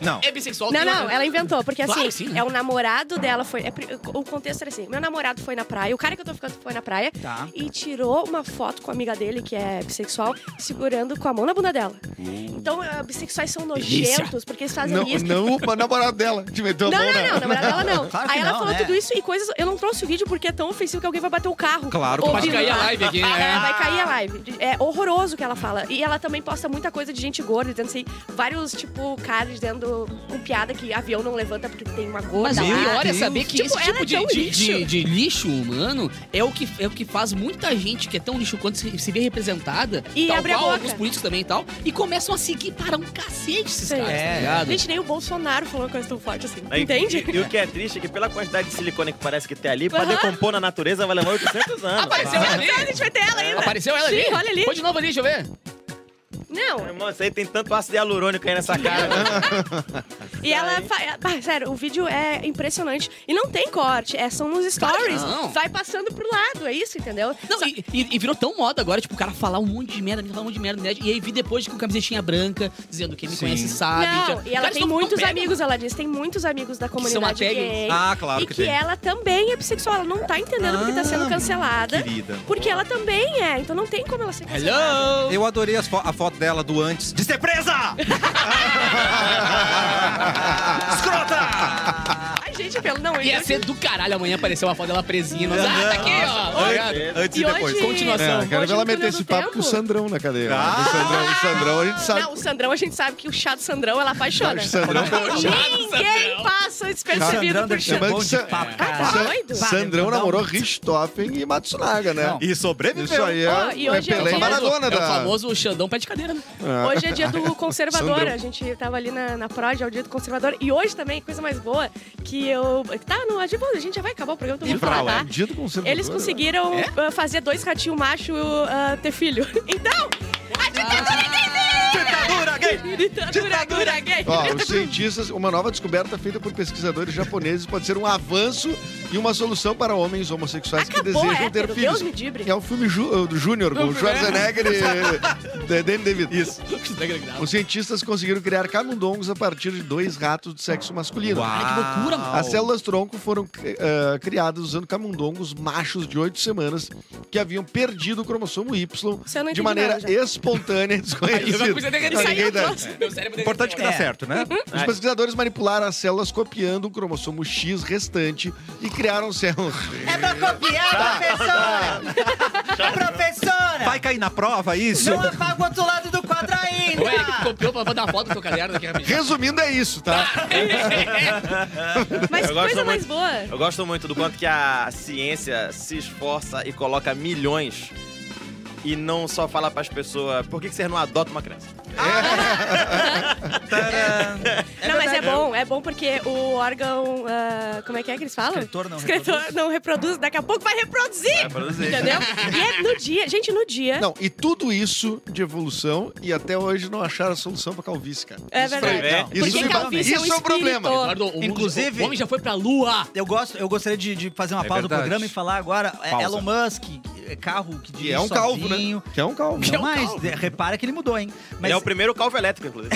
[SPEAKER 1] Não.
[SPEAKER 2] É bissexual.
[SPEAKER 5] Não,
[SPEAKER 2] tem
[SPEAKER 5] não,
[SPEAKER 2] uma-
[SPEAKER 5] ela inventou, porque
[SPEAKER 2] Claro
[SPEAKER 5] assim,
[SPEAKER 2] que sim, né?
[SPEAKER 5] é o namorado dela foi. é pri- o contexto era assim: meu namorado foi na praia, o cara que eu tô ficando foi na praia
[SPEAKER 8] Tá.
[SPEAKER 5] e tirou uma foto com a amiga dele, que é bissexual, segurando com a mão na bunda dela. Então, eh, bissexuais são
[SPEAKER 2] Delícia.
[SPEAKER 5] nojentos, porque eles fazem
[SPEAKER 4] não,
[SPEAKER 5] isso.
[SPEAKER 4] não o namorado dela. Te meteu a
[SPEAKER 5] Não,
[SPEAKER 4] mão né?
[SPEAKER 5] não,
[SPEAKER 4] na-
[SPEAKER 5] não, namorada dela não.
[SPEAKER 8] Claro que
[SPEAKER 5] Aí ela
[SPEAKER 8] não,
[SPEAKER 5] falou
[SPEAKER 8] né?
[SPEAKER 5] tudo isso e coisas. Eu não trouxe o vídeo porque é tão ofensivo que alguém vai bater o carro.
[SPEAKER 1] Claro que
[SPEAKER 5] Ou
[SPEAKER 1] vai.
[SPEAKER 2] Pode
[SPEAKER 5] vídeo-
[SPEAKER 2] cair a live aqui,
[SPEAKER 5] Ah, é,
[SPEAKER 2] né?
[SPEAKER 5] vai cair a live. É horroroso o que ela fala. E ela também posta muita coisa de gente gorda, dizendo assim, vários, tipo, caras dizendo com piada que avião não levanta porque tem uma gorda.
[SPEAKER 2] Mas o
[SPEAKER 5] lá.
[SPEAKER 2] pior é saber que
[SPEAKER 5] Tipo,
[SPEAKER 2] esse
[SPEAKER 5] ela
[SPEAKER 2] tipo
[SPEAKER 5] é
[SPEAKER 2] de,
[SPEAKER 5] tão
[SPEAKER 2] de-
[SPEAKER 5] lixo.
[SPEAKER 2] de- de lixo humano é o, que, é o que faz muita gente que é tão lixo quanto se, se vê representada,
[SPEAKER 5] E
[SPEAKER 2] tal
[SPEAKER 5] abre a
[SPEAKER 2] qual
[SPEAKER 5] boca.
[SPEAKER 2] alguns políticos também e tal, e começam a seguir para um cacete esses
[SPEAKER 5] Sim.
[SPEAKER 2] caras, tá
[SPEAKER 8] É.
[SPEAKER 2] ligado?
[SPEAKER 5] Gente, nem o Bolsonaro falou uma coisa tão forte assim.
[SPEAKER 2] <laughs>
[SPEAKER 7] Aí,
[SPEAKER 5] Entende?
[SPEAKER 7] E, e o que é triste é que pela quantidade de silicone que parece que tem ali, pra
[SPEAKER 5] Aham.
[SPEAKER 7] decompor na natureza vai levar 800 anos.
[SPEAKER 2] Apareceu ela ali!
[SPEAKER 5] A gente vai ter ela ainda.
[SPEAKER 2] Apareceu ela ali!
[SPEAKER 5] Sim, olha ali.
[SPEAKER 2] Põe de novo ali, deixa eu ver.
[SPEAKER 7] Meu
[SPEAKER 5] Não,
[SPEAKER 7] irmão, isso aí tem tanto ácido hialurônico aí nessa cara.
[SPEAKER 5] e ela... fa- ah, sério, o vídeo é impressionante. E não tem corte, é, são nos stories.
[SPEAKER 2] não.
[SPEAKER 5] Vai passando pro lado, é isso, entendeu?
[SPEAKER 2] Não, e, e- e virou tão moda agora, tipo, o cara falar um monte de merda, a menina falar um monte de merda, né? e aí vi depois com camisetinha branca, dizendo quem me conhece sabe.
[SPEAKER 5] Não,
[SPEAKER 2] Então,
[SPEAKER 5] e ela
[SPEAKER 2] cara,
[SPEAKER 5] tem
[SPEAKER 2] isso não-
[SPEAKER 5] muitos
[SPEAKER 2] não pega.
[SPEAKER 5] amigos, ela diz, tem muitos amigos da comunidade
[SPEAKER 2] até gays.
[SPEAKER 5] gay.
[SPEAKER 1] Ah, claro
[SPEAKER 5] e
[SPEAKER 1] que
[SPEAKER 5] que,
[SPEAKER 1] tem.
[SPEAKER 5] ela também é bissexual, ela não tá entendendo porque tá sendo cancelada.
[SPEAKER 1] Querida.
[SPEAKER 5] Porque ela também é, então não tem como ela ser cancelada.
[SPEAKER 2] Hello!
[SPEAKER 1] Eu adorei as fo- a foto dela do antes de ser presa! Escrota!
[SPEAKER 5] Ai, gente, pelo não,
[SPEAKER 2] Ia
[SPEAKER 5] eu-
[SPEAKER 2] ser do caralho amanhã apareceu uma foto dela presinha. Nós, ah, tá aqui, ó. Obrigado.
[SPEAKER 1] Antes
[SPEAKER 5] E
[SPEAKER 1] e depois.
[SPEAKER 5] hoje-
[SPEAKER 2] Continuação.
[SPEAKER 4] É, quero
[SPEAKER 5] Hoje
[SPEAKER 4] ver ela
[SPEAKER 5] no túnel
[SPEAKER 4] meter esse
[SPEAKER 5] do
[SPEAKER 4] papo
[SPEAKER 5] tempo.
[SPEAKER 4] com o Sandrão na cadeia. né?
[SPEAKER 1] Ah!
[SPEAKER 4] O, Sandrão, o Sandrão, a gente sabe.
[SPEAKER 5] Não, o Sandrão a gente sabe que o chá do Sandrão ela apaixona.
[SPEAKER 4] O
[SPEAKER 2] Tá
[SPEAKER 4] Sandrão,
[SPEAKER 2] É
[SPEAKER 5] Ninguém passa despercebido
[SPEAKER 8] Sandrão
[SPEAKER 5] por
[SPEAKER 8] deve ser
[SPEAKER 5] chá.
[SPEAKER 4] Xandão.
[SPEAKER 8] bom de
[SPEAKER 4] Xandão.
[SPEAKER 8] papo,
[SPEAKER 5] Ah,
[SPEAKER 8] cara.
[SPEAKER 5] tá doido?
[SPEAKER 4] É. Sandrão
[SPEAKER 8] Vai,
[SPEAKER 4] namorou Richthofen e Matsunaga, né?
[SPEAKER 8] Não.
[SPEAKER 1] E sobreviveu.
[SPEAKER 4] Isso aí é,
[SPEAKER 5] Ó, e
[SPEAKER 4] é
[SPEAKER 5] hoje eu
[SPEAKER 4] Pelé
[SPEAKER 5] vi-
[SPEAKER 4] e Maradona.
[SPEAKER 2] É o
[SPEAKER 4] da-
[SPEAKER 2] famoso Xandão pé de cadeira, né? <laughs>
[SPEAKER 5] Hoje é dia do conservador.
[SPEAKER 4] Sandrão.
[SPEAKER 5] A gente tava ali na, na Prod, é o dia do conservador. E hoje também, coisa mais boa, que eu. Tá, não, a gente a gente já vai acabar o programa, então
[SPEAKER 1] E
[SPEAKER 5] vamos
[SPEAKER 1] pra
[SPEAKER 5] falar,
[SPEAKER 1] lá,
[SPEAKER 5] tá?
[SPEAKER 4] Dito conservador.
[SPEAKER 5] Eles conseguiram ah, fazer dois ratinhos macho ah, ter filho. <laughs> Então, a ditadura
[SPEAKER 1] Ditadura gay!
[SPEAKER 5] gay! Ditadura gay!
[SPEAKER 4] Ó, os cientistas, uma nova descoberta feita por pesquisadores japoneses pode ser um avanço e uma solução para homens homossexuais que
[SPEAKER 5] Acabou
[SPEAKER 4] desejam
[SPEAKER 5] hétero,
[SPEAKER 4] ter filhos.
[SPEAKER 5] Deus me dibre.
[SPEAKER 4] É o filme Ju- do Júnior, com o Schwarzenegger e de- Danny DeVito. Isso. Os cientistas conseguiram criar camundongos a partir de dois ratos de sexo masculino.
[SPEAKER 2] que loucura, mano.
[SPEAKER 4] As células tronco foram eh, criadas usando camundongos machos de oito semanas que haviam perdido o cromossomo Y
[SPEAKER 5] Isso eu não
[SPEAKER 4] de
[SPEAKER 5] entendi
[SPEAKER 4] maneira
[SPEAKER 5] nada já.
[SPEAKER 4] espontânea e
[SPEAKER 2] Aí eu
[SPEAKER 5] <laughs>
[SPEAKER 4] desconhecida.
[SPEAKER 2] não consigo nem
[SPEAKER 4] Não,
[SPEAKER 2] sair,
[SPEAKER 4] ninguém
[SPEAKER 5] eu
[SPEAKER 4] dá.
[SPEAKER 5] trouxe.
[SPEAKER 2] Meu cérebro deve-
[SPEAKER 1] Importante que dá
[SPEAKER 6] É.
[SPEAKER 1] certo, né?
[SPEAKER 4] Os pesquisadores manipularam as células copiando o cromossomo X restante e criaram células.
[SPEAKER 6] É pra copiar, professora! professora!
[SPEAKER 1] Vai cair na prova isso?
[SPEAKER 6] Não apaga o outro lado do quadro ainda!
[SPEAKER 2] Ué, ele copiou pra mandar foto do teu caderno aqui rapidinho.
[SPEAKER 4] Resumindo, é isso,
[SPEAKER 5] <laughs>
[SPEAKER 4] tá?
[SPEAKER 5] Mas
[SPEAKER 7] Eu gosto
[SPEAKER 5] coisa mais
[SPEAKER 7] muito. É
[SPEAKER 5] boa.
[SPEAKER 7] Eu gosto muito do quanto que a ciência se esforça e coloca milhões e não só fala pras pessoas por que, que vocês não adotam uma criança?
[SPEAKER 5] não, mas é bom, é bom porque o órgão. ah, como é que é que eles falam?
[SPEAKER 6] Escritor não
[SPEAKER 5] Escritor não reproduz, daqui a pouco vai reproduzir!
[SPEAKER 7] reproduzir.
[SPEAKER 5] Entendeu? E é no dia, gente, no dia.
[SPEAKER 4] Não, e tudo isso de evolução e até hoje não acharam a solução pra calvície, cara.
[SPEAKER 5] é
[SPEAKER 4] Isso
[SPEAKER 5] verdade.
[SPEAKER 7] pra-
[SPEAKER 5] Porque
[SPEAKER 4] isso me-
[SPEAKER 5] calvície
[SPEAKER 4] isso é um
[SPEAKER 5] espírito.
[SPEAKER 4] problema.
[SPEAKER 2] Eduardo, o mundo-
[SPEAKER 6] Inclusive-
[SPEAKER 2] o homem já foi pra lua.
[SPEAKER 6] Eu, gosto, eu gostaria de, de fazer uma
[SPEAKER 1] É
[SPEAKER 6] pausa do
[SPEAKER 1] verdade.
[SPEAKER 6] programa e falar agora. é,
[SPEAKER 1] Pausa.
[SPEAKER 6] Elon Musk, é, carro que dirige
[SPEAKER 4] é um calvo,
[SPEAKER 6] sozinho.
[SPEAKER 4] Que é um calvo.
[SPEAKER 6] Não mais, de- repara que ele mudou, hein? Mas
[SPEAKER 7] Ele é o primeiro calvo elétrico,
[SPEAKER 5] <laughs>
[SPEAKER 7] inclusive.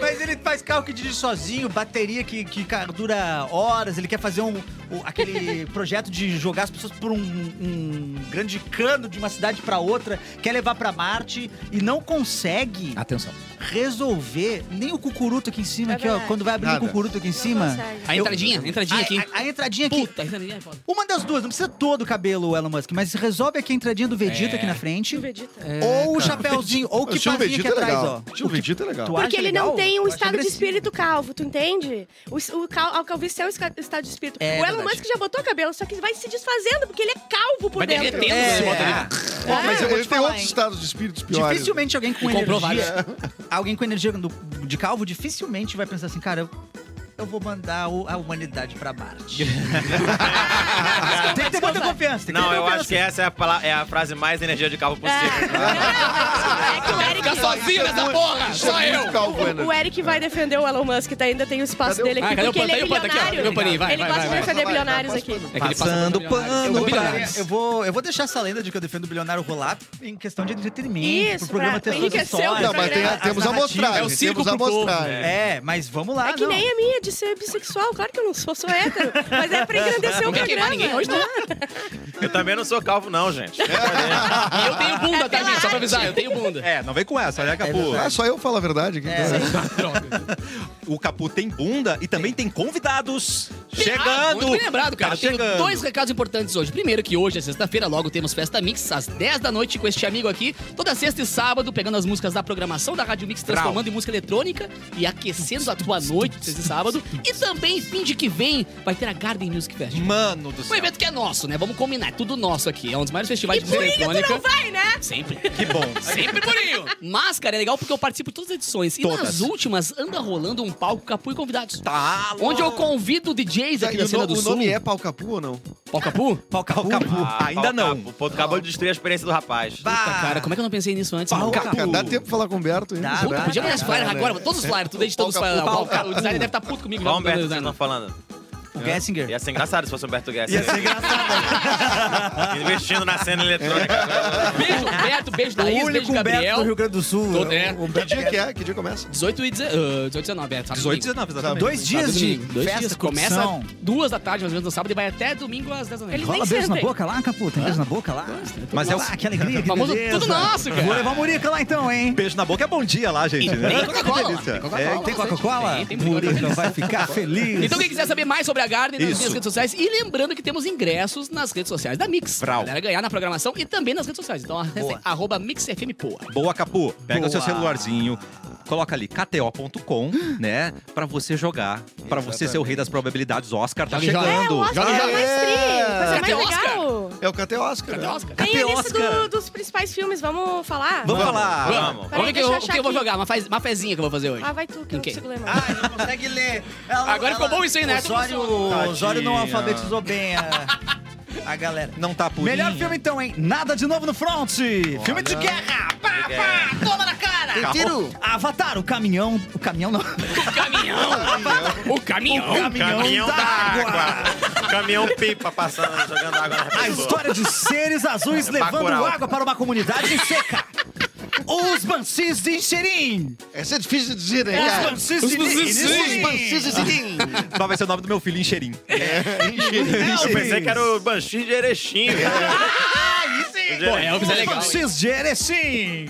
[SPEAKER 6] Mas ele faz carro que dirige sozinho, bateria que, que ca- dura horas, ele quer fazer um, o- aquele projeto de jogar as pessoas por um, um grande cano de uma cidade pra outra, quer levar pra Marte e não consegue
[SPEAKER 2] Atenção.
[SPEAKER 6] resolver nem o cucuruto aqui em cima,
[SPEAKER 5] É
[SPEAKER 6] aqui, ó,
[SPEAKER 5] verdade.
[SPEAKER 6] quando vai abrir o
[SPEAKER 4] Nada.
[SPEAKER 6] cucuruto aqui em
[SPEAKER 5] Não
[SPEAKER 6] cima.
[SPEAKER 5] consegue.
[SPEAKER 2] A entradinha, a entradinha
[SPEAKER 4] Ah,
[SPEAKER 6] A-
[SPEAKER 2] aqui.
[SPEAKER 6] A, a entradinha aqui.
[SPEAKER 2] Puta, a entradinha é foda.
[SPEAKER 6] Uma das duas, não precisa todo o cabelo, Elon Musk, mas resolve aqui a entradinha do Vegeta
[SPEAKER 2] É.
[SPEAKER 6] aqui na frente.
[SPEAKER 5] Tu vegeta.
[SPEAKER 6] ou o chapéuzinho, ou o
[SPEAKER 4] O estilo
[SPEAKER 6] kipazinho aqui
[SPEAKER 4] Vegeta é
[SPEAKER 6] atrás,
[SPEAKER 4] legal. O
[SPEAKER 6] ó.
[SPEAKER 4] estilo Vegeta é legal.
[SPEAKER 6] Tu acha
[SPEAKER 5] Porque ele
[SPEAKER 6] legal?
[SPEAKER 5] não tem
[SPEAKER 6] Eu
[SPEAKER 5] um
[SPEAKER 6] acho
[SPEAKER 5] estado de
[SPEAKER 6] agressivo.
[SPEAKER 5] espírito calvo, tu entende? O, s- o cal, a calvície é um esca- estado de espírito.
[SPEAKER 6] É
[SPEAKER 5] o Elon
[SPEAKER 6] verdade.
[SPEAKER 5] Musk já botou cabelo, só que vai se desfazendo, porque ele é calvo por
[SPEAKER 2] Vai
[SPEAKER 5] dentro.
[SPEAKER 2] derretendo. né?
[SPEAKER 6] É,
[SPEAKER 2] Você bota ali.
[SPEAKER 6] Ó,
[SPEAKER 5] É.
[SPEAKER 6] mas eu vou
[SPEAKER 4] Ele
[SPEAKER 6] te
[SPEAKER 4] tem
[SPEAKER 6] falar,
[SPEAKER 4] outros
[SPEAKER 6] hein.
[SPEAKER 4] estados de espíritos piores. né?
[SPEAKER 6] Dificilmente alguém com
[SPEAKER 2] E comprou
[SPEAKER 6] energia. Alguém com energia do- de calvo dificilmente vai pensar assim, cara, eu, eu vou mandar o- a humanidade
[SPEAKER 2] <laughs>
[SPEAKER 6] pra Marte. tem que ter muita confiança. Tem que
[SPEAKER 7] Não,
[SPEAKER 6] ter
[SPEAKER 7] eu
[SPEAKER 6] muita
[SPEAKER 7] acho que essa é a, pala- é a frase mais energia de calvo possível. tá?
[SPEAKER 5] É que o
[SPEAKER 2] Fica
[SPEAKER 5] Eric-
[SPEAKER 2] sozinho nessa porra!
[SPEAKER 4] Isso é
[SPEAKER 2] Só
[SPEAKER 4] muito
[SPEAKER 2] eu!
[SPEAKER 4] calvo,
[SPEAKER 5] o- O
[SPEAKER 4] Energy.
[SPEAKER 5] Eric vai defender o Elon Musk, tá? ainda tem o espaço
[SPEAKER 4] Cadê o- então?
[SPEAKER 5] dele
[SPEAKER 2] assim, né?
[SPEAKER 5] aqui,
[SPEAKER 2] Ah, cadê o
[SPEAKER 5] porque ele é
[SPEAKER 2] Pantani? O Pantani, aqui, ó. Cadê
[SPEAKER 5] bilionário.
[SPEAKER 2] o Pantani? Vai,
[SPEAKER 5] ele
[SPEAKER 2] vai,
[SPEAKER 5] gosta
[SPEAKER 2] vai,
[SPEAKER 5] de
[SPEAKER 2] vai.
[SPEAKER 5] defender
[SPEAKER 4] Vai,
[SPEAKER 5] bilionários
[SPEAKER 4] vai,
[SPEAKER 5] aqui.
[SPEAKER 4] vai, vai.
[SPEAKER 2] É que ele passa
[SPEAKER 1] Passando
[SPEAKER 2] por milionário.
[SPEAKER 1] pano.
[SPEAKER 2] Eu
[SPEAKER 6] Eu,
[SPEAKER 2] vou-
[SPEAKER 6] gostaria- eu vou, eu vou deixar essa lenda de que eu defendo o bilionário rolar em questão de entretenimento.
[SPEAKER 5] Isso,
[SPEAKER 6] pro programa
[SPEAKER 5] pra
[SPEAKER 6] ter suas
[SPEAKER 5] enriquecer o
[SPEAKER 6] histórias.
[SPEAKER 4] Não, mas tem a-
[SPEAKER 5] As
[SPEAKER 4] temos a
[SPEAKER 6] narrativas.
[SPEAKER 4] mostrar. né?
[SPEAKER 2] É o circo
[SPEAKER 4] Temos a
[SPEAKER 2] pro povo,
[SPEAKER 4] mostrar.
[SPEAKER 2] né?
[SPEAKER 6] É, mas vamos lá.
[SPEAKER 5] É que
[SPEAKER 6] não.
[SPEAKER 5] nem a minha de ser bissexual. Claro que eu não sou, sou hétero. Mas é pra engrandecer o
[SPEAKER 2] Não quer
[SPEAKER 5] programa.
[SPEAKER 2] queimar
[SPEAKER 5] Ah,
[SPEAKER 2] ninguém hoje, não.
[SPEAKER 7] Eu também não sou calvo, não, gente.
[SPEAKER 2] E eu tenho bunda, tá, gente? Só pra avisar, eu tenho
[SPEAKER 5] <laughs>
[SPEAKER 2] bunda.
[SPEAKER 1] É, não vem com essa, né, Capu?
[SPEAKER 4] Ah, só eu falo a verdade aqui.
[SPEAKER 6] É.
[SPEAKER 4] então.
[SPEAKER 5] É,
[SPEAKER 1] O Capu tem bunda e também tem convidados
[SPEAKER 2] Ah,
[SPEAKER 1] chegando.
[SPEAKER 2] muito bem lembrado, cara.
[SPEAKER 1] Tá
[SPEAKER 2] Eu tenho
[SPEAKER 1] chegando.
[SPEAKER 2] dois recados importantes hoje. Primeiro que hoje é sexta-feira, logo temos Festa Mix às 10 da noite com este amigo aqui. Toda sexta e sábado, pegando as músicas da programação da Rádio Mix, transformando em música eletrônica e aquecendo a tua noite, sexta e sábado. E também, fim de que vem, vai ter a Garden Music Fest.
[SPEAKER 1] Mano do
[SPEAKER 2] Um
[SPEAKER 1] céu.
[SPEAKER 2] evento que é nosso, né? Vamos combinar, é tudo nosso aqui. É um dos maiores festivais
[SPEAKER 5] E
[SPEAKER 2] de
[SPEAKER 5] por
[SPEAKER 2] música
[SPEAKER 5] isso tu não
[SPEAKER 2] eletrônica.
[SPEAKER 5] vai, né?
[SPEAKER 2] Sempre.
[SPEAKER 1] Que bom.
[SPEAKER 2] Sempre purinho. Mas, cara, é legal porque eu participo de todas as edições. E
[SPEAKER 1] Todas.
[SPEAKER 2] nas últimas anda rolando um palco Capu e convidados.
[SPEAKER 1] Tá
[SPEAKER 2] Onde eu
[SPEAKER 1] louco.
[SPEAKER 2] convido DJs aqui
[SPEAKER 4] E
[SPEAKER 2] da
[SPEAKER 4] o,
[SPEAKER 2] cena
[SPEAKER 4] no-
[SPEAKER 2] do
[SPEAKER 4] o
[SPEAKER 2] Sul.
[SPEAKER 4] nome é pau capu ou não?
[SPEAKER 2] Pau Capu?
[SPEAKER 6] Pau capu.
[SPEAKER 1] Capu. Ainda não.
[SPEAKER 7] Ah, O ponto acabou de destruir a experiência do rapaz.
[SPEAKER 6] Ah.
[SPEAKER 2] Puta, cara, como é que eu não pensei nisso antes? mano?
[SPEAKER 4] Cara, dá tempo pra falar com o Humberto ainda.
[SPEAKER 6] Dá,
[SPEAKER 4] será?
[SPEAKER 2] Puta, podia mandar os flyers
[SPEAKER 4] Dá, né?
[SPEAKER 2] agora, todos os flyers, tudo editando os
[SPEAKER 4] Pau
[SPEAKER 2] flyers.
[SPEAKER 4] Capu,
[SPEAKER 2] O cara- O designer deve estar puto comigo. né,
[SPEAKER 7] Qual
[SPEAKER 2] já.
[SPEAKER 7] Humberto que vocês
[SPEAKER 2] Não,
[SPEAKER 7] estão falando?
[SPEAKER 6] O Gessinger.
[SPEAKER 7] Ia ser engraçado se fosse Humberto Guess.
[SPEAKER 6] engraçado.
[SPEAKER 7] <laughs> Investindo na cena eletrônica.
[SPEAKER 2] não. Beijo, Humberto, beijo,
[SPEAKER 6] o
[SPEAKER 2] Thaís, beijo,
[SPEAKER 6] único Humberto do
[SPEAKER 2] Gabriel.
[SPEAKER 6] Rio Grande do Sul.
[SPEAKER 2] Todo- é.
[SPEAKER 6] O
[SPEAKER 4] Que
[SPEAKER 6] Humberto
[SPEAKER 4] dia que é? Que dia começa?
[SPEAKER 2] 18 e 19, 18 e 19, é, sábado e
[SPEAKER 1] 18,
[SPEAKER 2] domingo.
[SPEAKER 1] 19, exatamente.
[SPEAKER 6] Dois dias
[SPEAKER 2] Sábado e
[SPEAKER 6] de
[SPEAKER 2] domingo, Tá dois
[SPEAKER 6] festa,
[SPEAKER 2] dias. Começa
[SPEAKER 6] curtição.
[SPEAKER 2] duas da tarde, mais ou menos, no sábado, e vai até domingo às 10 da noite.
[SPEAKER 5] Eles
[SPEAKER 6] Rola
[SPEAKER 5] nem
[SPEAKER 6] beijo na
[SPEAKER 5] sentem.
[SPEAKER 6] boca lá, Capu? Tem beijo na boca lá?
[SPEAKER 1] Mas é o-
[SPEAKER 6] Ah, que alegria, que
[SPEAKER 2] Famoso
[SPEAKER 6] beleza.
[SPEAKER 2] tudo nosso, cara.
[SPEAKER 6] Vou levar o Murica lá então, hein?
[SPEAKER 1] Beijo na boca é bom dia lá, gente. né?
[SPEAKER 2] Tem Coca-Cola. lá,
[SPEAKER 1] delícia.
[SPEAKER 2] Tem Coca-Cola.
[SPEAKER 6] É, tem Coca-cola?
[SPEAKER 2] Tem, tem
[SPEAKER 6] Murica vai ficar feliz.
[SPEAKER 2] Então, quem quiser saber mais sobre a Garden, nas
[SPEAKER 1] Isso.
[SPEAKER 2] minhas redes sociais. E lembrando que temos ingressos nas redes sociais da Mix.
[SPEAKER 1] Brau.
[SPEAKER 2] Pra galera ganhar na programação e também nas redes sociais. Então,
[SPEAKER 6] Boa.
[SPEAKER 2] <laughs> arroba MixFMPoa.
[SPEAKER 1] Boa, Capu. Pega o seu
[SPEAKER 6] Boa.
[SPEAKER 1] celularzinho, coloca ali kto.com, né? Pra você jogar, pra você ser o rei das probabilidades. Oscar tá
[SPEAKER 2] Joga, joga.
[SPEAKER 5] É, o
[SPEAKER 1] chegando.
[SPEAKER 5] Oscar
[SPEAKER 4] Joga-
[SPEAKER 5] é o mais tri. Coisa
[SPEAKER 2] Cadê
[SPEAKER 5] mais
[SPEAKER 2] Oscar?
[SPEAKER 5] legal.
[SPEAKER 4] É o KT Oscar.
[SPEAKER 2] Cadê
[SPEAKER 4] né?
[SPEAKER 2] o Oscar?
[SPEAKER 5] Tem
[SPEAKER 1] Cadê
[SPEAKER 5] a lista
[SPEAKER 1] Oscar?
[SPEAKER 5] do- dos principais filmes, vamos falar?
[SPEAKER 1] Vamos falar.
[SPEAKER 7] Vamos.
[SPEAKER 5] Peraí,
[SPEAKER 2] Vamos ver o que
[SPEAKER 5] deixa
[SPEAKER 2] eu-
[SPEAKER 5] eu
[SPEAKER 2] o
[SPEAKER 5] achar
[SPEAKER 2] que eu vou
[SPEAKER 5] aqui.
[SPEAKER 2] jogar. Uma, faz, uma fezinha que eu vou fazer hoje.
[SPEAKER 5] Ah, vai tu, que eu
[SPEAKER 2] Ok.
[SPEAKER 5] não consigo ler mais.
[SPEAKER 6] Ah, ele não consegue ler. Ela não-
[SPEAKER 2] Agora ficou bom isso aí, né?
[SPEAKER 6] Osório, Osório não alfabetizou bem a, a galera.
[SPEAKER 1] Não tá purinho.
[SPEAKER 6] Melhor filme então, hein? Nada de novo no front. Filme de
[SPEAKER 2] é,
[SPEAKER 6] guerra. Pá,
[SPEAKER 7] guerra.
[SPEAKER 6] pá, toma na cara.
[SPEAKER 4] Tem tiro.
[SPEAKER 6] Avatar, o caminhão, o caminhão não.
[SPEAKER 2] O <laughs> caminhão! o caminhão!
[SPEAKER 6] caminhão,
[SPEAKER 7] Caminhão da água. né, Caminhão pipa passando, jogando água na
[SPEAKER 6] A
[SPEAKER 7] pessoa.
[SPEAKER 6] história de seres azuis levando
[SPEAKER 7] Bacurau.
[SPEAKER 6] água para uma comunidade seca. Os Banshees de Inxerim.
[SPEAKER 4] Essa é difícil de dizer, né,
[SPEAKER 6] Os
[SPEAKER 4] cara?
[SPEAKER 6] Banshees de
[SPEAKER 4] Os
[SPEAKER 6] Inxerim.
[SPEAKER 4] Banshees e Zidim.
[SPEAKER 1] Só vai ser o nome do meu filho, Encheirinho.
[SPEAKER 4] É, engenheiro.
[SPEAKER 7] Eu pensei que era o Banshee de Erechim.
[SPEAKER 6] Ah, isso aí.
[SPEAKER 7] Pô,
[SPEAKER 2] Elvis é legal. hein?
[SPEAKER 6] Vocês gerem sim!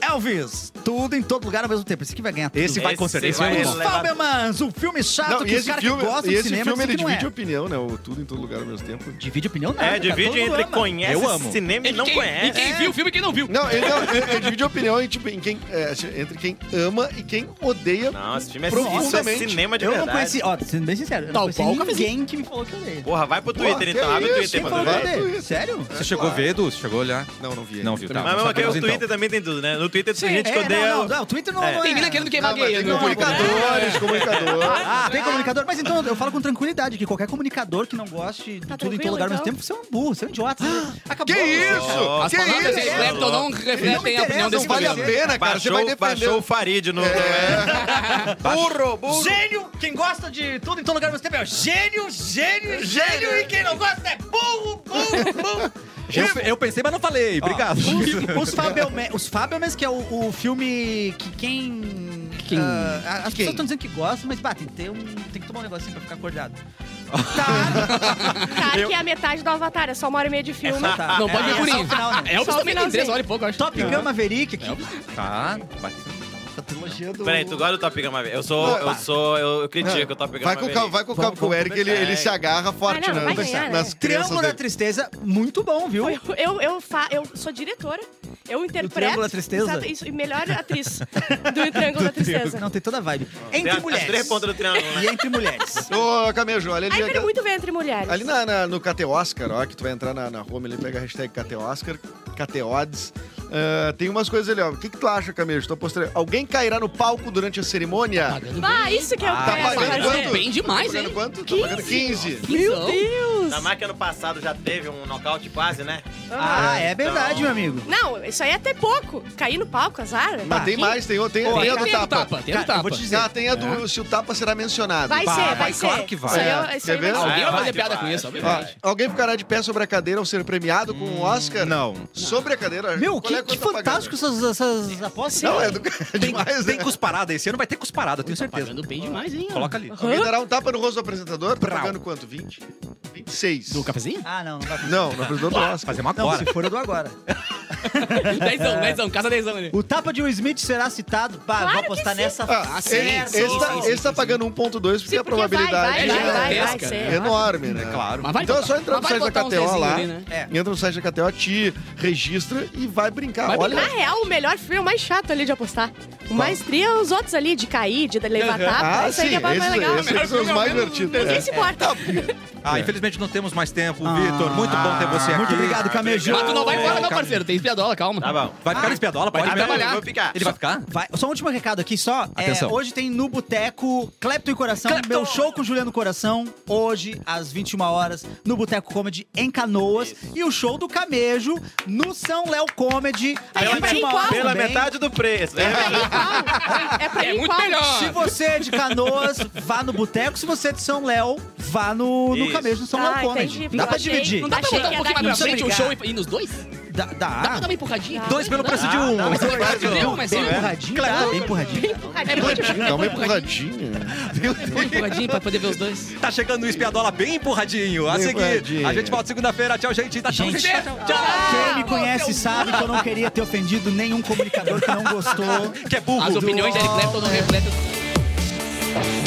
[SPEAKER 6] Elvis, tudo em todo lugar ao mesmo tempo. Esse aqui vai ganhar tudo.
[SPEAKER 1] Esse vai com certeza.
[SPEAKER 4] É,
[SPEAKER 7] vai
[SPEAKER 1] Esse é
[SPEAKER 6] Os
[SPEAKER 1] vai
[SPEAKER 7] levar-
[SPEAKER 6] Fabelmans, um filme chato
[SPEAKER 4] Não,
[SPEAKER 6] que
[SPEAKER 4] e
[SPEAKER 6] os
[SPEAKER 4] esse
[SPEAKER 6] caras que
[SPEAKER 4] filme,
[SPEAKER 6] gostam
[SPEAKER 4] e
[SPEAKER 6] de
[SPEAKER 4] esse
[SPEAKER 6] cinema
[SPEAKER 4] filme
[SPEAKER 6] dizem
[SPEAKER 4] ele
[SPEAKER 6] que não
[SPEAKER 4] divide
[SPEAKER 6] é.
[SPEAKER 4] opinião, né? O tudo em todo lugar ao mesmo tempo.
[SPEAKER 6] Divide opinião nada,
[SPEAKER 7] É,
[SPEAKER 6] cara. Todo
[SPEAKER 7] divide
[SPEAKER 6] mundo
[SPEAKER 7] entre
[SPEAKER 6] ama.
[SPEAKER 7] conhece
[SPEAKER 1] Eu amo.
[SPEAKER 7] cinema e
[SPEAKER 2] E
[SPEAKER 7] não
[SPEAKER 2] quem- E
[SPEAKER 7] conhece.
[SPEAKER 2] quem viu o filme e quem não viu.
[SPEAKER 4] Não, ele, não, ele- ele divide opinião em, tipo, em quem, é, entre quem ama e quem odeia.
[SPEAKER 7] Não, esse filme é, isso é
[SPEAKER 4] Profundamente.
[SPEAKER 7] cinema de
[SPEAKER 6] Eu não
[SPEAKER 7] verdade.
[SPEAKER 6] conheci, ó, sendo bem sincero, eu
[SPEAKER 2] Tal
[SPEAKER 6] não conheci
[SPEAKER 2] qual o cafezinho.
[SPEAKER 6] ninguém que me falou que eu dei.
[SPEAKER 7] Porra, vai pro
[SPEAKER 4] Pô,
[SPEAKER 7] Twitter
[SPEAKER 4] que
[SPEAKER 7] então, abre o
[SPEAKER 4] isso,
[SPEAKER 7] Twitter
[SPEAKER 4] quem
[SPEAKER 7] pra tu
[SPEAKER 4] falou
[SPEAKER 7] ver.
[SPEAKER 4] que eu dei?
[SPEAKER 6] Sério?
[SPEAKER 1] Você chegou a ver, Edu? Você chegou a olhar?
[SPEAKER 4] Não, não vi.
[SPEAKER 1] Não viu, tá?
[SPEAKER 7] Mas
[SPEAKER 1] Não
[SPEAKER 7] mesmo aqui,
[SPEAKER 1] sabemos,
[SPEAKER 7] o
[SPEAKER 1] então.
[SPEAKER 7] Twitter também tem tudo, né? No Twitter tem gente que
[SPEAKER 6] É,
[SPEAKER 7] odeia...
[SPEAKER 6] Não, não, não, o Twitter não
[SPEAKER 7] É.
[SPEAKER 6] não
[SPEAKER 2] Tem mina querendo queimar
[SPEAKER 4] Ah, mas
[SPEAKER 2] gay.
[SPEAKER 4] tem
[SPEAKER 2] né?
[SPEAKER 4] comunicadores, comunicadores.
[SPEAKER 6] Ah, tem comunicador? Mas então eu falo com tranquilidade que qualquer comunicador que não goste de
[SPEAKER 5] Tá
[SPEAKER 6] tudo em todo
[SPEAKER 5] tranquilo,
[SPEAKER 6] lugar ao mesmo
[SPEAKER 5] então?
[SPEAKER 6] tempo, você é um burro, você é um idiota. você- Acabou.
[SPEAKER 4] Que isso?
[SPEAKER 7] Ó,
[SPEAKER 2] As
[SPEAKER 4] que
[SPEAKER 2] palavras
[SPEAKER 4] isso?
[SPEAKER 7] é
[SPEAKER 2] dele refletem ou um não
[SPEAKER 6] Não me
[SPEAKER 2] refletem a
[SPEAKER 6] interessa,
[SPEAKER 2] opinião
[SPEAKER 4] Não
[SPEAKER 2] desse
[SPEAKER 4] vale a
[SPEAKER 2] programa.
[SPEAKER 4] pena, cara. Você vai
[SPEAKER 7] Baixou, baixou
[SPEAKER 4] defender.
[SPEAKER 7] o Farid no... É. burro, burro.
[SPEAKER 6] Gênio! Quem gosta de tudo em todo lugar ao mesmo tempo é gênio, gênio, gênio. E quem não gosta é burro, burro, burro.
[SPEAKER 1] Eu, eu pensei, mas não falei. Obrigado.
[SPEAKER 6] Os, os <laughs> Fabelmans, os Fabelmans, que é o, o filme que quem...
[SPEAKER 2] Quem?
[SPEAKER 6] ah, as
[SPEAKER 4] Quem?
[SPEAKER 6] pessoas estão dizendo que gostam, mas bah, tem, que ter um, tem que tomar um negocinho pra ficar acordado. Tá,
[SPEAKER 5] Cara, que é a metade do Avatar, é só uma hora e meia de filme.
[SPEAKER 6] tá.
[SPEAKER 2] Não pode
[SPEAKER 6] É,
[SPEAKER 2] ver por
[SPEAKER 6] só o
[SPEAKER 2] isso.
[SPEAKER 6] final,
[SPEAKER 2] Elvis
[SPEAKER 6] né?
[SPEAKER 5] Só
[SPEAKER 2] também
[SPEAKER 5] o
[SPEAKER 2] tem três
[SPEAKER 5] finalzinho.
[SPEAKER 2] horas e pouco, eu acho.
[SPEAKER 6] Top Gun Maverick, que
[SPEAKER 1] Tá. vai.
[SPEAKER 6] tá trilogiando...
[SPEAKER 7] Peraí, tu gosta do Top Gun Maverick? Eu sou... Eu
[SPEAKER 4] Opa.
[SPEAKER 7] sou... Eu, eu critico o Top Gun
[SPEAKER 4] Vai com, o Cal-
[SPEAKER 7] Maverick.
[SPEAKER 4] vai com o Cal- com o Eric, ele, ele se agarra forte
[SPEAKER 5] Ah, não,
[SPEAKER 4] né,
[SPEAKER 5] vai ganhar, né?
[SPEAKER 4] nas crianças
[SPEAKER 6] Triângulo da
[SPEAKER 4] dele.
[SPEAKER 6] Tristeza, muito bom, viu?
[SPEAKER 5] Eu, eu, eu, fa- eu sou diretora, eu interpreto.
[SPEAKER 6] Triângulo da Tristeza?
[SPEAKER 5] Exato, isso, e melhor atriz do Triângulo da Tristeza.
[SPEAKER 6] Não, tem toda a vibe.
[SPEAKER 7] Tem
[SPEAKER 6] Entre
[SPEAKER 7] as-
[SPEAKER 6] mulheres.
[SPEAKER 7] As três pontas do triângulo, né?
[SPEAKER 6] E entre mulheres.
[SPEAKER 4] Ô, Camejo, olha ali.
[SPEAKER 5] Aí quero
[SPEAKER 4] aquela-
[SPEAKER 5] é muito ver entre mulheres.
[SPEAKER 4] é Ali na, na- no KT Oscar, ó, que tu vai entrar na, na home ali, pega a hashtag KT Oscar, KT Odds. Ah, tem umas coisas ali, ó. O que, que tu acha, Camejo? Tô postando. Alguém cairá no palco durante a
[SPEAKER 2] Tá
[SPEAKER 4] cerimônia?
[SPEAKER 5] Ah, isso que eu
[SPEAKER 7] Ah,
[SPEAKER 2] É,
[SPEAKER 5] quero
[SPEAKER 4] tá pagando
[SPEAKER 5] fazer.
[SPEAKER 4] quanto?
[SPEAKER 2] Bem demais,
[SPEAKER 4] tá pagando
[SPEAKER 2] hein? Então,
[SPEAKER 4] quanto? Tá pagando 15.
[SPEAKER 2] Meu
[SPEAKER 7] Na marca ano passado já teve um nocaute quase, né?
[SPEAKER 6] ah, é verdade, meu amigo.
[SPEAKER 5] Não, isso aí é até pouco. Cair no palco, azar. Tá
[SPEAKER 4] Mas tem mais, tem, tem, tem, a do
[SPEAKER 2] Tem a do
[SPEAKER 4] tapa.
[SPEAKER 2] tá tapa, tem a do tapa.
[SPEAKER 6] vou te dizer.
[SPEAKER 4] Ah, tem a do se o tapa será mencionado.
[SPEAKER 5] Vai
[SPEAKER 1] Vai,
[SPEAKER 5] ser,
[SPEAKER 1] vai,
[SPEAKER 5] vai ser.
[SPEAKER 1] claro que vai.
[SPEAKER 5] Isso aí,
[SPEAKER 4] É,
[SPEAKER 5] é, isso aí
[SPEAKER 4] quer ver?
[SPEAKER 5] vai ser.
[SPEAKER 2] Alguém vai
[SPEAKER 7] Vai,
[SPEAKER 2] fazer piada
[SPEAKER 7] vai.
[SPEAKER 2] com isso,
[SPEAKER 4] Ó,
[SPEAKER 2] obviamente.
[SPEAKER 4] alguém ficará de pé sobre a cadeira ao ser premiado com um Oscar?
[SPEAKER 1] Não.
[SPEAKER 4] Sobre a cadeira?
[SPEAKER 6] Meu,
[SPEAKER 4] Qual é
[SPEAKER 6] que,
[SPEAKER 4] a
[SPEAKER 6] que
[SPEAKER 4] coisa tá <laughs>
[SPEAKER 6] fantástico essas, essas apostas.
[SPEAKER 4] pagando? Não, é do... é demais,
[SPEAKER 1] tem
[SPEAKER 4] né?
[SPEAKER 1] cusparada esse ano, vai ter cusparada, eu tenho
[SPEAKER 2] Tá
[SPEAKER 1] certeza.
[SPEAKER 2] pagando bem demais, hein? ó.
[SPEAKER 1] Coloca ali.
[SPEAKER 4] Alguém dará um tapa no rosto do apresentador? Tá
[SPEAKER 1] Brau.
[SPEAKER 4] pagando quanto? 20? 26.
[SPEAKER 2] Do
[SPEAKER 6] <laughs>
[SPEAKER 2] cafezinho?
[SPEAKER 6] Ah, não, não vai
[SPEAKER 4] Não, no apresentador do Oscar.
[SPEAKER 1] Fazer uma
[SPEAKER 6] Não,
[SPEAKER 1] agora.
[SPEAKER 6] se for eu dou agora.
[SPEAKER 2] Dezão, dezão, casa dezão ali.
[SPEAKER 6] O tapa de Will Smith será citado. Pá,
[SPEAKER 5] Claro
[SPEAKER 6] vou apostar
[SPEAKER 5] que
[SPEAKER 6] nessa.
[SPEAKER 4] Ah,
[SPEAKER 2] Ah, sim,
[SPEAKER 4] esse,
[SPEAKER 2] sim,
[SPEAKER 4] esse
[SPEAKER 2] sim,
[SPEAKER 4] tá,
[SPEAKER 2] sim,
[SPEAKER 4] esse
[SPEAKER 2] sim,
[SPEAKER 4] tá
[SPEAKER 2] sim.
[SPEAKER 4] pagando 1.2 porque
[SPEAKER 5] Sim,
[SPEAKER 4] a
[SPEAKER 5] porque vai,
[SPEAKER 4] probabilidade
[SPEAKER 5] vai,
[SPEAKER 2] é
[SPEAKER 5] vai, vai, vai
[SPEAKER 2] gigantesca,
[SPEAKER 4] é
[SPEAKER 5] ser.
[SPEAKER 4] enorme, né?
[SPEAKER 1] Claro.
[SPEAKER 2] Mas vai
[SPEAKER 4] Então é
[SPEAKER 2] botar-
[SPEAKER 4] só entrar no
[SPEAKER 2] mas vai
[SPEAKER 4] site
[SPEAKER 2] botar
[SPEAKER 4] da
[SPEAKER 2] uns
[SPEAKER 4] KTO
[SPEAKER 2] desenhos
[SPEAKER 4] lá,
[SPEAKER 2] ali, né?
[SPEAKER 6] É.
[SPEAKER 4] entra no site da KTO, te registra e vai brincar.
[SPEAKER 2] Vai
[SPEAKER 4] Olha,
[SPEAKER 5] Na real, o melhor filme é o mais chato ali de apostar. O mais tri é os outros ali, de cair, de levar tapa.
[SPEAKER 4] Ah,
[SPEAKER 5] isso aí
[SPEAKER 4] sim,
[SPEAKER 5] que é mais
[SPEAKER 4] esses-
[SPEAKER 5] legal.
[SPEAKER 4] esses são os
[SPEAKER 2] Melhor filme
[SPEAKER 4] mais
[SPEAKER 2] é o
[SPEAKER 4] divertidos.
[SPEAKER 5] Ninguém
[SPEAKER 4] é.
[SPEAKER 5] se importa.
[SPEAKER 1] Ah, infelizmente não temos mais tempo, Vitor. Ah. Muito bom ter você aqui.
[SPEAKER 6] Muito
[SPEAKER 4] Ah,
[SPEAKER 6] obrigado, Camejo.
[SPEAKER 2] Mas tu não vai embora,
[SPEAKER 1] Calma.
[SPEAKER 2] não, parceiro. Tem espiadola, calma.
[SPEAKER 7] Tá bom.
[SPEAKER 1] Vai ficar na espiadola? Pode
[SPEAKER 7] Vai
[SPEAKER 1] ver.
[SPEAKER 2] trabalhar.
[SPEAKER 7] Vou ficar.
[SPEAKER 1] Ele vai ficar?
[SPEAKER 6] Vai, só um último recado aqui, só. É,
[SPEAKER 1] Atenção.
[SPEAKER 6] hoje tem no Boteco Clepto e Coração,
[SPEAKER 2] Clepto!
[SPEAKER 6] meu show com Juliano Coração, hoje, às 21 horas, no Boteco Comedy em Canoas. E o show do Camejo no São Léo Comedy, às
[SPEAKER 5] Pela-
[SPEAKER 6] 21 horas.
[SPEAKER 7] Pela
[SPEAKER 6] também.
[SPEAKER 7] metade do preço, né?
[SPEAKER 5] É pra
[SPEAKER 2] É
[SPEAKER 5] mim
[SPEAKER 2] muito
[SPEAKER 5] qual?
[SPEAKER 2] melhor.
[SPEAKER 6] Se você é de Canoas, vá no Boteco. Se você é de São Léo, vá no, no
[SPEAKER 7] Isso.
[SPEAKER 6] Camejo, no São
[SPEAKER 5] Ah,
[SPEAKER 6] Léo Comedy.
[SPEAKER 5] entendi.
[SPEAKER 6] Dá
[SPEAKER 5] Eu
[SPEAKER 6] pra
[SPEAKER 5] achei-
[SPEAKER 6] dividir.
[SPEAKER 5] não
[SPEAKER 2] Dá pra
[SPEAKER 5] Achei
[SPEAKER 2] botar um
[SPEAKER 5] que ia
[SPEAKER 2] pouquinho
[SPEAKER 5] dar
[SPEAKER 2] mais pra
[SPEAKER 5] pra
[SPEAKER 2] frente o
[SPEAKER 5] brigar.
[SPEAKER 2] show e e nos dois?
[SPEAKER 6] Dá, dá.
[SPEAKER 2] Dá pra dar uma empurradinha?
[SPEAKER 5] Dá.
[SPEAKER 1] Dois pelo preço de
[SPEAKER 7] Dá,
[SPEAKER 1] um.
[SPEAKER 7] dá, dá.
[SPEAKER 2] Deu, mas é
[SPEAKER 6] Bem
[SPEAKER 2] sim.
[SPEAKER 6] empurradinho, tá? Bem empurradinho.
[SPEAKER 5] É bom demais.
[SPEAKER 4] Dá uma empurradinha. Meu Deus.
[SPEAKER 2] Uma empurradinha pra poder ver os dois.
[SPEAKER 1] Tá chegando o espiadola bem empurradinho. A
[SPEAKER 4] Bem
[SPEAKER 1] seguir,
[SPEAKER 4] empurradinho.
[SPEAKER 1] a gente volta segunda-feira. Tchau, gente. Tá chegando.
[SPEAKER 6] Gente,
[SPEAKER 1] Tchau.
[SPEAKER 5] Ah,
[SPEAKER 6] Quem me conhece sabe que eu não queria ter ofendido
[SPEAKER 5] <laughs>
[SPEAKER 6] nenhum comunicador que não gostou.
[SPEAKER 1] Que é burro.
[SPEAKER 2] As opiniões da Eric Clapton não refletem.